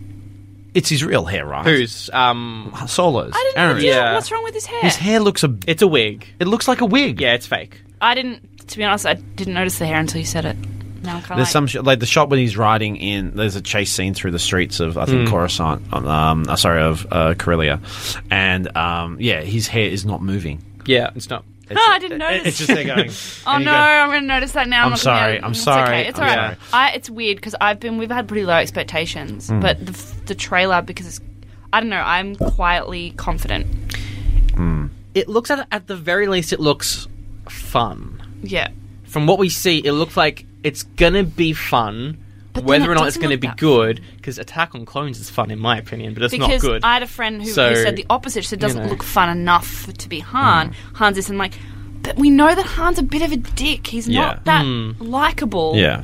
A: It's his real hair, right?
C: Who's um?
A: Solos.
B: I didn't
A: Aaron.
B: know
C: Yeah.
B: what's wrong with his hair.
A: His hair looks a.
C: It's a wig.
A: It looks like a wig.
C: Yeah, it's fake.
B: I didn't, to be honest, I didn't notice the hair until you said it. Now I'm kind
A: There's
B: of like,
A: some sh- like the shot when he's riding in. There's a chase scene through the streets of I think Coruscant. Um, um, uh, sorry, of uh, Corellia, and um, yeah, his hair is not moving.
C: Yeah, it's not.
B: oh, I didn't notice.
A: It's just there going.
B: oh
A: and
B: no,
A: you go,
B: I'm going to notice that now.
A: I'm
B: not gonna be
A: sorry,
B: able-
A: I'm
B: it's
A: sorry,
B: Okay. It's
A: I'm
B: all
A: sorry. Hmm.
B: right. I, it's weird because I've been, we've had pretty low expectations, but the, f- the trailer, because it's, I don't know, I'm quietly confident.
C: It looks at at the very least, it looks fun.
B: Yeah.
C: from what we see, it looks like it's gonna be fun.
B: But then
C: Whether
B: it
C: or not it's
B: doesn't
C: going to
B: look
C: be
B: that
C: good, because Attack on Clones is fun in my opinion, but it's not
B: because
C: good.
B: I had a friend who,
C: So,
B: who said the opposite. She said, doesn't
C: know.
B: look fun enough to be
A: Hmm.
B: Han. Hans this, and I'm like, but we know that Han's a bit of a dick. He's
A: Yeah.
B: not that
C: Hmm.
B: likable.
A: Yeah.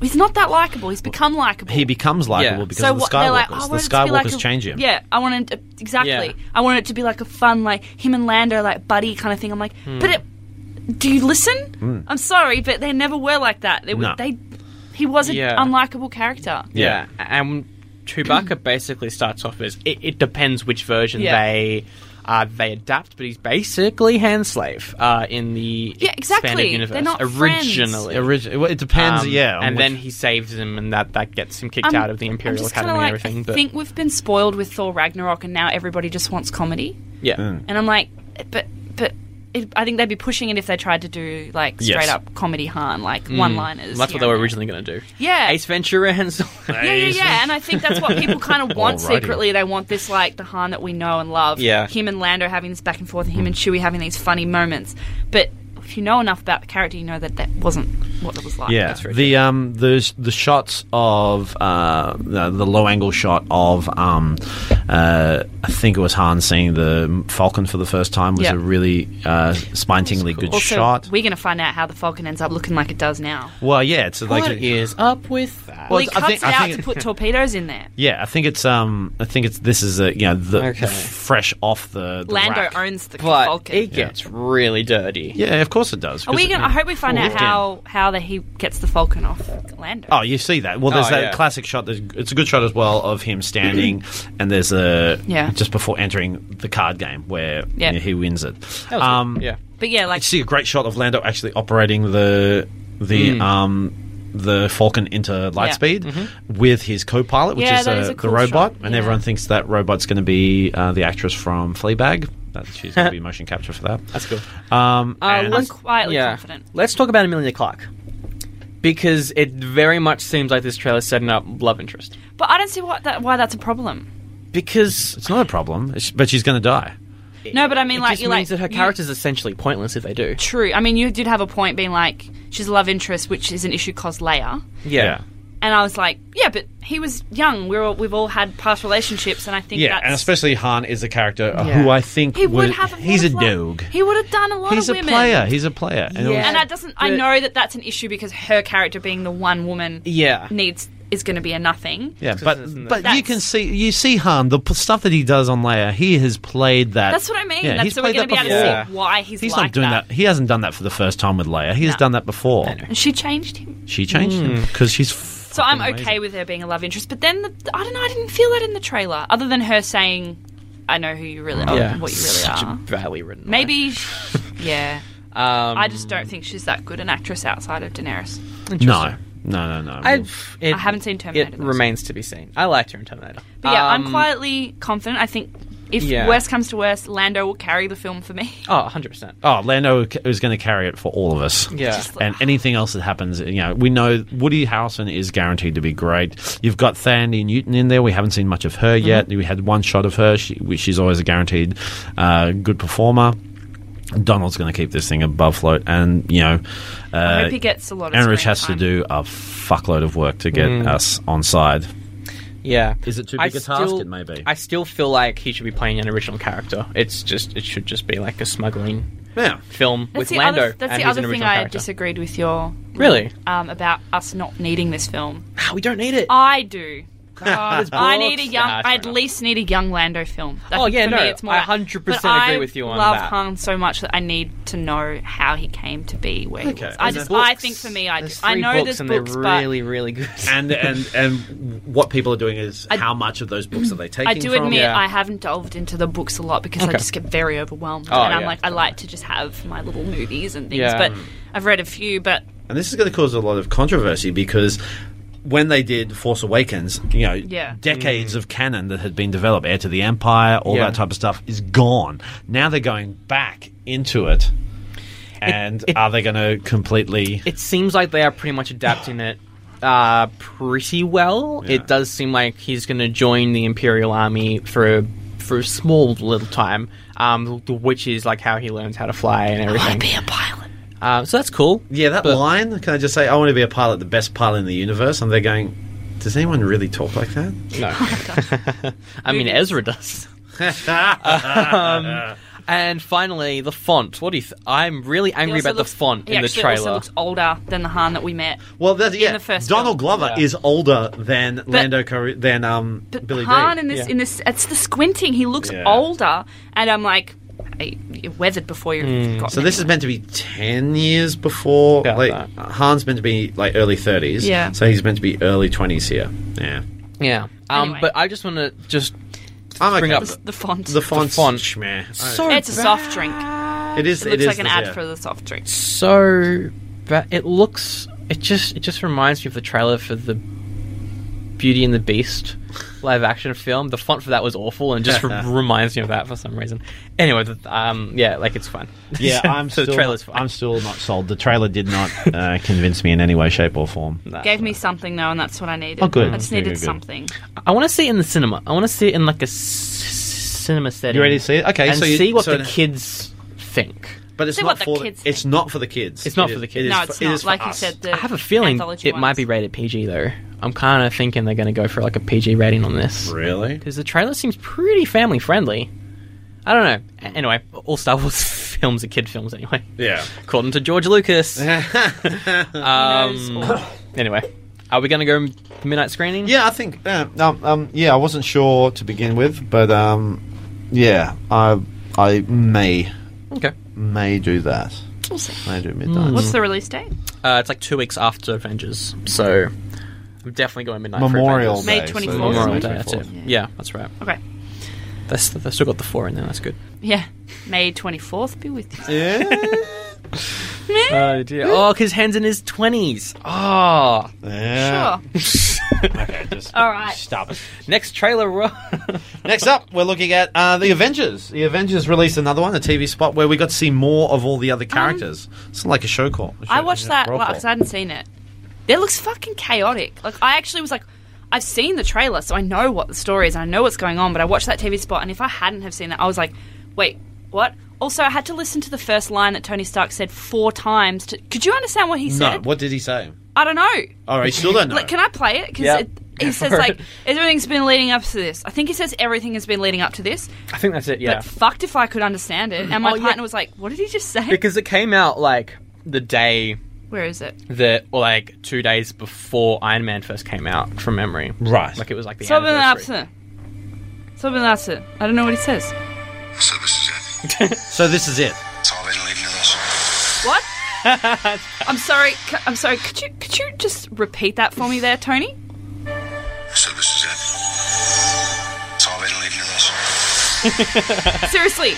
B: He's not that likable. He's become likable.
A: He becomes likable
C: Yeah.
A: because of the
B: what- they're
A: Skywalkers.
B: "Oh, I
A: the
B: want it to
A: Skywalkers
B: be like a-
A: change him.
B: Yeah, I wanted to, exactly.
C: Yeah.
B: I wanted it to be like a fun, like him and Lando, like buddy kind of thing. I'm like,
A: Hmm.
B: but it, do you listen? I'm sorry, but they never were like that. They, were-
A: No.
B: they he was an
C: Yeah.
B: unlikable character.
A: Yeah.
C: Yeah. and Chewbacca basically starts off as it, it depends which version
B: Yeah.
C: they uh, they adapt, but he's basically hand slave uh, in the
B: Yeah, exactly.
C: expanded universe
B: They're not friends.
C: originally.
A: Origi- well, it depends.
C: Um,
A: yeah, on
C: and
A: which-
C: then he saves him, and that that gets him kicked
B: I'm-
C: out of the
B: Um, I'm
C: Imperial
B: just
C: Academy
B: kinda
C: and
B: like,
C: everything.
B: I
C: But
B: think we've been spoiled with Thor Ragnarok, and now everybody just wants comedy.
C: yeah,
B: And I'm like, but but it, I think they'd be pushing it if they tried to do like
A: Yes.
B: straight up comedy Han, like one liners.
C: Mm. that's what they were originally going to do.
B: Yeah.
C: Ace Ventura and so
B: Yeah, yeah, yeah, and I think that's what people kind of want
A: Alrighty.
B: secretly. They want this like the Han that we know and love.
C: Yeah.
B: him and Lando having this back and forth, and him and Chewie having these funny moments. But if you know enough about the character, you know that that wasn't what it was like.
A: Yeah,
C: That's right.
A: the um the the shots of uh the, the low angle shot of um uh I think it was Han seeing the Falcon for the first time was
B: Yeah.
A: a really uh, spine tingly good
B: Also,
A: shot.
B: we're going to find out how the Falcon ends up looking like it does now.
A: well, yeah, it's like
C: What is up with
B: Well,
C: that?
A: Well,
B: he
A: I
B: cuts
A: think-
B: it
A: I
B: out
A: think-
B: to put torpedoes in there.
A: yeah, I think it's um I think it's this is a you know the,
C: Okay.
A: the fresh off the, the
B: Lando
A: rack.
B: owns the
C: but
B: Falcon.
C: it gets really dirty.
A: Yeah, of course it does.
B: Are we
A: 'cause it-
B: gonna, I hope we find out
A: Locked in.
B: how how that he gets the Falcon off Lando.
A: Oh, you see that? Well, there's
C: Oh,
A: that
C: yeah.
A: classic shot. There's, it's a good shot as well of him standing, and there's a
B: Yeah.
A: just before entering the card game where
B: Yeah.
A: you know, he wins it.
C: That was
A: um,
C: good. yeah.
B: But yeah,
A: you
B: like
A: see a great shot of Lando actually operating the the
C: Mm.
A: um the Falcon into Lightspeed
C: Mm-hmm.
A: with his co-pilot, which
B: Yeah,
A: is,
B: that
A: uh,
B: is a
A: the
B: cool
A: robot,
B: shot,
A: and
B: yeah.
A: everyone thinks that robot's going to be uh, the actress from Fleabag. That she's going to be motion capture for that.
C: That's cool.
A: Um,
B: Uh,
A: and-
B: let's- I'm quietly confident.
C: Let's talk about Amelia Clark. Because it very much seems like this trailer's setting up love interest.
B: but I don't see what that why that's a problem.
C: Because
A: it's not a problem, it's- but she's going to die.
B: No, but I mean,
C: it
B: like
C: just
B: you
C: means
B: like
C: that her
B: you-
C: character's essentially pointless if they do.
B: True. I mean, you did have a point being like she's a love interest, which is an issue caused later.
C: Yeah.
B: And I was like, yeah, but he was young. We're all, we've all had past relationships, and I think
A: Yeah,
B: that's,
A: and especially Han is a character uh,
C: Yeah.
A: who I think
B: he would
A: would-
B: have. A lot
A: he's a
B: of love.
A: dog.
B: He would have done a lot
A: He's a
B: of women.
A: player. He's a player. And it
C: Yeah.
B: And that doesn't. I
C: But-
B: know that that's an issue because her character being the one woman
C: Yeah.
B: needs is going to be a nothing.
A: Yeah,
C: It's
A: but
C: just isn't it?
A: but you
B: That's-
A: can see you see Han the p- stuff that he does on Leia. He has played that.
B: That's what I mean.
A: Yeah,
B: that's
A: he's
B: so we're
A: played
B: going to be
A: that
B: able to
A: before.
C: Yeah.
B: see why he's,
A: He's
B: like
A: not doing that. He hasn't done that for the first time with Leia. He has
B: No.
A: done that before.
B: And she changed him.
A: She changed him because she's.
B: So I'm okay with her being a love interest, but then the, I don't know. I didn't feel that in the trailer, other than her saying, "I know who you really are,
C: Yeah.
B: what you really
C: Such
B: are."
C: a badly written. line.
B: Maybe, sh- yeah.
C: Um,
B: I just don't think she's that good an actress outside of Daenerys.
A: No, no, no, no.
C: I, it,
B: I haven't seen Terminator,
C: It
B: though, so-
C: remains to be seen. I liked her in Terminator.
B: But yeah, I'm
C: Um,
B: quietly confident. I think if
C: yeah.
B: worse comes to worse, Lando will carry the film for me.
C: Oh, 100%.
A: oh, Lando ca- is going to carry it for all of us.
C: Yeah.
B: Just like-
A: And anything else that happens, you know, we know Woody Harrelson is guaranteed to be great. You've got Thandi Newton in there. We haven't seen much of her
B: Mm-hmm.
A: yet. We had one shot of her. She, we- she's always a guaranteed uh, good performer. Donald's going to keep this thing above float, and you know, uh,
B: I hope he gets a lot of.
A: Enrich
B: screen
A: has
B: time. Mm.
A: to do a fuckload of work to get us on side.
C: Yeah.
A: Is it too
C: I
A: big a task?
C: still-
A: It may be.
C: I still feel like he should be playing an original character. It's just, it should just be like a smuggling
A: Yeah.
C: film with
B: That's the
C: Lando.
B: other. That's
C: and
B: the
C: he's an
B: other thing
C: original
B: I
C: character.
B: disagreed with your
C: Really?
B: um, about us not needing this film.
C: Ah, we don't need it.
B: I do. I need a
C: books.
B: young.
C: Nah, fair
B: I at
C: enough.
B: least need a young Lando film. That-
C: Oh, yeah,
B: for
C: no,
B: me, it's more
C: I
B: like-
C: 100%
B: but
C: agree
B: I
C: with you on
B: love
C: that.
B: Han so much that I need to know how he came to be where he
A: Okay.
B: was. I
A: There's
B: just,
C: There's
B: I
C: books.
B: think for me, I do.
C: There's
B: I
C: three
B: know
C: books,
B: there's
C: and
B: books,
C: they're
B: but
C: really, really good.
A: And and and what people are doing is
B: I-
A: how much of those books are they taking?
B: I do
A: from?
B: admit
C: Yeah.
B: I haven't delved into the books a lot because I
C: Okay.
B: just get very overwhelmed,
C: Oh,
B: and I'm
C: yeah.
B: like, I like to just have my little movies and things.
C: Yeah.
B: But I've read a few, but
A: and this is going to cause a lot of controversy because when they did Force Awakens, you know,
B: Yeah.
A: decades of canon that had been developed, Heir to the Empire, all
C: Mm. Yeah.
A: that type of stuff is gone. Now they're going back into it, and
C: it-
A: are they going to completely?
C: it seems like they are pretty much adapting it uh, pretty well.
A: Yeah.
C: It does seem like he's going to join the Imperial Army for a, for a small little time, um, which is like how he learns how to fly and
B: Oh, I want
C: everything.
B: to be a pilot.
C: Um, so that's cool.
A: Yeah, that
C: But-
A: line. Can I just say, I want to be a pilot, the best pilot in the universe? And they're going, does anyone really talk like that?
C: No.
B: Oh,
C: I mean, Ezra does. um, and finally, the font. What do you? Th- I'm really angry
B: also
C: about
B: looks-
C: the font
B: he
C: in the
B: actually
C: trailer.
B: Also looks older than the Han that we met.
A: Well, that's, yeah.
B: the first
A: Donald Glover
C: Yeah.
A: is older than Lando Car- than um
B: But
A: Billy
B: Han
A: D.
B: in this
C: Yeah.
B: in this it's the squinting. He looks
A: Yeah.
B: older, and I'm like, hey, you're weathered before you've got.
A: So this is meant to be ten years before.
C: About
A: like
C: that.
A: Han's meant to be like early thirties.
B: Yeah.
A: So he's meant to be early twenties here. Yeah.
C: yeah. Um,
B: Anyway.
C: but I just want to just
A: I'm
C: Bring
A: okay.
C: up-
B: It's the font.
A: the font's
C: font.
A: schmeh. I-
C: so.
B: it's a soft drink.
A: it is.
B: It looks
A: is
B: like an
A: this,
B: ad
A: yeah.
B: for the soft drink.
C: so ba- it looks it just it just reminds me of the trailer for the Beauty and the Beast live action film. The font for that was awful, and just re- reminds me of that for some reason. Anyway, th- um, yeah, like it's fun.
A: Yeah, I'm
C: so
A: still.
C: the trailer's fine.
A: I'm still not sold. The trailer did not uh, convince me in any way, shape, or form.
C: Nah.
B: Gave me something though, and that's what I needed.
A: Oh, good.
B: I just
A: Good,
B: needed
A: good, good.
B: something.
C: I want to see it in the cinema. I want to see it in like a s- cinema setting.
A: You ready to see it? Okay,
C: and
A: so you,
C: see what
A: so
C: the
A: it-
C: kids think.
A: But it's
B: See
A: not
B: what the
A: for
B: kids
A: It's not for the kids.
C: It's not
A: It
C: for
A: is-
C: the kids.
A: it
B: No,
A: is
B: it's
A: for- it
B: not.
A: is for
B: like you
A: us.
B: said, the
C: I have a feeling it
B: anthology
C: might
B: ones.
C: be rated PG though. I'm kind of thinking they're going to go for like a PG rating on this.
A: Really?
C: because the trailer seems pretty family friendly. I don't know. A- Anyway, all Star Wars films are kid films anyway,
A: Yeah.
C: according to George Lucas.
B: Knows
C: Um,
B: all.
C: anyway, are we going to go m- midnight screening?
A: Yeah, I think. Uh, um, um, yeah, I wasn't sure to begin with, but um, yeah, I I may
C: Okay.
A: may do that.
B: We'll see.
A: May do midnight.
B: Hmm. What's the release date?
C: Uh, it's like two weeks after Avengers, so I'm definitely going midnight. for
A: Mm. Memorial
C: Avengers.
B: May
A: Day, so
B: 24th.
A: it's
C: Memorial
B: May
C: Day. That's it. Yeah. that's right.
B: Okay.
C: That's they've still got the four in there. That's good.
B: Yeah, May twenty fourth. Be with you.
A: Yeah.
C: Oh dear. Oh, because Han's in his twenties. Oh.
A: Yeah.
B: Sure.
A: Okay, just
B: All right.
A: Stop it.
C: Next trailer. ro-
A: Next up, we're looking at uh, the Avengers. The Avengers released another one, a TV spot where we got to see more of all the other characters. it's like a show call. a show-
B: Um, I watched that
A: roll
B: because
A: call.
B: I hadn't seen it. It looks fucking chaotic. Like I actually was like, I've seen the trailer, so I know what the story is. I know what's going on. But I watched that TV spot, and if I hadn't have seen that, I was like, wait, what? Also, I had to listen to the first line that Tony Stark said four times. To, could you understand what he
A: No,
B: said?
A: what did he say?
B: I don't know.
A: All right, still don't know.
B: Like, can I play it? Because
C: Yeah.
B: it,
C: Go
B: he says
C: for
B: like
C: it.
B: everything's been leading up to this. I think he says everything has been leading up to this.
C: I think that's it. Yeah.
B: But fucked if I could understand it. And my
C: Oh, yeah.
B: partner was like, "What did he just say?
C: because it came out like the day
B: Where is it?"
C: that or like two days before Iron Man first came out from memory.
A: Right.
C: Like it was like the
B: Something
C: anniversary.
B: absent. Something absent. I don't know what he says.
D: So this is it.
A: so this is it.
D: That's all I've been leaving to us.
B: What? I'm sorry. c- I'm sorry. Could you could you just repeat that for me there, Tony?
D: So this is it. That's all I've been leaving to us.
B: Seriously,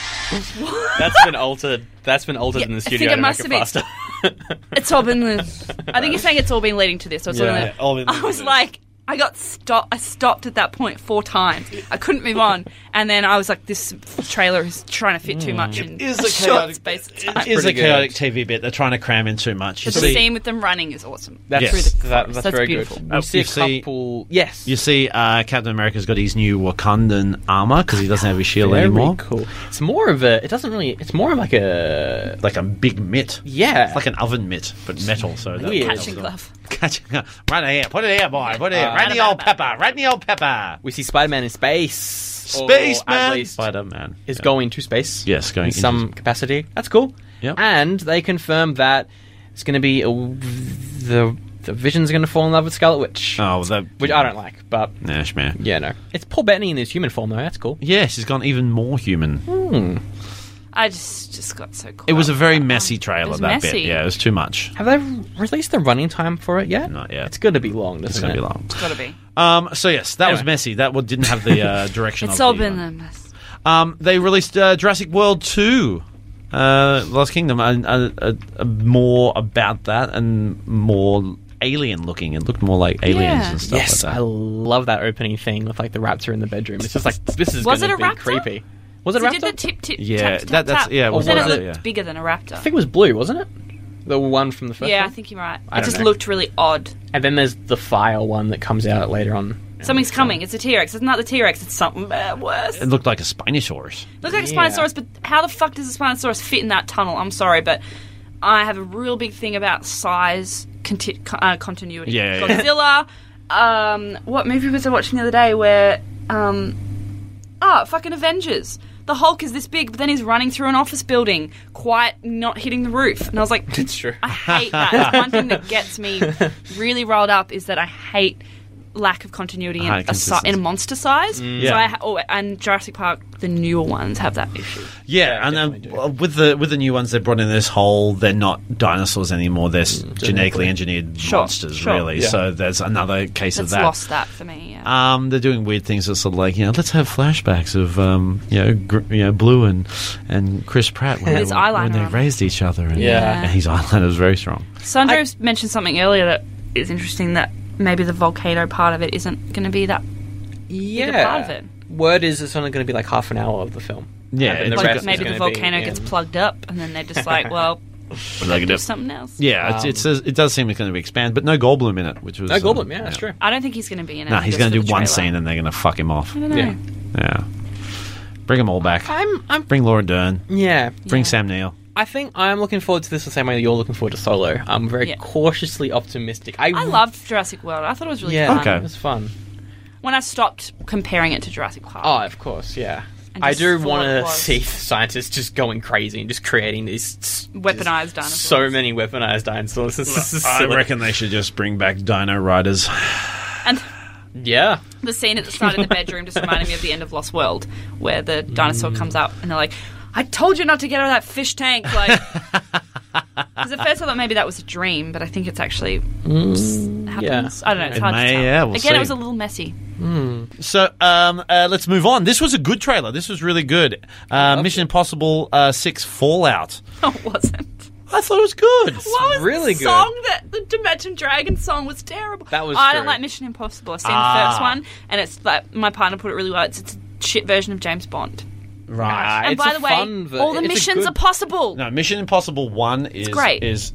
C: That's been altered. That's been altered in
B: I
C: the
B: think
C: studio.
B: it
C: to
B: must
C: make
B: have
C: faster.
B: it's all been. The, I think you're saying it's all been leading to this. Or it's all
C: Yeah.
B: been the- I was like, I got stopped. I stopped at that point four times. I couldn't move on, and then I was like, this trailer is trying to fit too much in
A: is
B: a
A: a
B: short
A: chaotic-
B: space of time.
A: It is a
C: Pretty good.
A: chaotic TV bit. They're trying to cram in too much. You
B: the
A: see,
B: scene with them running is awesome.
C: That's,
A: Yes.
C: that, that's,
B: That's
C: very
B: beautiful.
C: good.
A: Uh,
C: We see
A: you see-
C: a couple. Yes.
A: you see, uh, Captain America's got his new Wakandan armor because he doesn't have his shield
C: very
A: anymore.
C: cool. It's more of a. It doesn't really. It's more of like a.
A: Like a big mitt.
C: Yeah.
A: It's like an oven mitt, but metal. So that
C: Weird.
B: Catching
A: helps.
B: glove.
A: Catching up. Right here. Put it here, boy. Put it here.
C: Uh,
A: right in the old pepper. Right in the old pepper.
C: we see Spider-Man in space.
A: Space
C: or at
A: man.
C: least
A: Spider Man
C: is going to space.
A: Yes, going
C: in
A: into
C: some capacity. That's cool.
A: Yep.
C: And they confirmed that it's going to be a, the the Vision's going to fall in love with Scarlet Witch,
A: Oh, the
C: which I don't like. But
A: Nash man.
C: yeah, no, it's Paul Bettany in his human form though. That's cool.
A: Yes, he's gone even more human.
B: I just just got so cool.
A: It was a very messy trailer.
B: was
A: that
B: messy.
A: bit. Yeah, it was too much.
C: Have they released the running time for it yet?
A: Not yet.
C: It's going to be long.
A: It's
C: Doesn't
A: going to
C: it?
A: be long.
B: gotta be.
A: Um, so yes, that was
C: Anyway.
A: messy. That one didn't have the uh, direction.
B: It's
A: of
B: all
A: the,
B: been
A: uh,
B: a mess.
A: Um, they released uh, Jurassic World Two, uh, Lost Kingdom, and uh, uh, uh, more about that and more alien looking. It looked more like aliens
B: Yeah.
A: and stuff
C: Yes,
A: like
C: I
A: that.
C: love that opening thing with like the raptor in the bedroom. It's just like this is
B: Was
C: going to
B: it a
C: be
B: raptor?
C: creepy. Was it
B: So
C: a
B: he
C: raptor?
B: did the tip tip
A: Yeah,
B: tap, tap,
A: that- that's-
B: tap.
A: yeah, it
B: But
A: was
B: then
C: a
B: it
C: raptor,
B: looked
A: yeah.
B: bigger than a raptor.
C: I think it was blue, wasn't it? The one from the first.
B: yeah, I
C: one?
B: think you're right. It
C: I don't
B: just
C: know.
B: looked really odd.
C: And then there's the fire one that comes out later on.
B: Something's coming. It's a T Rex. It's not the T Rex. It's something bad, worse.
A: It looked like a Spinosaurus.
B: Looks like a
C: Yeah.
B: Spinosaurus, but how the fuck does a Spinosaurus fit in that tunnel? I'm sorry, but I have a real big thing about size conti- co- uh, continuity.
A: Yeah, yeah, yeah.
B: Godzilla. um, what movie was I watching the other day where? Um, oh, fucking Avengers. The Hulk is this big, but then he's running through an office building, quite not hitting the roof. And I was like,
C: It's true.
B: I hate that. That's one thing that gets me really rolled up is that I hate lack of continuity in
A: High
B: a, si- in a
A: consistency. Mm.
B: monster size. So
A: Yeah.
B: I ha- oh, and Jurassic Park, the newer ones have that issue.
A: Yeah,
C: Yeah,
A: and
C: definitely
A: then uh, with the with the new ones they brought in this whole they're not dinosaurs anymore. They're s- genetically
C: Mm, genetically.
A: engineered
B: Sure,
A: monsters,
B: sure.
A: really.
C: Yeah.
A: So there's another case of
B: That's
A: that.
B: lost that for me. Yeah.
A: Um, they're doing weird things. It's sort of like you know, let's have flashbacks of um, you know, gr- you know, Blue and and Chris Pratt when,
B: With his
A: they, were- when
B: eyeliner
A: they
B: on.
A: raised each other. And,
C: Yeah.
A: and his eyeliner was very strong.
B: Sandro mentioned something earlier that is interesting that maybe the volcano part of it isn't going to be that.
C: yeah.
B: part of it.
C: Word is it's only going to be like half an hour of the film.
A: Yeah,
C: and then
A: it's
C: the
A: like-
C: rest
B: maybe
C: is
B: the
C: gonna be
B: volcano gets
C: in-
B: plugged up, and then they're just like, well, do something else.
A: Yeah,
C: Um,
A: it's, it's it does seem it's going to be expanded, but no Goldblum in it, which was
C: No,
A: um,
C: Goldblum. Yeah, that's true.
B: I don't think he's going to be in it.
A: No, he's
B: just
A: going to
B: for
A: do
B: the
A: one
B: trailer.
A: scene and they're going to fuck him off.
B: I don't know.
C: Yeah.
A: Yeah, bring them all back.
C: I'm. I'm.
A: Bring Laura Dern.
C: Yeah.
A: Bring
B: Yeah.
A: Sam Neill.
C: I think I'm looking forward to this the same way you're looking forward to Solo. I'm very
B: Yeah.
C: cautiously optimistic. I,
B: I loved Jurassic World. I thought it was really
C: Yeah,
B: fun.
A: Okay.
C: it was fun.
B: When I stopped comparing it to Jurassic Park.
C: Oh, of course, yeah.
B: And
C: I
B: just
C: do
B: thought
C: want
B: it
C: to
B: was-
C: see scientists just going crazy and just creating these s-
B: Weaponized
C: just
B: dinosaurs.
C: So many weaponized dinosaurs. This is
A: I
C: silly.
A: reckon they should just bring back Dino Riders.
B: And
C: Yeah.
B: the scene at the start of the bedroom just reminded me of the end of Lost World, where the
C: Mm.
B: dinosaur comes up and they're like, I told you not to get out of that fish tank. Like, because at first I thought maybe that was a dream, but I think it's actually
C: Mm,
B: happens. I don't know. It's
A: It
B: hard
A: may,
B: to tell.
A: yeah, we'll
B: Again,
A: see.
B: it was a little messy.
A: So um, uh, let's move on. This was a good trailer. This was really good. Uh, Mission Impossible uh, Six Fallout.
B: No, it wasn't.
A: I thought it was good.
B: What was
C: really
B: the
C: good.
B: song that the Dimension Dragon song was terrible?
C: That was
B: I don't
C: true.
B: like Mission Impossible. I've seen the
A: Ah.
B: first one, and it's like my partner put it really well. It's, it's a shit version of James Bond.
A: Right.
C: Nah,
B: and
C: it's
B: by
C: a
B: the way,
C: fun ver-
B: all the
C: it's a
B: missions
C: good-
B: are possible.
A: No, Mission Impossible One is
B: great.
A: Is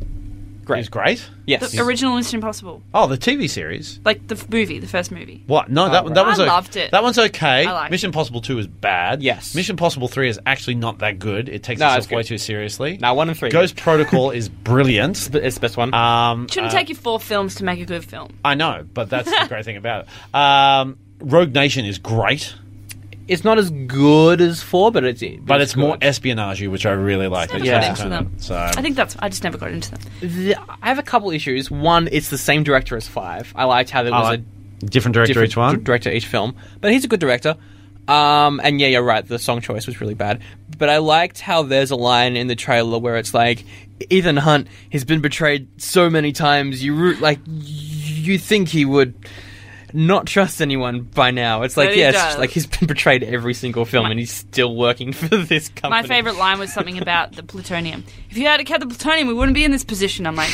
C: Great.
A: is great.
C: Yes.
B: The original Mission Impossible,
A: Oh, the TV series.
B: like the f- movie, the first movie.
A: What? No,
C: Oh,
A: that one. that
B: right.
A: one's
B: I
A: o-
B: loved it.
A: That one's okay.
B: I liked
A: Mission Impossible Two is bad.
C: Yes.
A: Mission Impossible Three is actually not that good. It takes
C: No, it's
A: itself way
C: good.
A: too seriously.
C: Now one and three.
A: Ghost Protocol is brilliant.
C: But It's the best one.
A: Um,
B: Shouldn't take you four films to make a good film.
A: I know, but that's the great thing about it. Um, Rogue Nation is great,
C: it's not as good as four, but it's
A: but it's, more
C: good.
A: espionage, which I really like.
B: Never
A: It's
C: got
A: Justin
C: into
A: Turner,
B: them.
A: So
B: I think that's. I just never got into them.
C: The- I have a couple issues. One, it's the same director as five. I liked how there was
A: like
C: a
A: different director
C: different
A: each one.
C: d- director each film, but he's a good director. Um, and yeah, you're right. The song choice was really bad, but I liked how there's a line in the trailer where it's like, Ethan Hunt has been betrayed so many times. You root like you think he would not trust anyone by now. It's like
B: But he
C: yes,
B: does.
C: like he's been betrayed every single film, and he's still working for this company.
B: My favorite line was something about the plutonium. If you had kept the plutonium, we wouldn't be in this position. I'm like,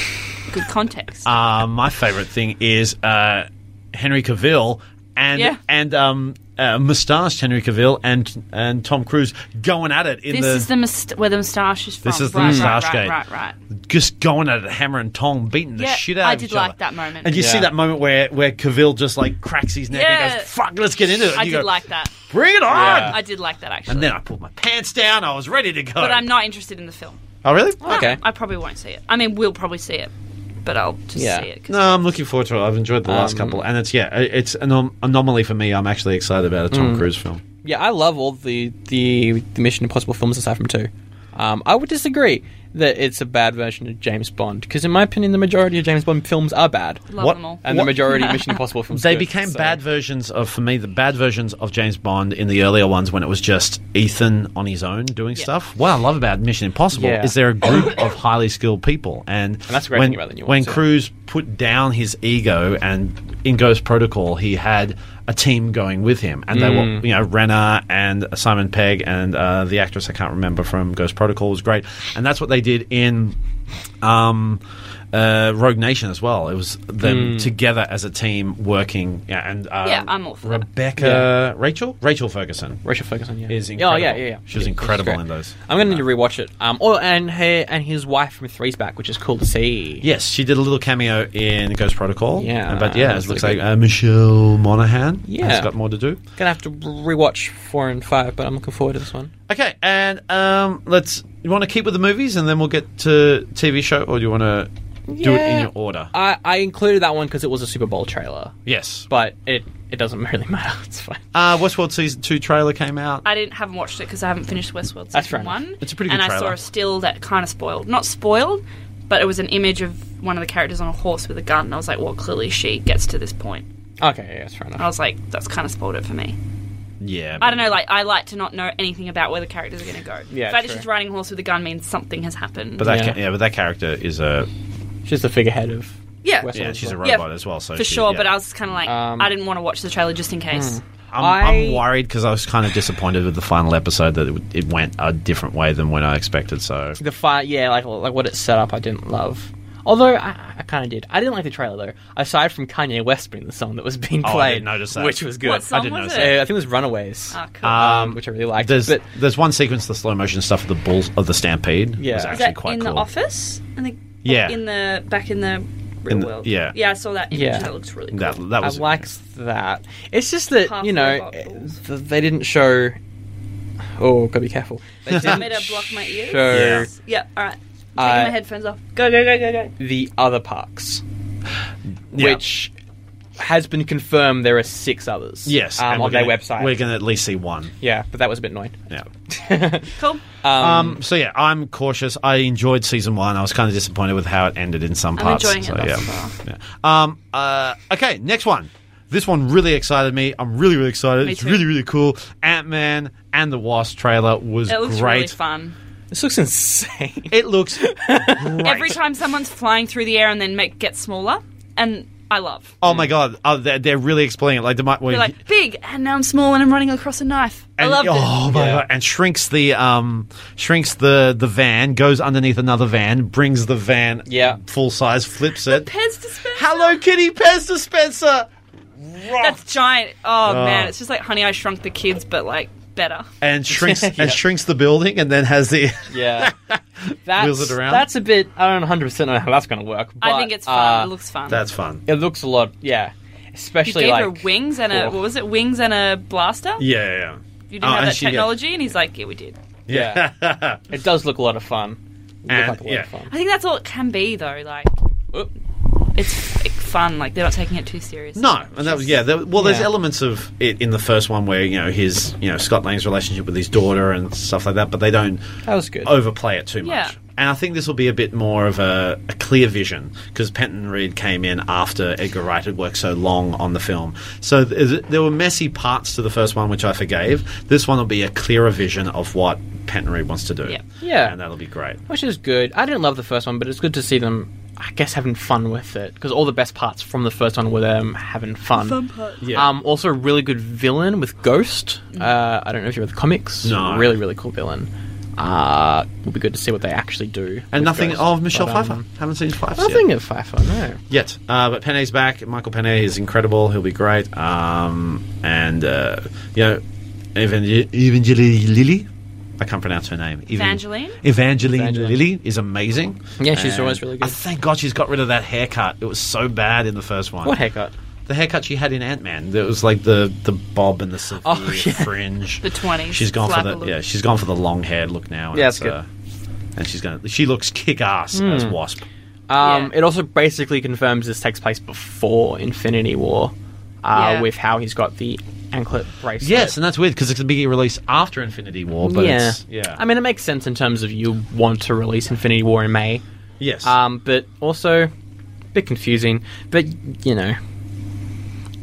B: good context.
A: Uh, my favorite thing is uh, Henry Cavill and
B: Yeah.
A: and um, uh, moustached Henry Cavill and and Tom Cruise going at it in
B: this
A: the,
B: is the must- where the moustache is from.
A: This is the
B: right,
A: moustache
B: right,
A: gate.
B: Right, right, right.
A: just going at it hammer and tong, beating the
B: Yeah,
A: shit out
B: I
A: of
B: did
A: each other.
B: like that moment.
A: And you see
C: Yeah.
A: that moment where where Cavill just like cracks his neck
B: Yeah.
A: and goes, "Fuck, let's get into it." And
B: I
A: you
B: did
A: go,
B: like that.
A: "Bring it on!"
C: Yeah.
B: I did like that actually.
A: And then I pulled my pants down. I was ready to go.
B: but I'm not interested in the film.
A: Oh, really?
C: Okay.
B: I probably won't see it. I mean, we'll probably see it, but I'll just
C: Yeah.
B: see it. 'cause-
A: No, I'm looking forward to it. I've enjoyed the last
C: Um,
A: couple, and it's yeah, i- it's an anom- anomaly for me. I'm actually excited about a Tom Cruise film.
C: Yeah, I love all the the, the Mission Impossible films aside from two. Um, I would disagree that it's a bad version of James Bond because, in my opinion, the majority of James Bond films are bad,
B: Love
A: What-
B: them all.
C: and
A: What-
C: the majority of Mission Impossible films.
A: They
C: good,
A: became
C: so-
A: bad versions of, for me, the bad versions of James Bond in the earlier ones when it was just Ethan on his own doing stuff. What I love about Mission Impossible
C: Yeah.
A: is they're a group of highly skilled people, and,
C: that's the great
A: when,
C: thing about the new
A: when
C: ones, yeah.
A: Cruise put down his ego and in Ghost Protocol, he had a team going with him, and they
C: Mm.
A: were you know Renner and Simon Pegg and uh, the actress I can't remember from Ghost Protocol was great, and that's what they did in um, uh, Rogue Nation as well. It was
C: Hmm.
A: them together as a team working. Yeah, and uh,
B: Yeah, I'm all for that.
A: Rebecca, Rachel, Rachel Ferguson
C: Rachel Ferguson, yeah,
A: is
C: Oh
A: incredible.
C: yeah, yeah, yeah.
A: She was
C: Yeah, she's
A: incredible
C: great.
A: in those.
C: I'm gonna need to rewatch it. Um, oh, and her and his wife from Three's back, which is cool to see.
A: Yes, she did a little cameo in Ghost Protocol.
C: Yeah,
A: Uh, but yeah, it
C: that's
A: looks
C: really
A: like uh, Michelle Monaghan.
C: Yeah.
A: has got more to do.
C: Gonna have to rewatch four and five, but I'm looking forward to this one.
A: Okay, and um, let's. You want to keep with the movies, and then we'll get to TV show, or do you want to do it in
C: Yeah.
A: your order?
B: Uh,
C: I, I included that one because it was a Super Bowl trailer,
A: yes.
C: but it it doesn't really matter. It's fine.
A: Uh, Westworld season two trailer came out.
B: I didn't haven't watched it because I haven't finished Westworld season
C: That's fair enough.
B: one.
A: It's a pretty good
B: And I saw
A: trailer.
B: a still that kind of spoiled, not spoiled, but it was an image of one of the characters on a horse with a gun. And I was like, well, clearly she gets to this point.
C: Okay, yeah, that's fair
B: I
C: enough.
B: was like, that's kind of spoiled it for me.
A: yeah,
B: I don't know, like I like to not know anything about where the characters are going to go.
C: Yeah,
B: the fact that
C: true.
B: she's riding a horse with a gun means something has happened.
A: But that
C: Yeah.
A: ca- yeah, but that character is a
C: She's the figurehead of.
B: yeah,
C: Westworld.
A: yeah, she's a
B: Yeah,
A: robot as well. So
B: for
A: she-
B: sure.
A: yeah. hmm.
B: But I was kind of like,
C: Um,
B: I didn't want to watch the trailer just in case.
A: I'm,
C: I-
A: I'm worried because I was kind of disappointed with the final episode that it, w- it went a different way than when I expected. So
C: The fire, yeah, like like what it set up, I didn't love. Although I, I kind of did. I didn't like the trailer though. Aside from Kanye West being the song that was being
A: Oh, I
C: played,
A: didn't notice that.
C: which was good.
B: What song
A: didn't
B: was
A: notice
C: Uh,
B: it?
C: I think it was Runaways,
B: Ah, cool.
C: um, which I really liked.
A: there's
C: but
A: there's one sequence of the slow motion stuff of the bulls of the stampede.
C: Yeah.
A: was
B: Is
C: Is
A: actually
B: that
A: quite
B: in
A: cool.
B: the office? I think.
A: Yeah.
B: In the back in the real
A: In the-
B: world.
A: yeah.
B: Yeah, I saw that. Image
C: Yeah.
B: That looks really cool.
A: That that
C: I
A: was
C: like that. It's just that
B: Half
C: you know eh,
B: robot balls.
C: th- they didn't show. Oh, gotta be careful. They
B: Do you
C: didn't
B: want me to block my ears?
C: show
B: Yes. Yeah. All right. Taking
C: Uh,
B: my headphones off. Go go go go go.
C: the other parks,
A: Yeah.
C: which has been confirmed. There are six others.
A: yes and
C: um, on
A: we're
C: their
A: gonna-
C: website.
A: We're gonna at least see one.
C: yeah, but that was a bit annoying.
A: Yeah.
B: Cool.
A: Um, so yeah, I'm cautious. I enjoyed season one. I was kind of disappointed with how it ended in some
B: I'm
A: parts.
B: enjoying it
A: so,
B: thus
A: yeah. Yeah. Um, uh, okay, next one. This one really excited me. I'm really, really excited.
B: Me
A: it's
B: too.
A: really, really cool. Ant Man and the Wasp trailer was
B: It looks
A: great.
B: really fun.
C: This looks insane.
A: It looks great.
B: Every time someone's flying through the air and then make gets smaller, and I love.
A: Oh my god! Oh, they're, they're really explaining it. Like the might.
B: They're like big, and now I'm small, and I'm running across a knife. I
A: Oh, and,
B: loved
A: oh
B: it.
A: my
C: Yeah.
A: god! And shrinks the um shrinks the the van, goes underneath another van, brings the van
C: Yeah.
A: full size, flips it.
B: Pez dispenser.
A: Hello Kitty Pez dispenser.
B: That's giant. Oh,
A: Oh.
B: man, it's just like Honey, I Shrunk the Kids, but like better.
A: and shrinks
C: Yeah.
A: and shrinks the building, and then has the
C: yeah, that's
A: Wheels it around.
C: that's a bit. I don't 100 percent know how that's gonna work.
B: I
C: but,
B: think it's fun.
C: uh,
B: it looks fun.
A: that's fun.
C: it looks a lot. Yeah,
B: you
C: especially
B: gave
C: like
B: her wings and a
C: Cool.
B: what was it? Wings and a blaster.
A: Yeah, yeah,
B: You didn't
A: Oh,
B: have
A: and
B: that
A: she got-
B: technology, and he's like, "Yeah, we did."
A: yeah. yeah.
C: It does look a lot of fun. Look
A: And-
C: like a lot
A: yeah.
C: of fun.
B: I think that's all it can be, though. Like,
C: Oop.
B: it's like, fun. Like they're not taking it too serious.
A: no, and that was yeah. There, well, there's
C: Yeah.
A: elements of it in the first one where you know his you know Scott Lang's relationship with his daughter and stuff like that, but they don't
C: That was good.
A: overplay it too much.
B: Yeah.
A: And I think this will be a bit more of a, a clear vision because Penton Reed came in after Edgar Wright had worked so long on the film. So th- there were messy parts to the first one which I forgave. This one will be a clearer vision of what Penton Reed wants to do.
B: Yeah.
C: Yeah.
A: And that'll be great.
C: which is good. I didn't love the first one, but it's good to see them. I guess having fun with it because all the best parts from the first one were them having fun.
A: Yeah.
C: Um, also, a really good villain with Ghost. Uh, I don't know if you read the comics.
A: No.
C: Really, really cool villain. Uh, will be good to see what they actually do.
A: And
C: with
A: nothing
C: Ghost.
A: of Michelle
C: But, um,
A: Pfeiffer. Haven't seen Pfeiffer
C: Nothing
A: yet.
C: of Pfeiffer. No.
A: Yet. Uh, but Penne's back. Michael Penne is incredible. He'll be great. Um, and, uh, you know, Evangel- Evangeline Lilly. I can't pronounce her name. Evan-
B: Evangeline?
A: Evangeline,
C: Evangeline.
A: Lilly is amazing.
C: Yeah, she's
A: And
C: always really
A: I
C: good.
A: thank God she's got rid of that haircut. It was so bad in the first one.
C: What haircut?
A: The haircut she had in Ant Man. It was like the, the bob and the severe
C: Oh, yeah.
A: fringe.
B: The 20s
A: She's gone for
B: flapper
A: the
B: look.
A: yeah. She's gone for the long haired look now. And
C: Yeah, that's
A: it's, uh, and she's gonna. She looks kick ass as Wasp.
C: Um,
B: Yeah.
C: It also basically confirms this takes place before Infinity War, uh,
B: Yeah.
C: with how he's got the anklet bracelet.
A: Yes, and that's weird because it's going to be released after Infinity War. But
C: yeah.
A: it's, yeah.
C: I mean, it makes sense in terms of you want to release Infinity War in May,
A: yes.
C: um, but also a bit confusing. But you know,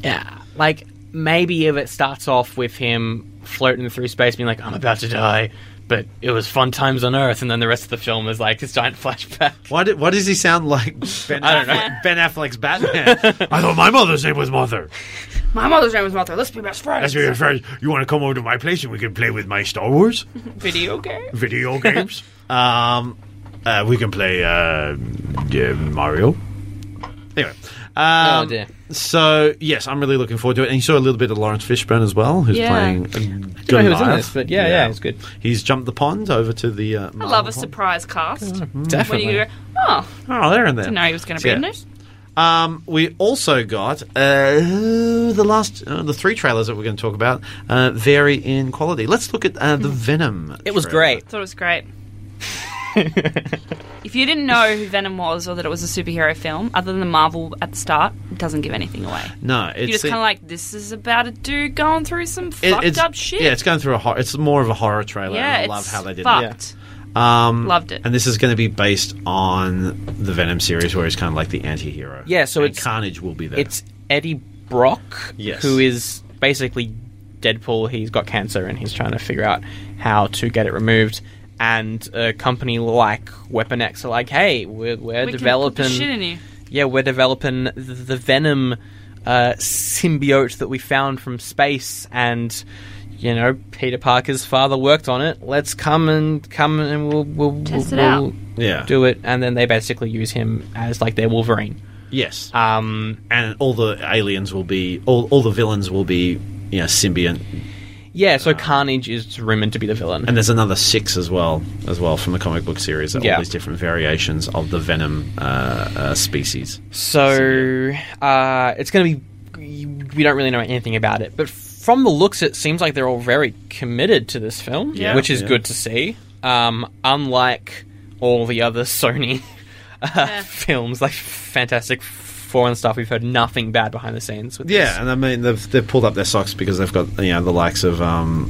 C: yeah, like maybe if it starts off with him floating through space, being like, "I'm about to die." But it was fun times on Earth, and then the rest of the film is like this giant flashback.
A: why, do, why does he sound like Ben,
C: I don't know.
A: Affleck- ben Affleck's Batman? I thought my mother's name was Mother.
B: My mother's name was Martha. Let's be best friends.
A: As we refer, you want to come over to my place and we can play with my Star Wars?
B: Video game.
A: video games. um, uh, we can play uh, yeah, Mario. Anyway, um,
C: Oh, dear.
A: so yes, I'm really looking forward to it. And you saw a little bit of Lawrence Fishburne as well, who's
B: Yeah.
A: playing. uh,
C: know who was in
A: Goliath.
C: this, but yeah, yeah, it's good.
A: He's jumped the pond over to the. Uh,
B: I love a surprise cast. When
A: Mm-hmm.
C: Definitely.
B: you go, oh,
A: Oh, they're in there.
B: I didn't know he was going to be
A: Yeah.
B: in this.
A: Um, we also got uh, the last, uh, the three trailers that we're going to talk about uh, vary in quality. Let's look at uh,
B: Hmm.
A: the Venom.
C: It was
A: trailer.
C: great.
B: I thought it was great. if you didn't know who Venom was or that it was a superhero film, other than Marvel at the start, it doesn't give anything away.
A: No, it's
B: You're just
A: it-
B: kind of like, this is about a dude going through some
A: it-
B: fucked
A: it's,
B: up shit.
A: Yeah, it's going through a horror. It's more of a horror trailer.
B: Yeah,
A: and I
B: it's
A: love how they did that.
B: fucked.
A: Um,
B: Loved it.
A: And this is going to be based on the Venom series, where he's kind of like the anti-hero.
C: Yeah, so
A: And
C: it's-
A: Carnage will be there.
C: It's Eddie Brock,
A: Yes.
C: who is basically Deadpool. He's got cancer and he's trying to figure out how to get it removed. And a company like Weapon X are like, hey, we're, we're
B: We can put
C: developing.
B: the shit in you.
C: yeah, we're developing th- the Venom uh, symbiote that we found from space, and you know Peter Parker's father worked on it. Let's come and come and we'll we'll,
B: Test
C: we'll,
B: it out.
C: we'll
A: yeah,
C: do it. And then they basically use him as like their Wolverine.
A: yes,
C: Um,
A: and all the aliens will be all, all the villains will be you know symbiont,
C: yeah, so Carnage is rumored to be the villain.
A: Ah. and there's another six as well as well from the comic book series. All
C: Yeah.
A: these different variations of the Venom uh, uh, species.
C: So uh, it's going to be. We don't really know anything about it, but from the looks, it seems like they're all very committed to this film,
A: Yeah.
C: which is
A: Yeah.
C: good to see. Um, unlike all the other Sony uh, films, like Fantastic Four and stuff, we've heard nothing bad behind the scenes. With
A: Yeah, and I mean they've they've pulled up their socks because they've got you know the likes of um,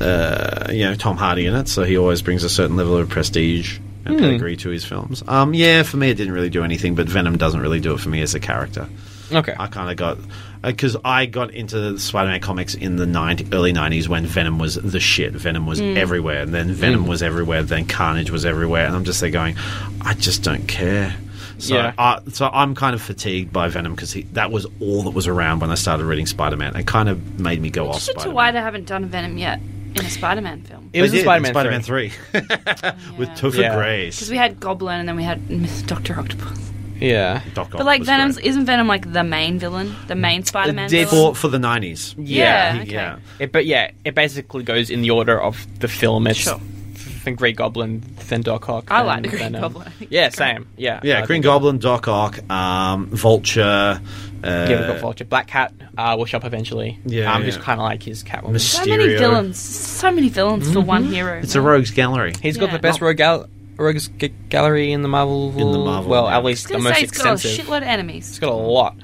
A: uh, you know Tom Hardy in it, so he always brings a certain level of prestige and pedigree to his films. Um, yeah, for me it didn't really do anything, but Venom doesn't really do it for me as a character.
C: this. okay,
A: I kind of got because I got into Spider-Man comics in the 90, early '90s when Venom was the shit. Venom was
B: Mm.
A: everywhere, and then
C: Mm.
A: Venom was everywhere, then Carnage was everywhere, and I'm just there going, I just don't care. So,
C: Yeah.
A: I, so I'm kind of fatigued by Venom because that was all that was around when I started reading Spider-Man. It kind of made me go off.
B: Just as to
A: Spider-Man.
B: why they haven't done Venom yet in a Spider-Man film.
C: it was
A: They
C: in
A: did,
C: Spider-Man,
A: Spider-Man
C: 3.
A: 3, with
B: Yeah.
A: Topher
C: Yeah.
A: Grace.
B: Because we had Goblin and then we had Doctor Octopus.
C: Yeah,
A: Doc Ock
B: But like
A: was
B: Venom's
A: great.
B: isn't Venom like the main villain, the main Spider-Man
C: Uh, Deadpool-
B: villain?
A: for for the '90s.
C: Yeah,
B: okay.
A: yeah.
C: It, but yeah, it basically goes in the order of the film. It's
B: Sure.
C: then Green Goblin, then Doc Ock.
B: I
C: then
B: like the Green
C: Venom.
B: Goblin. I think
C: Yeah,
B: it's great.
C: same. Yeah, Uh,
A: Yeah,
C: I
A: Green
C: think-
A: Goblin, Doc Ock, um, Vulture. Uh,
C: Yeah, we've got Vulture, Black Cat. Uh, will show up eventually.
A: Yeah,
C: um,
A: yeah.
C: just kind of like his Catwoman.
A: Mys-
B: So many
A: Mysterio.
B: villains, so many villains for one
C: Mm-hmm.
B: hero.
A: It's a rogues gallery.
C: He's got
B: yeah.
C: the best rogue, gal- rogues g- gallery in the Marvel.
A: In the Marvel,
C: well,
A: yeah.
C: at least
B: I was
C: the
B: gonna
C: most
B: say it's
C: extensive.
B: got a shitload of enemies.
C: it's got a lot.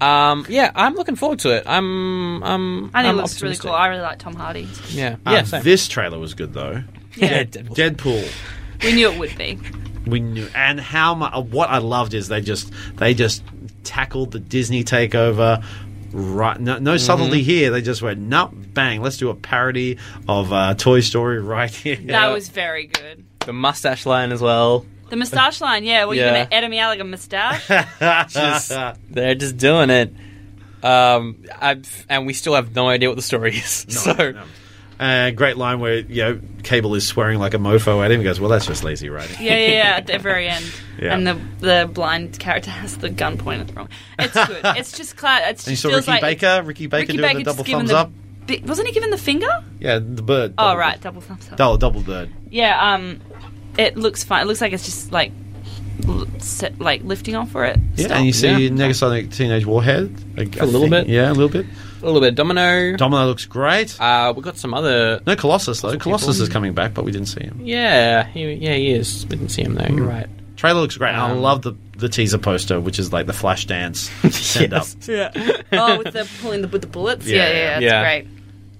C: Um, yeah, I'm looking forward to it. I'm, I'm,
B: I think
C: I'm
B: it looks
C: optimistic.
B: really cool. I really like Tom Hardy.
C: Yeah,
A: Uh,
C: yeah, same.
A: this trailer was good though.
C: yeah,
B: Yeah.
C: Deadpool.
A: Deadpool,
B: we knew it would be.
A: we knew, and how much. What I loved is they just they just tackled the Disney takeover. Right, no,
B: Mm-hmm.
A: no subtlety here. They just went, nope, bang. Let's do a parody of uh, Toy Story right here.
B: That was very good.
C: the mustache line as well.
B: The moustache line, yeah. Well,
C: Yeah.
B: you're gonna edit me out like a moustache.
C: just they're just doing it. Um, I've, and we still have no idea what the story is. so
A: Uh, great line where you know Cable is swearing like a mofo at him. He goes, "Well, that's just lazy writing."
B: Yeah, yeah, yeah. At the very end,
A: Yeah.
B: and the the blind character has the gun pointed wrong. It's good. It's just cla- It's
A: And you
B: just
A: saw
B: feels
A: Ricky
B: like
A: Baker. Ricky Baker
B: Ricky
A: doing
B: Baker
A: the
B: just
A: double
B: given
A: thumbs
B: the,
A: up.
B: bi- wasn't he given the finger?
A: Yeah, the bird.
B: Oh
A: double
B: right,
A: bird.
B: double thumbs up.
A: Double, double bird.
B: Yeah. Um, it looks fine. It looks like it's just like l- set, like lifting off for it.
A: Yeah,
B: still.
A: and you see
C: Yeah.
A: Negasonic Teenage Warhead like,
C: For a little bit.
A: Yeah, a little bit.
C: a little bit of Domino.
A: Domino looks great.
C: uh, we got some other.
A: no Colossus though.
C: people.
A: Colossus is coming back, but we didn't see him.
C: Yeah, he, yeah, he is. We didn't see him though. You're
A: Hmm.
C: right.
A: Trailer looks great. and I
C: Um,
A: love the the teaser poster, which is like the flash dance send up.
C: Yeah.
B: oh, with the pulling the with the bullets. Yeah,
A: Yeah,
B: yeah, yeah.
A: yeah.
B: that's
C: Yeah.
B: great.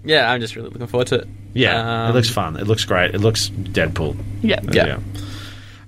C: yeah, I'm just really looking forward to it.
A: Yeah,
C: Um,
A: it looks fun. It looks great. It looks Deadpool.
B: Yeah.
C: Yeah.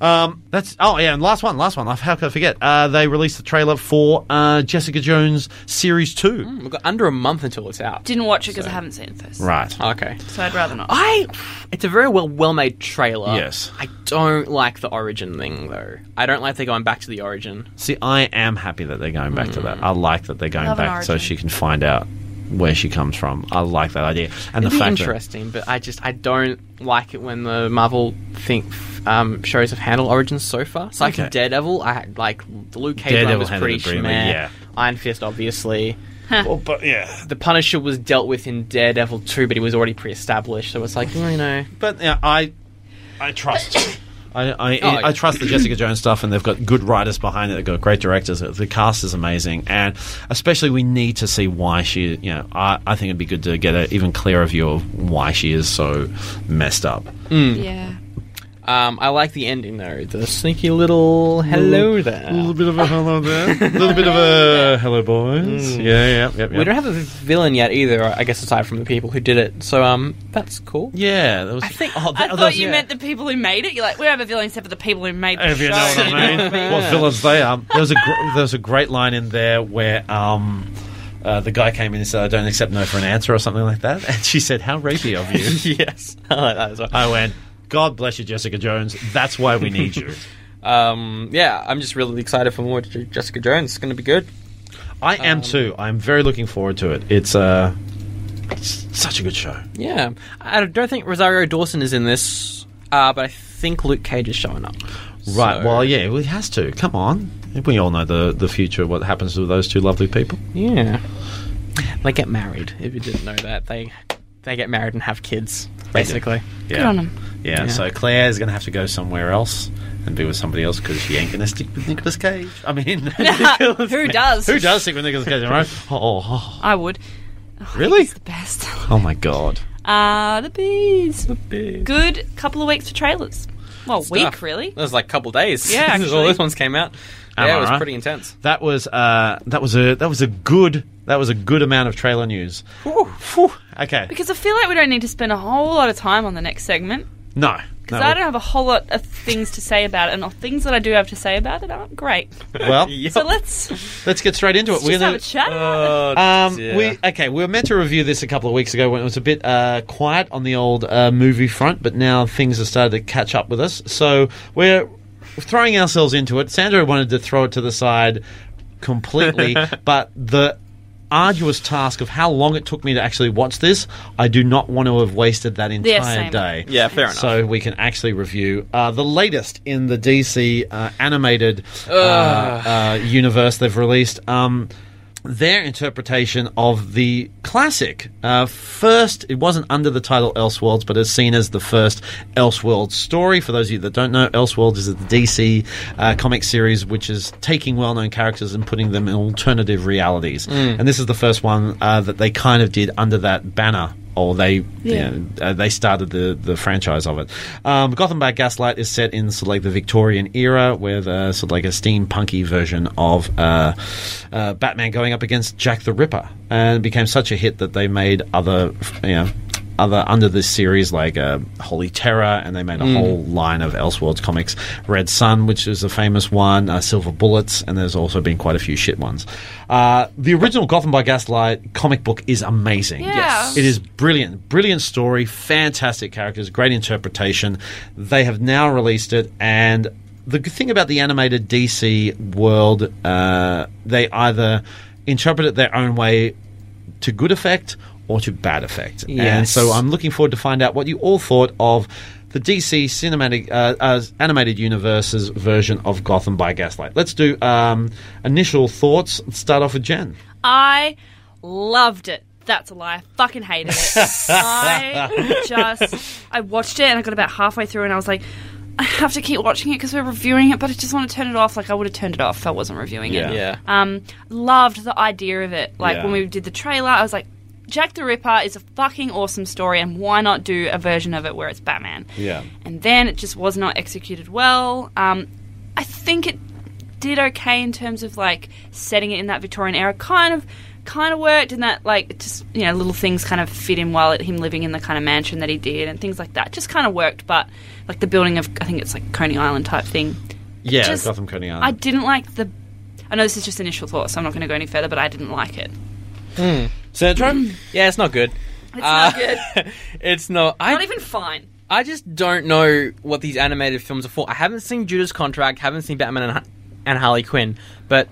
A: Um, that's oh yeah, and last one, last one. How could I forget? Uh, they released the trailer for uh, Jessica Jones series two.
C: We've got under a month until it's out.
B: Didn't watch it because
C: So-
B: I haven't seen it first.
A: Right.
C: Okay.
B: So I'd rather not.
C: I. It's a very well well made trailer.
A: Yes.
C: I don't like the origin thing though. I don't like they're going back to the origin.
A: See, I am happy that they're going back to that.
C: Mm.
A: I like that they're going
B: Love an
A: back so
B: origin.
A: she can find out where she comes from. I like that idea. And
C: It'd
A: the
C: be
A: fact that
C: interesting, but I just I don't like it when the Marvel think um, shows have handled origins so far. So like
A: Okay.
C: Daredevil, I had, like the Luke Cage
A: Daredevil
C: one was
A: handled
C: pretty
A: it brilliantly,
C: schmear.
A: yeah.
C: Iron Fist, obviously.
A: Well, but yeah,
C: The Punisher was dealt with in Daredevil too, but he was already pre-established, so it's like well, you know.
A: but yeah, I I trust I I,
C: Oh,
A: I
C: yeah.
A: trust the Jessica Jones stuff, and they've got good writers behind it. They've got great directors. The cast is amazing, and especially we need to see why she. You know, I, I think it'd be good to get an even clearer view of why she is so messed up.
B: Yeah.
C: Um, I like the ending though. The sneaky little hello there.
A: bit of a hello there. A little bit of a hello, boys. Yeah, yeah, yeah.
C: Mm. We don't have a villain yet either. I guess aside from the people who did it. So um, that's cool.
A: Yeah, that was. I think. Oh,
B: I
A: that,
B: thought you meant the people who made it. You're like, we don't have a villain except for the people who made the
A: If
B: show.
A: you know what I mean. what villains they are. There was a gr- there was a great line in there where um, uh, the guy came in and said, "I don't accept no for an answer" or something like that, and she said, "How rapey of you."
C: yes, I like that as well.
A: I went, "God bless you, Jessica Jones. That's why we need you."
C: Um, yeah, I'm just really excited for more J- Jessica Jones. It's going to be good.
A: I am
B: Um,
A: too. I'm very looking forward to it. It's uh, it's such a good show.
C: Yeah, I don't think Rosario Dawson is in this, uh, but I think Luke Cage is showing up.
A: Right.
C: So-
A: Well, yeah, well, it has to. Come on. We all know the the future. What happens to those two lovely people?
C: Yeah, they get married. If you didn't know that, they they get married and have kids. Basically,
A: Yeah.
B: Good on 'em.
A: Yeah,
C: Yeah.
A: so Claire is going to have to go somewhere else and be with somebody else because she ain't going to stick with Nicolas Cage. I mean,
B: Who does?
A: who does stick with Nicolas Cage, right? Oh, oh,
B: I would.
A: really?
B: It's the best.
A: Oh my god.
B: Ah, the bees.
C: big
B: Good couple of weeks for trailers. Well, week really.
C: That was like a couple days.
B: Yeah,
C: since all
B: actually.
C: those ones came out.
A: Am
C: yeah,
A: I
C: it was
A: right?
C: pretty intense.
A: That was uh that was a that was a good that was a good amount of trailer news. Phew. Okay.
B: Because I feel like we don't need to spend a whole lot of time on the next segment.
A: No.
B: Because I don't have a whole lot of things to say about it, and the things that I do have to say about it aren't great.
A: Well,
C: Yep.
B: So let's
A: let's get straight into it.
B: just
A: gonna-
B: have a chat. about it.
C: Oh,
A: Um,
C: dear.
A: we okay. We were meant to review this a couple of weeks ago when it was a bit uh, quiet on the old uh, movie front, but now things have started to catch up with us. So we're throwing ourselves into it. Sandra wanted to throw it to the side completely, but the arduous task of how long it took me to actually watch this, I do not want to have wasted that entire
B: same.
A: day.
C: Yeah, fair enough.
A: So we can actually review uh, the latest in the DC uh, animated uh, uh, universe they've released. Um, their interpretation of the classic uh, first it wasn't under the title elseworlds but it's seen as the first elseworlds story for those of you that don't know elseworlds is the dc uh, comic series which is taking well-known characters and putting them in alternative realities
C: Mm.
A: and this is the first one uh, that they kind of did under that banner or they you
B: Yeah.
A: know, uh, they started the, the franchise of it. Um, Gotham by Gaslight is set in sort of like the Victorian era, with uh, sort of like a steampunky version of uh, uh, Batman going up against Jack the Ripper, and it became such a hit that they made other you know. Other under this series like uh, Holy Terror, and they made a whole line of Elseworlds comics. Red Sun, which is a famous one, uh, Silver Bullets, and there's also been quite a few shit ones. Uh, the original Gotham by Gaslight comic book is amazing.
B: Yeah. Yes.
A: It is brilliant. Brilliant story, fantastic characters, great interpretation. They have now released it, and the good thing about the animated DC world, uh, they either interpret it their own way to good effect or to bad effect. And
C: Yes.
A: so I'm looking forward to find out what you all thought of the DC cinematic uh, uh, animated universe's version of Gotham by Gaslight. Let's do um, initial thoughts. Let's start off with Jen.
B: I loved it. That's a lie. I fucking hated it. I just I watched it and I got about halfway through and I was like, I have to keep watching it because we're reviewing it, but I just want to turn it off. Like I would have turned it off if I wasn't reviewing
A: Yeah.
B: it.
C: yeah.
B: Um, loved the idea of it. Like
A: Yeah.
B: when we did the trailer, I was like, Jack the Ripper is a fucking awesome story, and why not do a version of it where it's Batman?
A: Yeah.
B: And then it just was not executed well. Um, I think it did okay in terms of like setting it in that Victorian era. Kind of, kind of worked in that like it just you know little things kind of fit in well. At him living in the kind of mansion that he did and things like that, just kind of worked. But like the building of I think it's like Coney Island type thing.
A: Yeah,
B: Just-
A: Gotham Coney Island.
B: I
C: Um,
B: didn't like the. I know this is just initial thoughts, so I'm not going to go any further, but I didn't like it.
A: Sandra?
C: Yeah, it's not good.
B: It's
C: Uh,
B: not good.
C: It's not. I,
B: Not even fine.
C: I just don't know what these animated films are for. I haven't seen Judas Contract, haven't seen Batman and, and Harley Quinn, but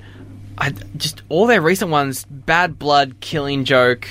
C: I just all their recent ones: Bad Blood, Killing Joke.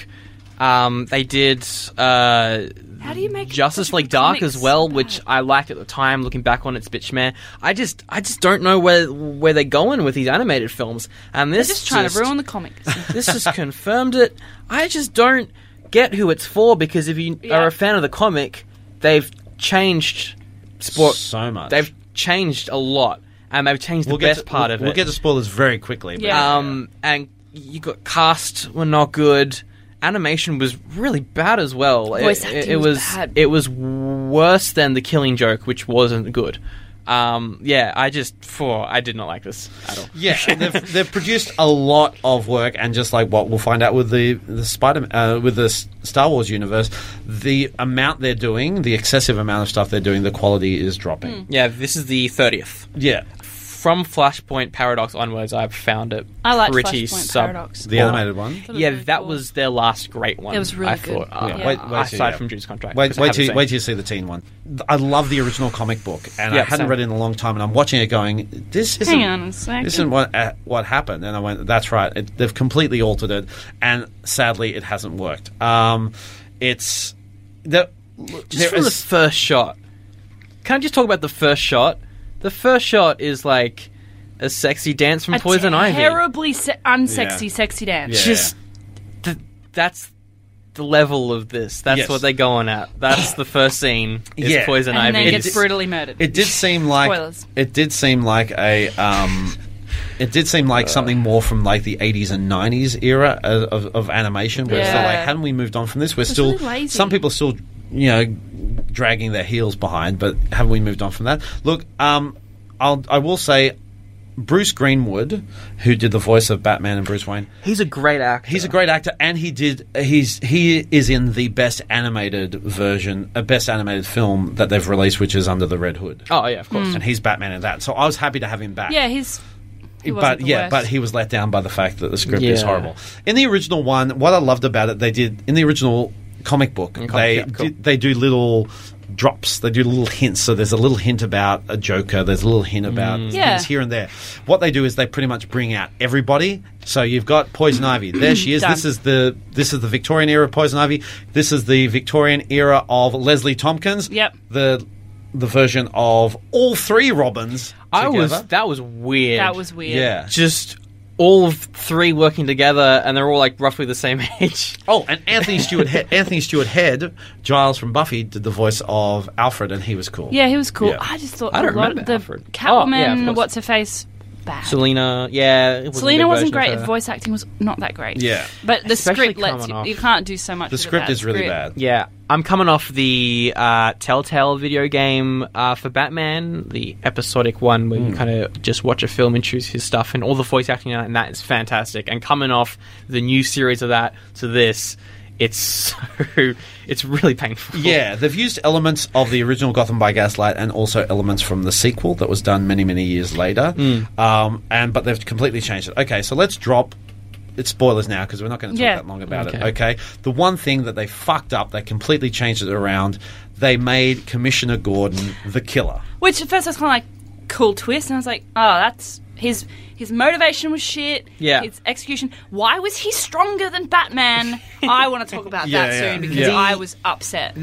C: Um, they did uh,
B: How do you make
C: Justice
B: such a
C: League Dark
B: comics
C: as well,
B: bad?
C: which I liked at the time. Looking back on it, it's bitch man. I just, I just don't know where where they're going with these animated films. And
B: they're
C: this
B: just trying to ruin the comics.
C: this just confirmed it. I just don't get who it's for because if you
B: Yeah.
C: are a fan of the comic, they've changed sport.
A: so much.
C: They've changed a lot, and they've changed the best
A: to,
C: part
A: we'll-
C: of
A: We'll
C: it.
A: get to spoilers very quickly. but-
B: Yeah.
C: Um, and you got cast were not good. Animation was really bad as well. It-
B: Voice
C: it,
B: acting
C: it
B: was
C: was
B: bad.
C: it was worse than the Killing Joke, which wasn't good. Um, yeah, I just for I did not like this at all.
A: Yeah, and they've, they've produced a lot of work, and just like what we'll find out with the the Spider uh, with the S- Star Wars universe, the amount they're doing, the excessive amount of stuff they're doing, the quality is dropping.
C: Yeah, this is the thirtieth.
A: Yeah,
C: From Flashpoint Paradox onwards, I've found it
B: I liked
C: pretty
B: Flashpoint
C: sub-
B: Paradox.
A: the
C: Or-
A: animated one.
B: Thought it was
C: Yeah,
B: really
C: that
B: cool.
C: was their last great one.
B: It was really
C: I
B: good.
C: Thought, uh,
B: Yeah.
A: Wait- wait till-
C: aside
A: yeah.
C: from Jude's contract.
A: Wait,
C: 'cause I
A: wait
C: haven't
A: till
C: seen
A: wait
C: it.
A: till you see the teen one. I love the original comic book, and I
C: Yeah,
A: hadn't
C: same.
A: read it in a long time. And I'm watching it, going, "This isn't
B: Hang on a second.
A: this isn't what uh, what happened." And I went, "That's right. It, they've completely altered it, and sadly, it hasn't worked." Um, it's the
C: just from the first shot. Can I just talk about the first shot? The first shot is like a sexy dance from
B: a
C: Poison Ivy.
B: terribly se- unsexy,
A: Yeah.
B: sexy dance.
A: Yeah.
C: Just th- that's the level of this. That's
A: Yes.
C: what they're going at. That's the first scene. Is
A: Yeah.
C: Poison
B: And
C: Ivy.
B: then gets
C: It's-
B: brutally murdered.
A: It did seem like
B: Spoilers.
A: it did seem like a um, it did seem like something more from like the eighties and nineties era of, of, of animation. Where it's still
B: Yeah.
A: like, hadn't we moved on from this? We're still
B: really lazy.
A: some people are still you know dragging their heels behind, but haven't we moved on from that? Look, um, I'll I will say. Bruce Greenwood, who did the voice of Batman and Bruce Wayne,
C: he's a great actor.
A: He's a great actor, and he did. He's he is in the best animated version, a best animated film that they've released, which is Under the Red Hood.
C: Oh yeah, of course.
A: And he's Batman in that, so I was happy to have him back.
B: Yeah, he's. He
A: but
B: wasn't the
A: yeah,
B: worst.
A: but he was let down by the fact that the script is
C: Yeah.
A: horrible. In the original one, what I loved about it, they did in the original comic book,
C: comic,
A: they
C: yeah, cool.
A: did- they do little drops, they do little hints. So there's a little hint about a Joker, there's a little hint about
B: Mm. Yeah.
A: things here and there. What they do is they pretty much bring out everybody. So you've got Poison Ivy. There she is.
B: Done.
A: This is the this is the Victorian era of Poison Ivy. This is the Victorian era of Leslie Tompkins.
B: Yep.
A: The the version of all three Robins.
C: I was.
A: together.
C: That was weird.
B: that was weird.
A: yeah.
C: just all of three working together, and they're all like roughly the same age.
A: Oh, and Anthony Stewart, he- Anthony Stewart Head, Giles from Buffy, did the voice of Alfred, and he was cool.
B: Yeah, he was cool.
A: Yeah.
B: I just thought
C: I
B: a
C: don't
B: lot
C: remember
B: of the
C: Alfred.
B: Catwoman,
C: Oh, yeah, of course.
B: what's her face, bad.
C: Selena, yeah, it wasn't a
B: Selena
C: good
B: wasn't
C: version
B: great.
C: of
B: The
C: her.
B: voice acting was not that great.
A: Yeah.
B: but the
C: Especially
B: script lets
C: coming
B: you.
C: off-
B: You can't do so much.
A: the
B: with a
A: script
B: bad
A: is really
B: script.
A: bad.
C: Yeah, I'm coming off the uh, Telltale video game uh, for Batman, the episodic one where you kind of just watch a film and choose his stuff, and all the voice acting and that is fantastic. And coming off the new series of that to this, it's so, it's really painful.
A: Yeah, they've used elements of the original Gotham by Gaslight and also elements from the sequel that was done many, many years later.
C: Hmm.
A: Um, and but they've completely changed it. Okay, so let's drop. It's spoilers now because we're not going to talk
B: Yeah.
A: that long about it.
C: Okay.
A: Okay, the one thing that they fucked up, they completely changed it around. They made Commissioner Gordon the killer.
B: Which at first I was kind of like, cool twist, and I was like, oh, that's his his motivation was shit.
C: Yeah.
B: his execution. Why was he stronger than Batman? I want to talk about
A: Yeah,
B: that
A: yeah.
B: soon because
A: Yeah.
B: I was upset.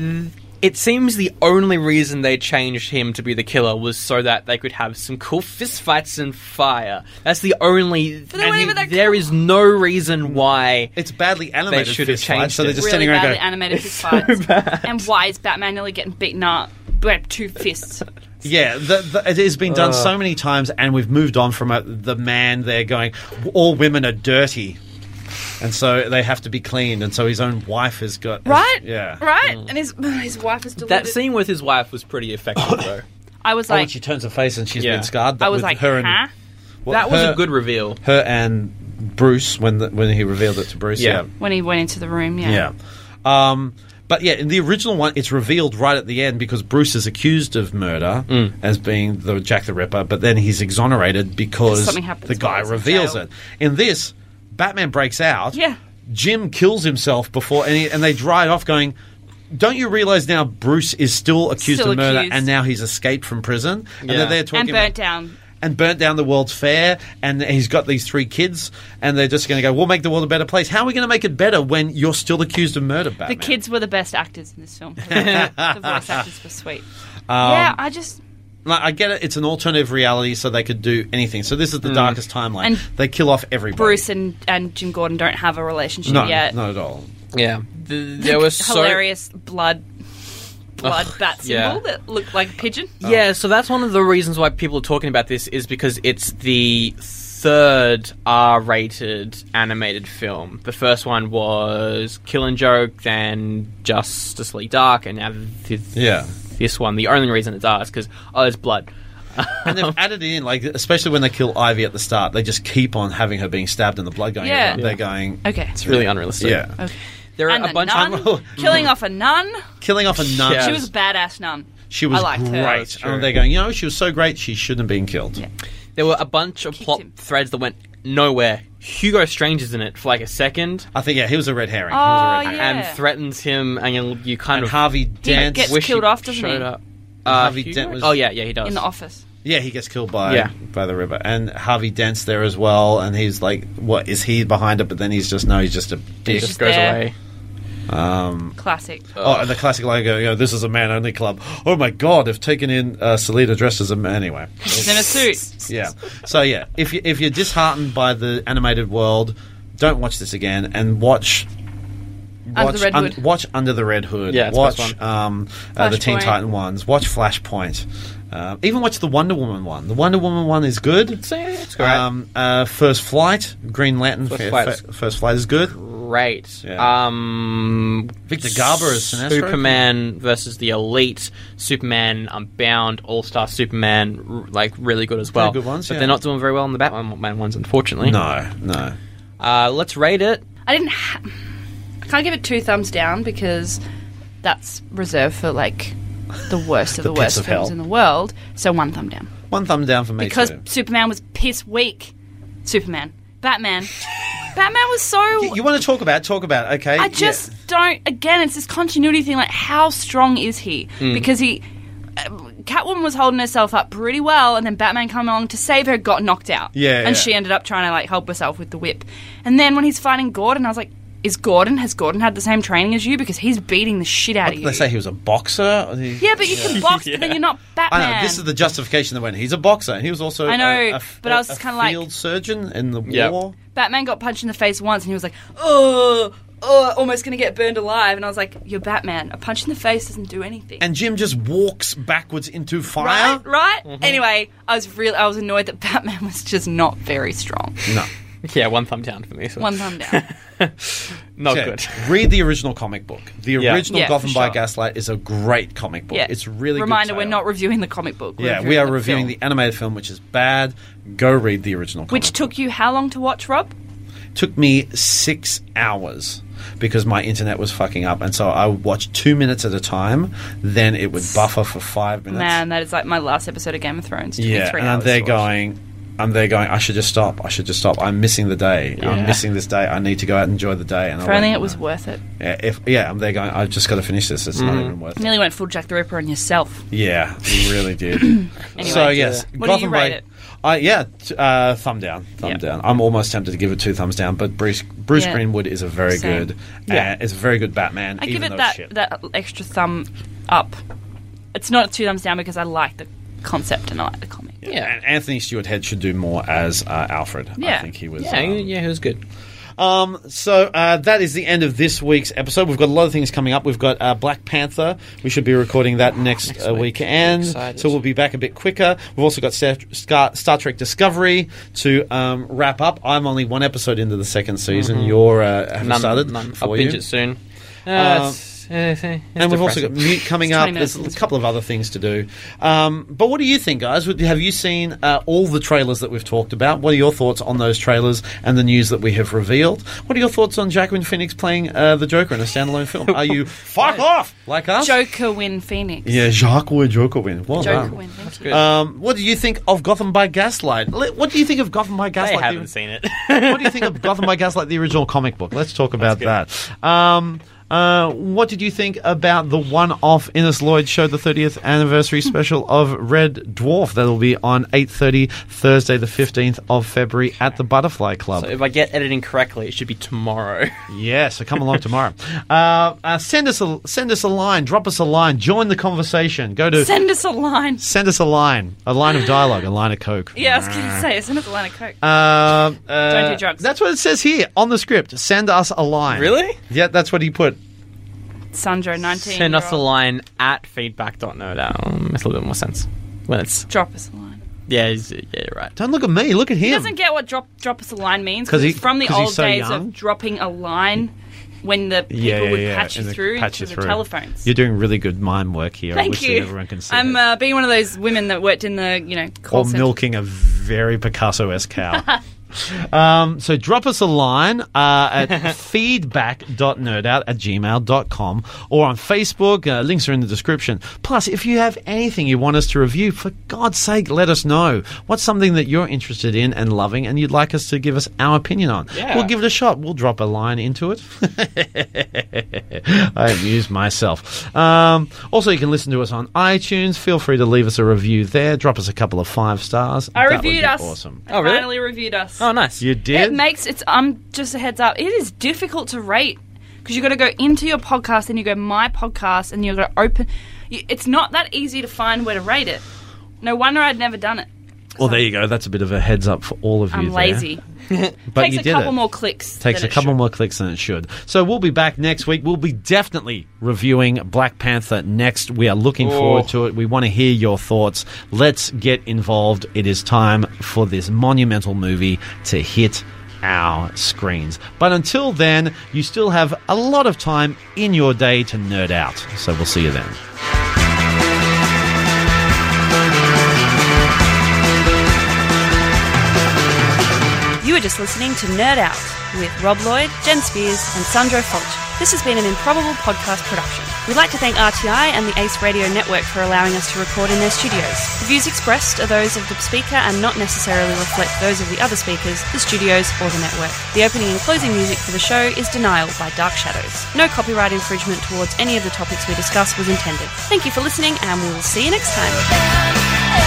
C: It seems the only reason they changed him to be the killer was so that they could have some cool fistfights and fire. That's the only.
B: they
C: and
B: weren't even that
C: there
B: cool.
C: is no reason why.
A: It's badly animated.
C: should have
A: fistfights,
C: changed
A: So they're
C: it.
A: just
B: really
A: standing around
B: badly
A: going,
B: animated his fights. And why is Batman nearly getting beaten up by two fists?
A: Yeah, the, the, it has been done so many times, and we've moved on from a, the man there going, all women are dirty. And so they have to be cleaned, and so his own wife has got. has-
B: Right?
A: yeah. Mm.
B: Right? And his his wife is deluded.
C: That scene with his wife was pretty effective, though.
B: I was
A: Oh, and
B: like,
A: she turns her face and she's
C: Yeah.
A: been scarred.
B: I was
A: with
B: like,
A: her and,
B: huh?
A: well,
C: that was
A: her-
C: a good reveal.
A: Her and Bruce, when, the, when he revealed it to Bruce. yeah.
C: Yeah.
B: When he went into the room, yeah.
A: Yeah. Um, but yeah, in the original one, it's revealed right at the end because Bruce is accused of murder
B: Mm.
A: as being the Jack the Ripper, but then he's exonerated because
B: Something happens
A: the guy
B: while he's in
A: reveals
B: jail.
A: it. In this, Batman breaks out.
B: Yeah.
A: Jim kills himself before, and, he, and they drive off going. Don't you realize now Bruce is still accused
B: Still
A: of murder
B: accused.
A: and now he's escaped from prison? And
C: Yeah.
A: they're there talking
B: And
A: about-
B: burnt down.
A: and burnt down the World's Fair, and he's got these three kids, and they're just going to go, "We'll make the world a better place." How are we going to make it better when you're still accused of murder,
B: The
A: Batman?
B: kids were the best actors in this film. the voice actors were sweet.
A: Um,
B: yeah, I just.
A: Like, I get it; it's an alternative reality, so they could do anything. So this is the darkest timeline.
B: And
A: they kill off everybody.
B: Bruce and, and Jim Gordon don't have a relationship
A: no,
B: yet.
A: not at all.
C: Yeah, Th there was so
B: Hilarious blood. blood bat symbol
C: yeah.
B: that looked like a pigeon.
A: Uh,
C: Yeah, so that's one of the reasons why people are talking about this is because it's the third R-rated animated film. The first one was Killing Joke, then Justice League Dark, and now th-
A: Yeah.
C: this one. The only reason it's R is because oh, there's blood.
A: And they've added in, like, especially when they kill Ivy at the start, they just keep on having her being stabbed and the blood going.
B: Yeah.
A: everywhere. They're going.
B: Okay.
C: It's really unrealistic.
A: Yeah.
B: Okay.
C: there are
B: And
C: a
B: the
C: bunch.
B: nun,
A: of-
B: killing off a nun.
A: Killing off a nun.
C: Yeah.
B: She was a badass nun.
A: She was
B: I liked her.
A: great.
C: That's true.
A: And they're going, you know, she was so great, she shouldn't have been killed.
B: Yeah.
C: There were a bunch of
B: Kicked
C: plot
B: him.
C: threads that went nowhere. Hugo Strange is in it for like a second,
A: I think, yeah, he was a red herring.
B: Oh,
A: he was a red herring.
B: yeah.
C: and threatens him, and you, you kind
A: And
C: of
A: Harvey Dent.
B: gets-
C: wish
B: killed
C: he
B: off, doesn't
C: showed
B: he?
C: Up.
A: Harvey
C: Hugo?
A: Dent was-
C: Oh yeah, yeah, he does.
B: in the office.
A: yeah, he gets killed by
C: Yeah.
A: by the river. And Harvey Dent's there as well. And he's like, what? Is he behind it? But then he's just, no, he's just a dick.
C: just
B: just
C: goes
B: there.
C: away.
B: Classic.
C: Uh,
A: Oh, and the classic line go, you know, this is a man only club. Oh my god, they've taken in uh, Salida dressed as a man. Anyway.
B: She's in a suit.
A: yeah. So, yeah, if, you, if you're disheartened by the animated world, don't watch this again and watch.
B: Under
A: watch
B: the Red Hood.
A: watch Under the Red Hood.
C: Yeah, it's the
A: watch
C: best one.
A: um, uh, the Teen
B: Flashpoint.
A: Titan ones. Watch Flashpoint. Um, even watch the Wonder Woman one. The Wonder Woman one is good.
C: So, yeah, it's great.
A: Um, uh, First Flight, Green Lantern.
C: First
A: Fa-
C: Flight
A: fa-
C: is-
A: First Flight is good.
C: great.
A: Yeah.
C: Um,
A: Victor Garber is Sinestro.
C: Superman versus the Elite, Superman Unbound, All Star Superman, r- like really good as well.
A: good ones,
C: but
A: yeah.
C: they're not doing very well in the Batman ones, unfortunately.
A: No, no.
C: Uh, let's rate it.
B: I didn't. Ha- I can't give it two thumbs down because that's reserved for like the worst of
A: The
B: the,
A: pits
B: worst
A: of
B: films
A: hell.
B: in the world. So one thumb down
A: One thumb down for me
B: because
A: too.
B: Superman was piss weak. Superman, Batman, Batman was so.
A: You want to talk about? it, Talk about. it, Okay.
B: I
A: Yeah.
B: just don't. Again, it's this continuity thing. Like, how strong is he?
A: Hmm.
B: Because he, uh, Catwoman was holding herself up pretty well, and then Batman came along to save her, got knocked out.
A: Yeah,
B: and
A: yeah.
B: she ended up trying to like help herself with the whip. And then when he's fighting Gordon, I was like, is Gordon has Gordon had the same training as you? Because he's beating the shit out of you.
A: They say he was a boxer. He-
B: yeah, but you can box, but then you're not Batman.
A: I know. This is the justification that went. He's a boxer. and He was also.
B: I know,
A: a- a,
B: but I was kinda like-
A: field surgeon in the
C: Yeah.
A: war.
B: Batman got punched in the face once and he was like, oh, oh, almost gonna get burned alive. And I was like, you're Batman. A punch in the face doesn't do anything.
A: And Jim just walks backwards into fire.
B: Right, right.
A: Mm-hmm.
B: Anyway, I was real. I was annoyed that Batman was just not very strong.
A: No.
C: Yeah, one thumb down for me. So.
B: One thumb down.
C: Not
A: Okay,
C: Oh, good.
A: Read the original comic book. The
C: Yeah.
A: original
B: Yeah,
A: Gotham
B: for
A: by
B: sure.
A: Gaslight is a great comic book.
B: Yeah,
A: It's a really
B: reminder.
A: Good
B: we're
A: tale.
B: not reviewing the comic book. We're
A: Yeah, we are reviewing
B: the,
A: the
B: film.
A: animated film, which is bad. Go read the original. Comic
B: which
A: book.
B: took you how long to watch, Rob?
A: took me six hours because my internet was fucking up, and so I would watch two minutes at a time. Then it would buffer for five minutes.
B: Man, that is like my last episode of Game of Thrones. Took me
A: yeah,
B: three
A: and I'm
B: hours
A: there
B: to watch.
A: going, I'm there going. I should just stop. I should just stop. I'm missing the day. I'm
C: Yeah.
A: missing this day. I need to go out and enjoy the day. And
B: If
A: I
B: only
A: went,
B: it was
A: "No."
B: worth it.
A: Yeah, if, yeah, I'm there going. I've just got to finish this. It's not even worth. it.
B: Nearly went full Jack the Ripper on yourself.
A: Yeah, you really did.
B: Anyway,
A: so yes,
B: What do you
A: Gotham
B: rate
A: by-
B: it?
A: I yeah, t- uh, thumb down, thumb
B: Yeah.
A: down. I'm almost tempted to give it two thumbs down, but Bruce Bruce
B: Yeah.
A: Greenwood is a very
B: Same.
A: good,
C: Yeah.
A: uh, is a very good Batman.
B: I
A: even though
B: give it
A: it's
B: that
A: shit.
B: that extra thumb up. It's not two thumbs down because I like the concept and I like the comic.
A: yeah. And Anthony Stewart Head should do more as uh, Alfred. I
B: Yeah.
A: think he was.
C: Yeah,
A: um,
C: yeah, it was good.
A: Um, so uh, that is the end of this week's episode. We've got a lot of things coming up. We've got uh, Black Panther. We should be recording that next, uh,
C: week.
A: weekend,
C: Excited.
A: so we'll be back a bit quicker. We've also got Star, Scar- Star Trek Discovery to um, wrap up. I'm only one episode into the second season. You're uh, have
C: Mm-hmm. None,
A: started.
C: none. I'll
A: for
C: binge
A: you.
C: it soon. Uh, it's- eh, eh, it's
A: And we've also got
C: depressing.
A: Mute coming
B: It's
A: up.
B: 20
A: There's a
B: minutes.
A: couple of other things to do. Um, but what do you think, guys? Would- Have you seen uh, all the trailers that we've talked about? What are your thoughts on those trailers and the news that we have revealed? What are your thoughts on Jacqueline Phoenix playing uh, the Joker in a standalone film? Are you fuck off like us?
B: Joker win Phoenix.
A: yeah, Jacques would Joker win. Well
B: Joker
A: done.
B: win. Thank you.
C: Good.
A: Um, what do you think of Gotham by Gaslight? Le- What do you think of Gotham by
C: I
A: Gaslight? the-
C: haven't seen it.
A: what do you think of Gotham by Gaslight, the original comic book? Let's talk about that. Um, uh, what did you think about the one-off Innes Lloyd show, the 30th anniversary
B: Hmm.
A: special of Red Dwarf? That'll be on 8:30 Thursday, the 15th of February at the Butterfly Club.
C: So if I get editing correctly, it should be tomorrow.
A: Yeah, so come along tomorrow. Uh, uh, send us a send us a line, drop us a line, join the conversation. Go to send,
B: Send us a line.
A: us a line, a line of dialogue, a line of coke.
B: Yeah, I was going to say, send us a line of coke.
A: Um, uh,
B: Don't do drugs.
A: That's what it says here on the script. Send us a line.
C: Really?
A: Yeah, that's what he put.
B: Sandro, 19.
C: Send us a
B: year old.
C: line at feedback.no. That um, makes a little bit more sense. When it's
B: Drop us a line.
C: yeah, he's- yeah, you're right.
A: Don't look at me. Look at him.
B: He doesn't get what drop drop us a line means
A: 'Cause
B: because
A: he-
B: it's from the
A: 'cause he's
B: old
A: so
B: days
A: young.
B: of dropping a line when the people
A: yeah, yeah,
B: would
A: yeah.
B: patch you
A: and they
B: through
A: patch
B: to
A: you
B: the
A: through.
B: telephones.
A: You're doing really good mime work here. I
B: Thank
A: wish
B: you.
A: That everyone can see
B: I'm
A: that.
B: uh, being one of those women that worked in the you know call
A: or
B: center.
A: milking a very Picasso-esque cow. um, so drop us a line uh, at feedback.nerdout at gmail.com or on Facebook. Uh, links are in the description. Plus, if you have anything you want us to review, for God's sake, let us know. What's something that you're interested in and loving and you'd like us to give us our opinion on?
C: Yeah.
A: We'll give it a shot. We'll drop a line into it. I amuse myself. Um, also, you can listen to us on iTunes. Feel free to leave us a review there. Drop us a couple of five stars.
B: I
A: That would
B: reviewed
A: be
B: us.
A: Awesome.
B: I
C: Oh, really?
B: Finally reviewed us.
C: Oh, nice.
A: You
B: It
A: did.
B: makes it's. I'm just a heads up. It is difficult to rate because you've got to go into your podcast, then you go my podcast, and you've got to open. You, it's not that easy to find where to rate it. No wonder I'd never done it.
A: well, there you go. That's a bit of a heads up for all of you.
B: I'm
A: there.
B: lazy.
A: but
B: takes
A: you
B: a
A: did
B: couple
A: it.
B: more clicks.
A: Takes
B: than
A: a
B: it
A: couple
B: should.
A: more clicks than it should. So we'll be back next week. We'll be definitely reviewing Black Panther next. We are looking
B: Oh.
A: forward to it. We want to hear your thoughts. Let's get involved. It is time for this monumental movie to hit our screens. But until then, you still have a lot of time in your day to nerd out. So we'll see you then.
E: You are just listening to Nerd Out with Rob Lloyd, Jen Spears, and Sandro Folch. This has been an improbable podcast production. We'd like to thank RTI and the Ace Radio Network for allowing us to record in their studios. The views expressed are those of the speaker and not necessarily reflect those of the other speakers, the studios, or the network. The opening and closing music for the show is Denial by Dark Shadows. No copyright infringement towards any of the topics we discuss was intended. Thank you for listening, and we will see you next time.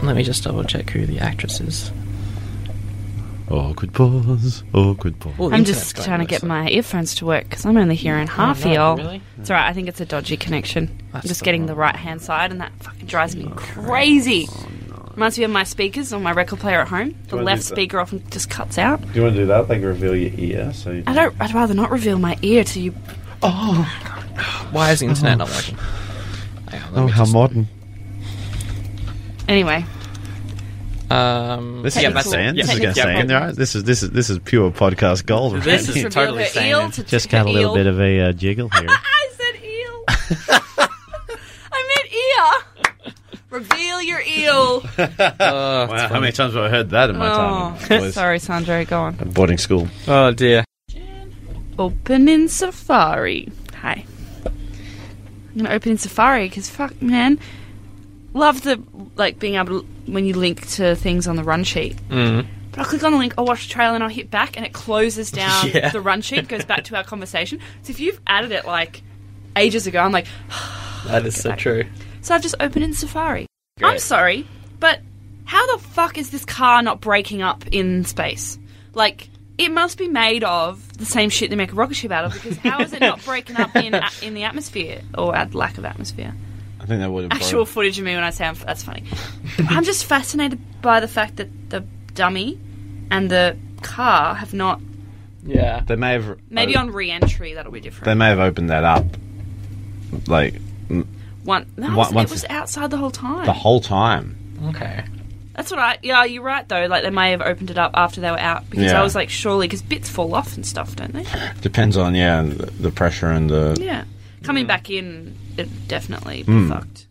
C: Let me just double check who the actress is.
A: Awkward pause. Awkward pause.
C: Oh, the
B: I'm
C: internet's
B: just
C: going
B: trying to
C: on
B: get
C: this.
B: my earphones to work because I'm only hearing
A: Oh,
B: half
C: no,
B: ear.
C: really?
B: It's alright. I think it's a dodgy connection.
C: That's
B: I'm just
C: the
B: getting the
C: wrong-
B: right hand side, and that fucking drives me crazy. Reminds me of my speakers on my record player at home. The
A: Oh, I
B: left
A: leave that?
B: speaker often just cuts out.
A: Do you want to do that? Like reveal your ear? So
B: I don't. I'd rather not reveal my ear to you.
A: Oh,
C: Why is the internet not working? Hang
A: Oh,
C: on, let me just-
A: modern.
B: Anyway,
C: Um,
A: This is
C: yeah, that's-
A: insane.
C: yeah,
A: This is
C: yeah,
A: going to
C: yeah,
A: sand, right? This is this is this is pure podcast gold. Right?
C: This is
B: reveal
C: totally
B: her
C: sane.
B: eel to
A: Just got a little bit of a uh, jiggle here.
B: I said eel. I meant ear. Reveal your eel.
C: uh, it's
A: Wow, how many times have I heard that in my time?
B: Oh,
A: boys?
B: sorry, Sandro. Go on.
A: At boarding school.
C: Oh dear.
B: Open in Safari. Hi. I'm gonna open in Safari because fuck, man, love the like being able to when you link to things on the run sheet.
C: Mm.
B: But I'll click on the link, I'll watch the trailer, and I'll hit back, and it closes down
C: Yeah.
B: the run sheet, goes back to our conversation. So if you've added it like ages ago, I'm like,
C: That is so
B: back.
C: true.
B: so I've just opened in Safari. I'm
C: Great.
B: sorry, but how the fuck is this car not breaking up in space? Like, it must be made of the same shit they make a rocket ship out of, because how is it not breaking up in a- in the atmosphere or at lack of atmosphere?
A: I think that would have
B: Actual footage of me when I say I'm, that's funny. I'm just fascinated by the fact that the dummy and the car have not.
C: Yeah.
A: They may have
B: Maybe on re-entry that'll be different.
A: Uh, They may have opened that up, like
B: One, no, it
A: Wa-
B: was,
A: once
B: it was
A: it's-
B: outside the whole time.
A: the whole time.
C: Okay.
B: That's all right. Yeah, you're right though. Like they may have opened it up after they were out because
A: Yeah.
B: I was like, surely because bits fall off and stuff, don't they?
A: Depends on yeah, the the pressure and the
B: Yeah, coming back in, it definitely fucked.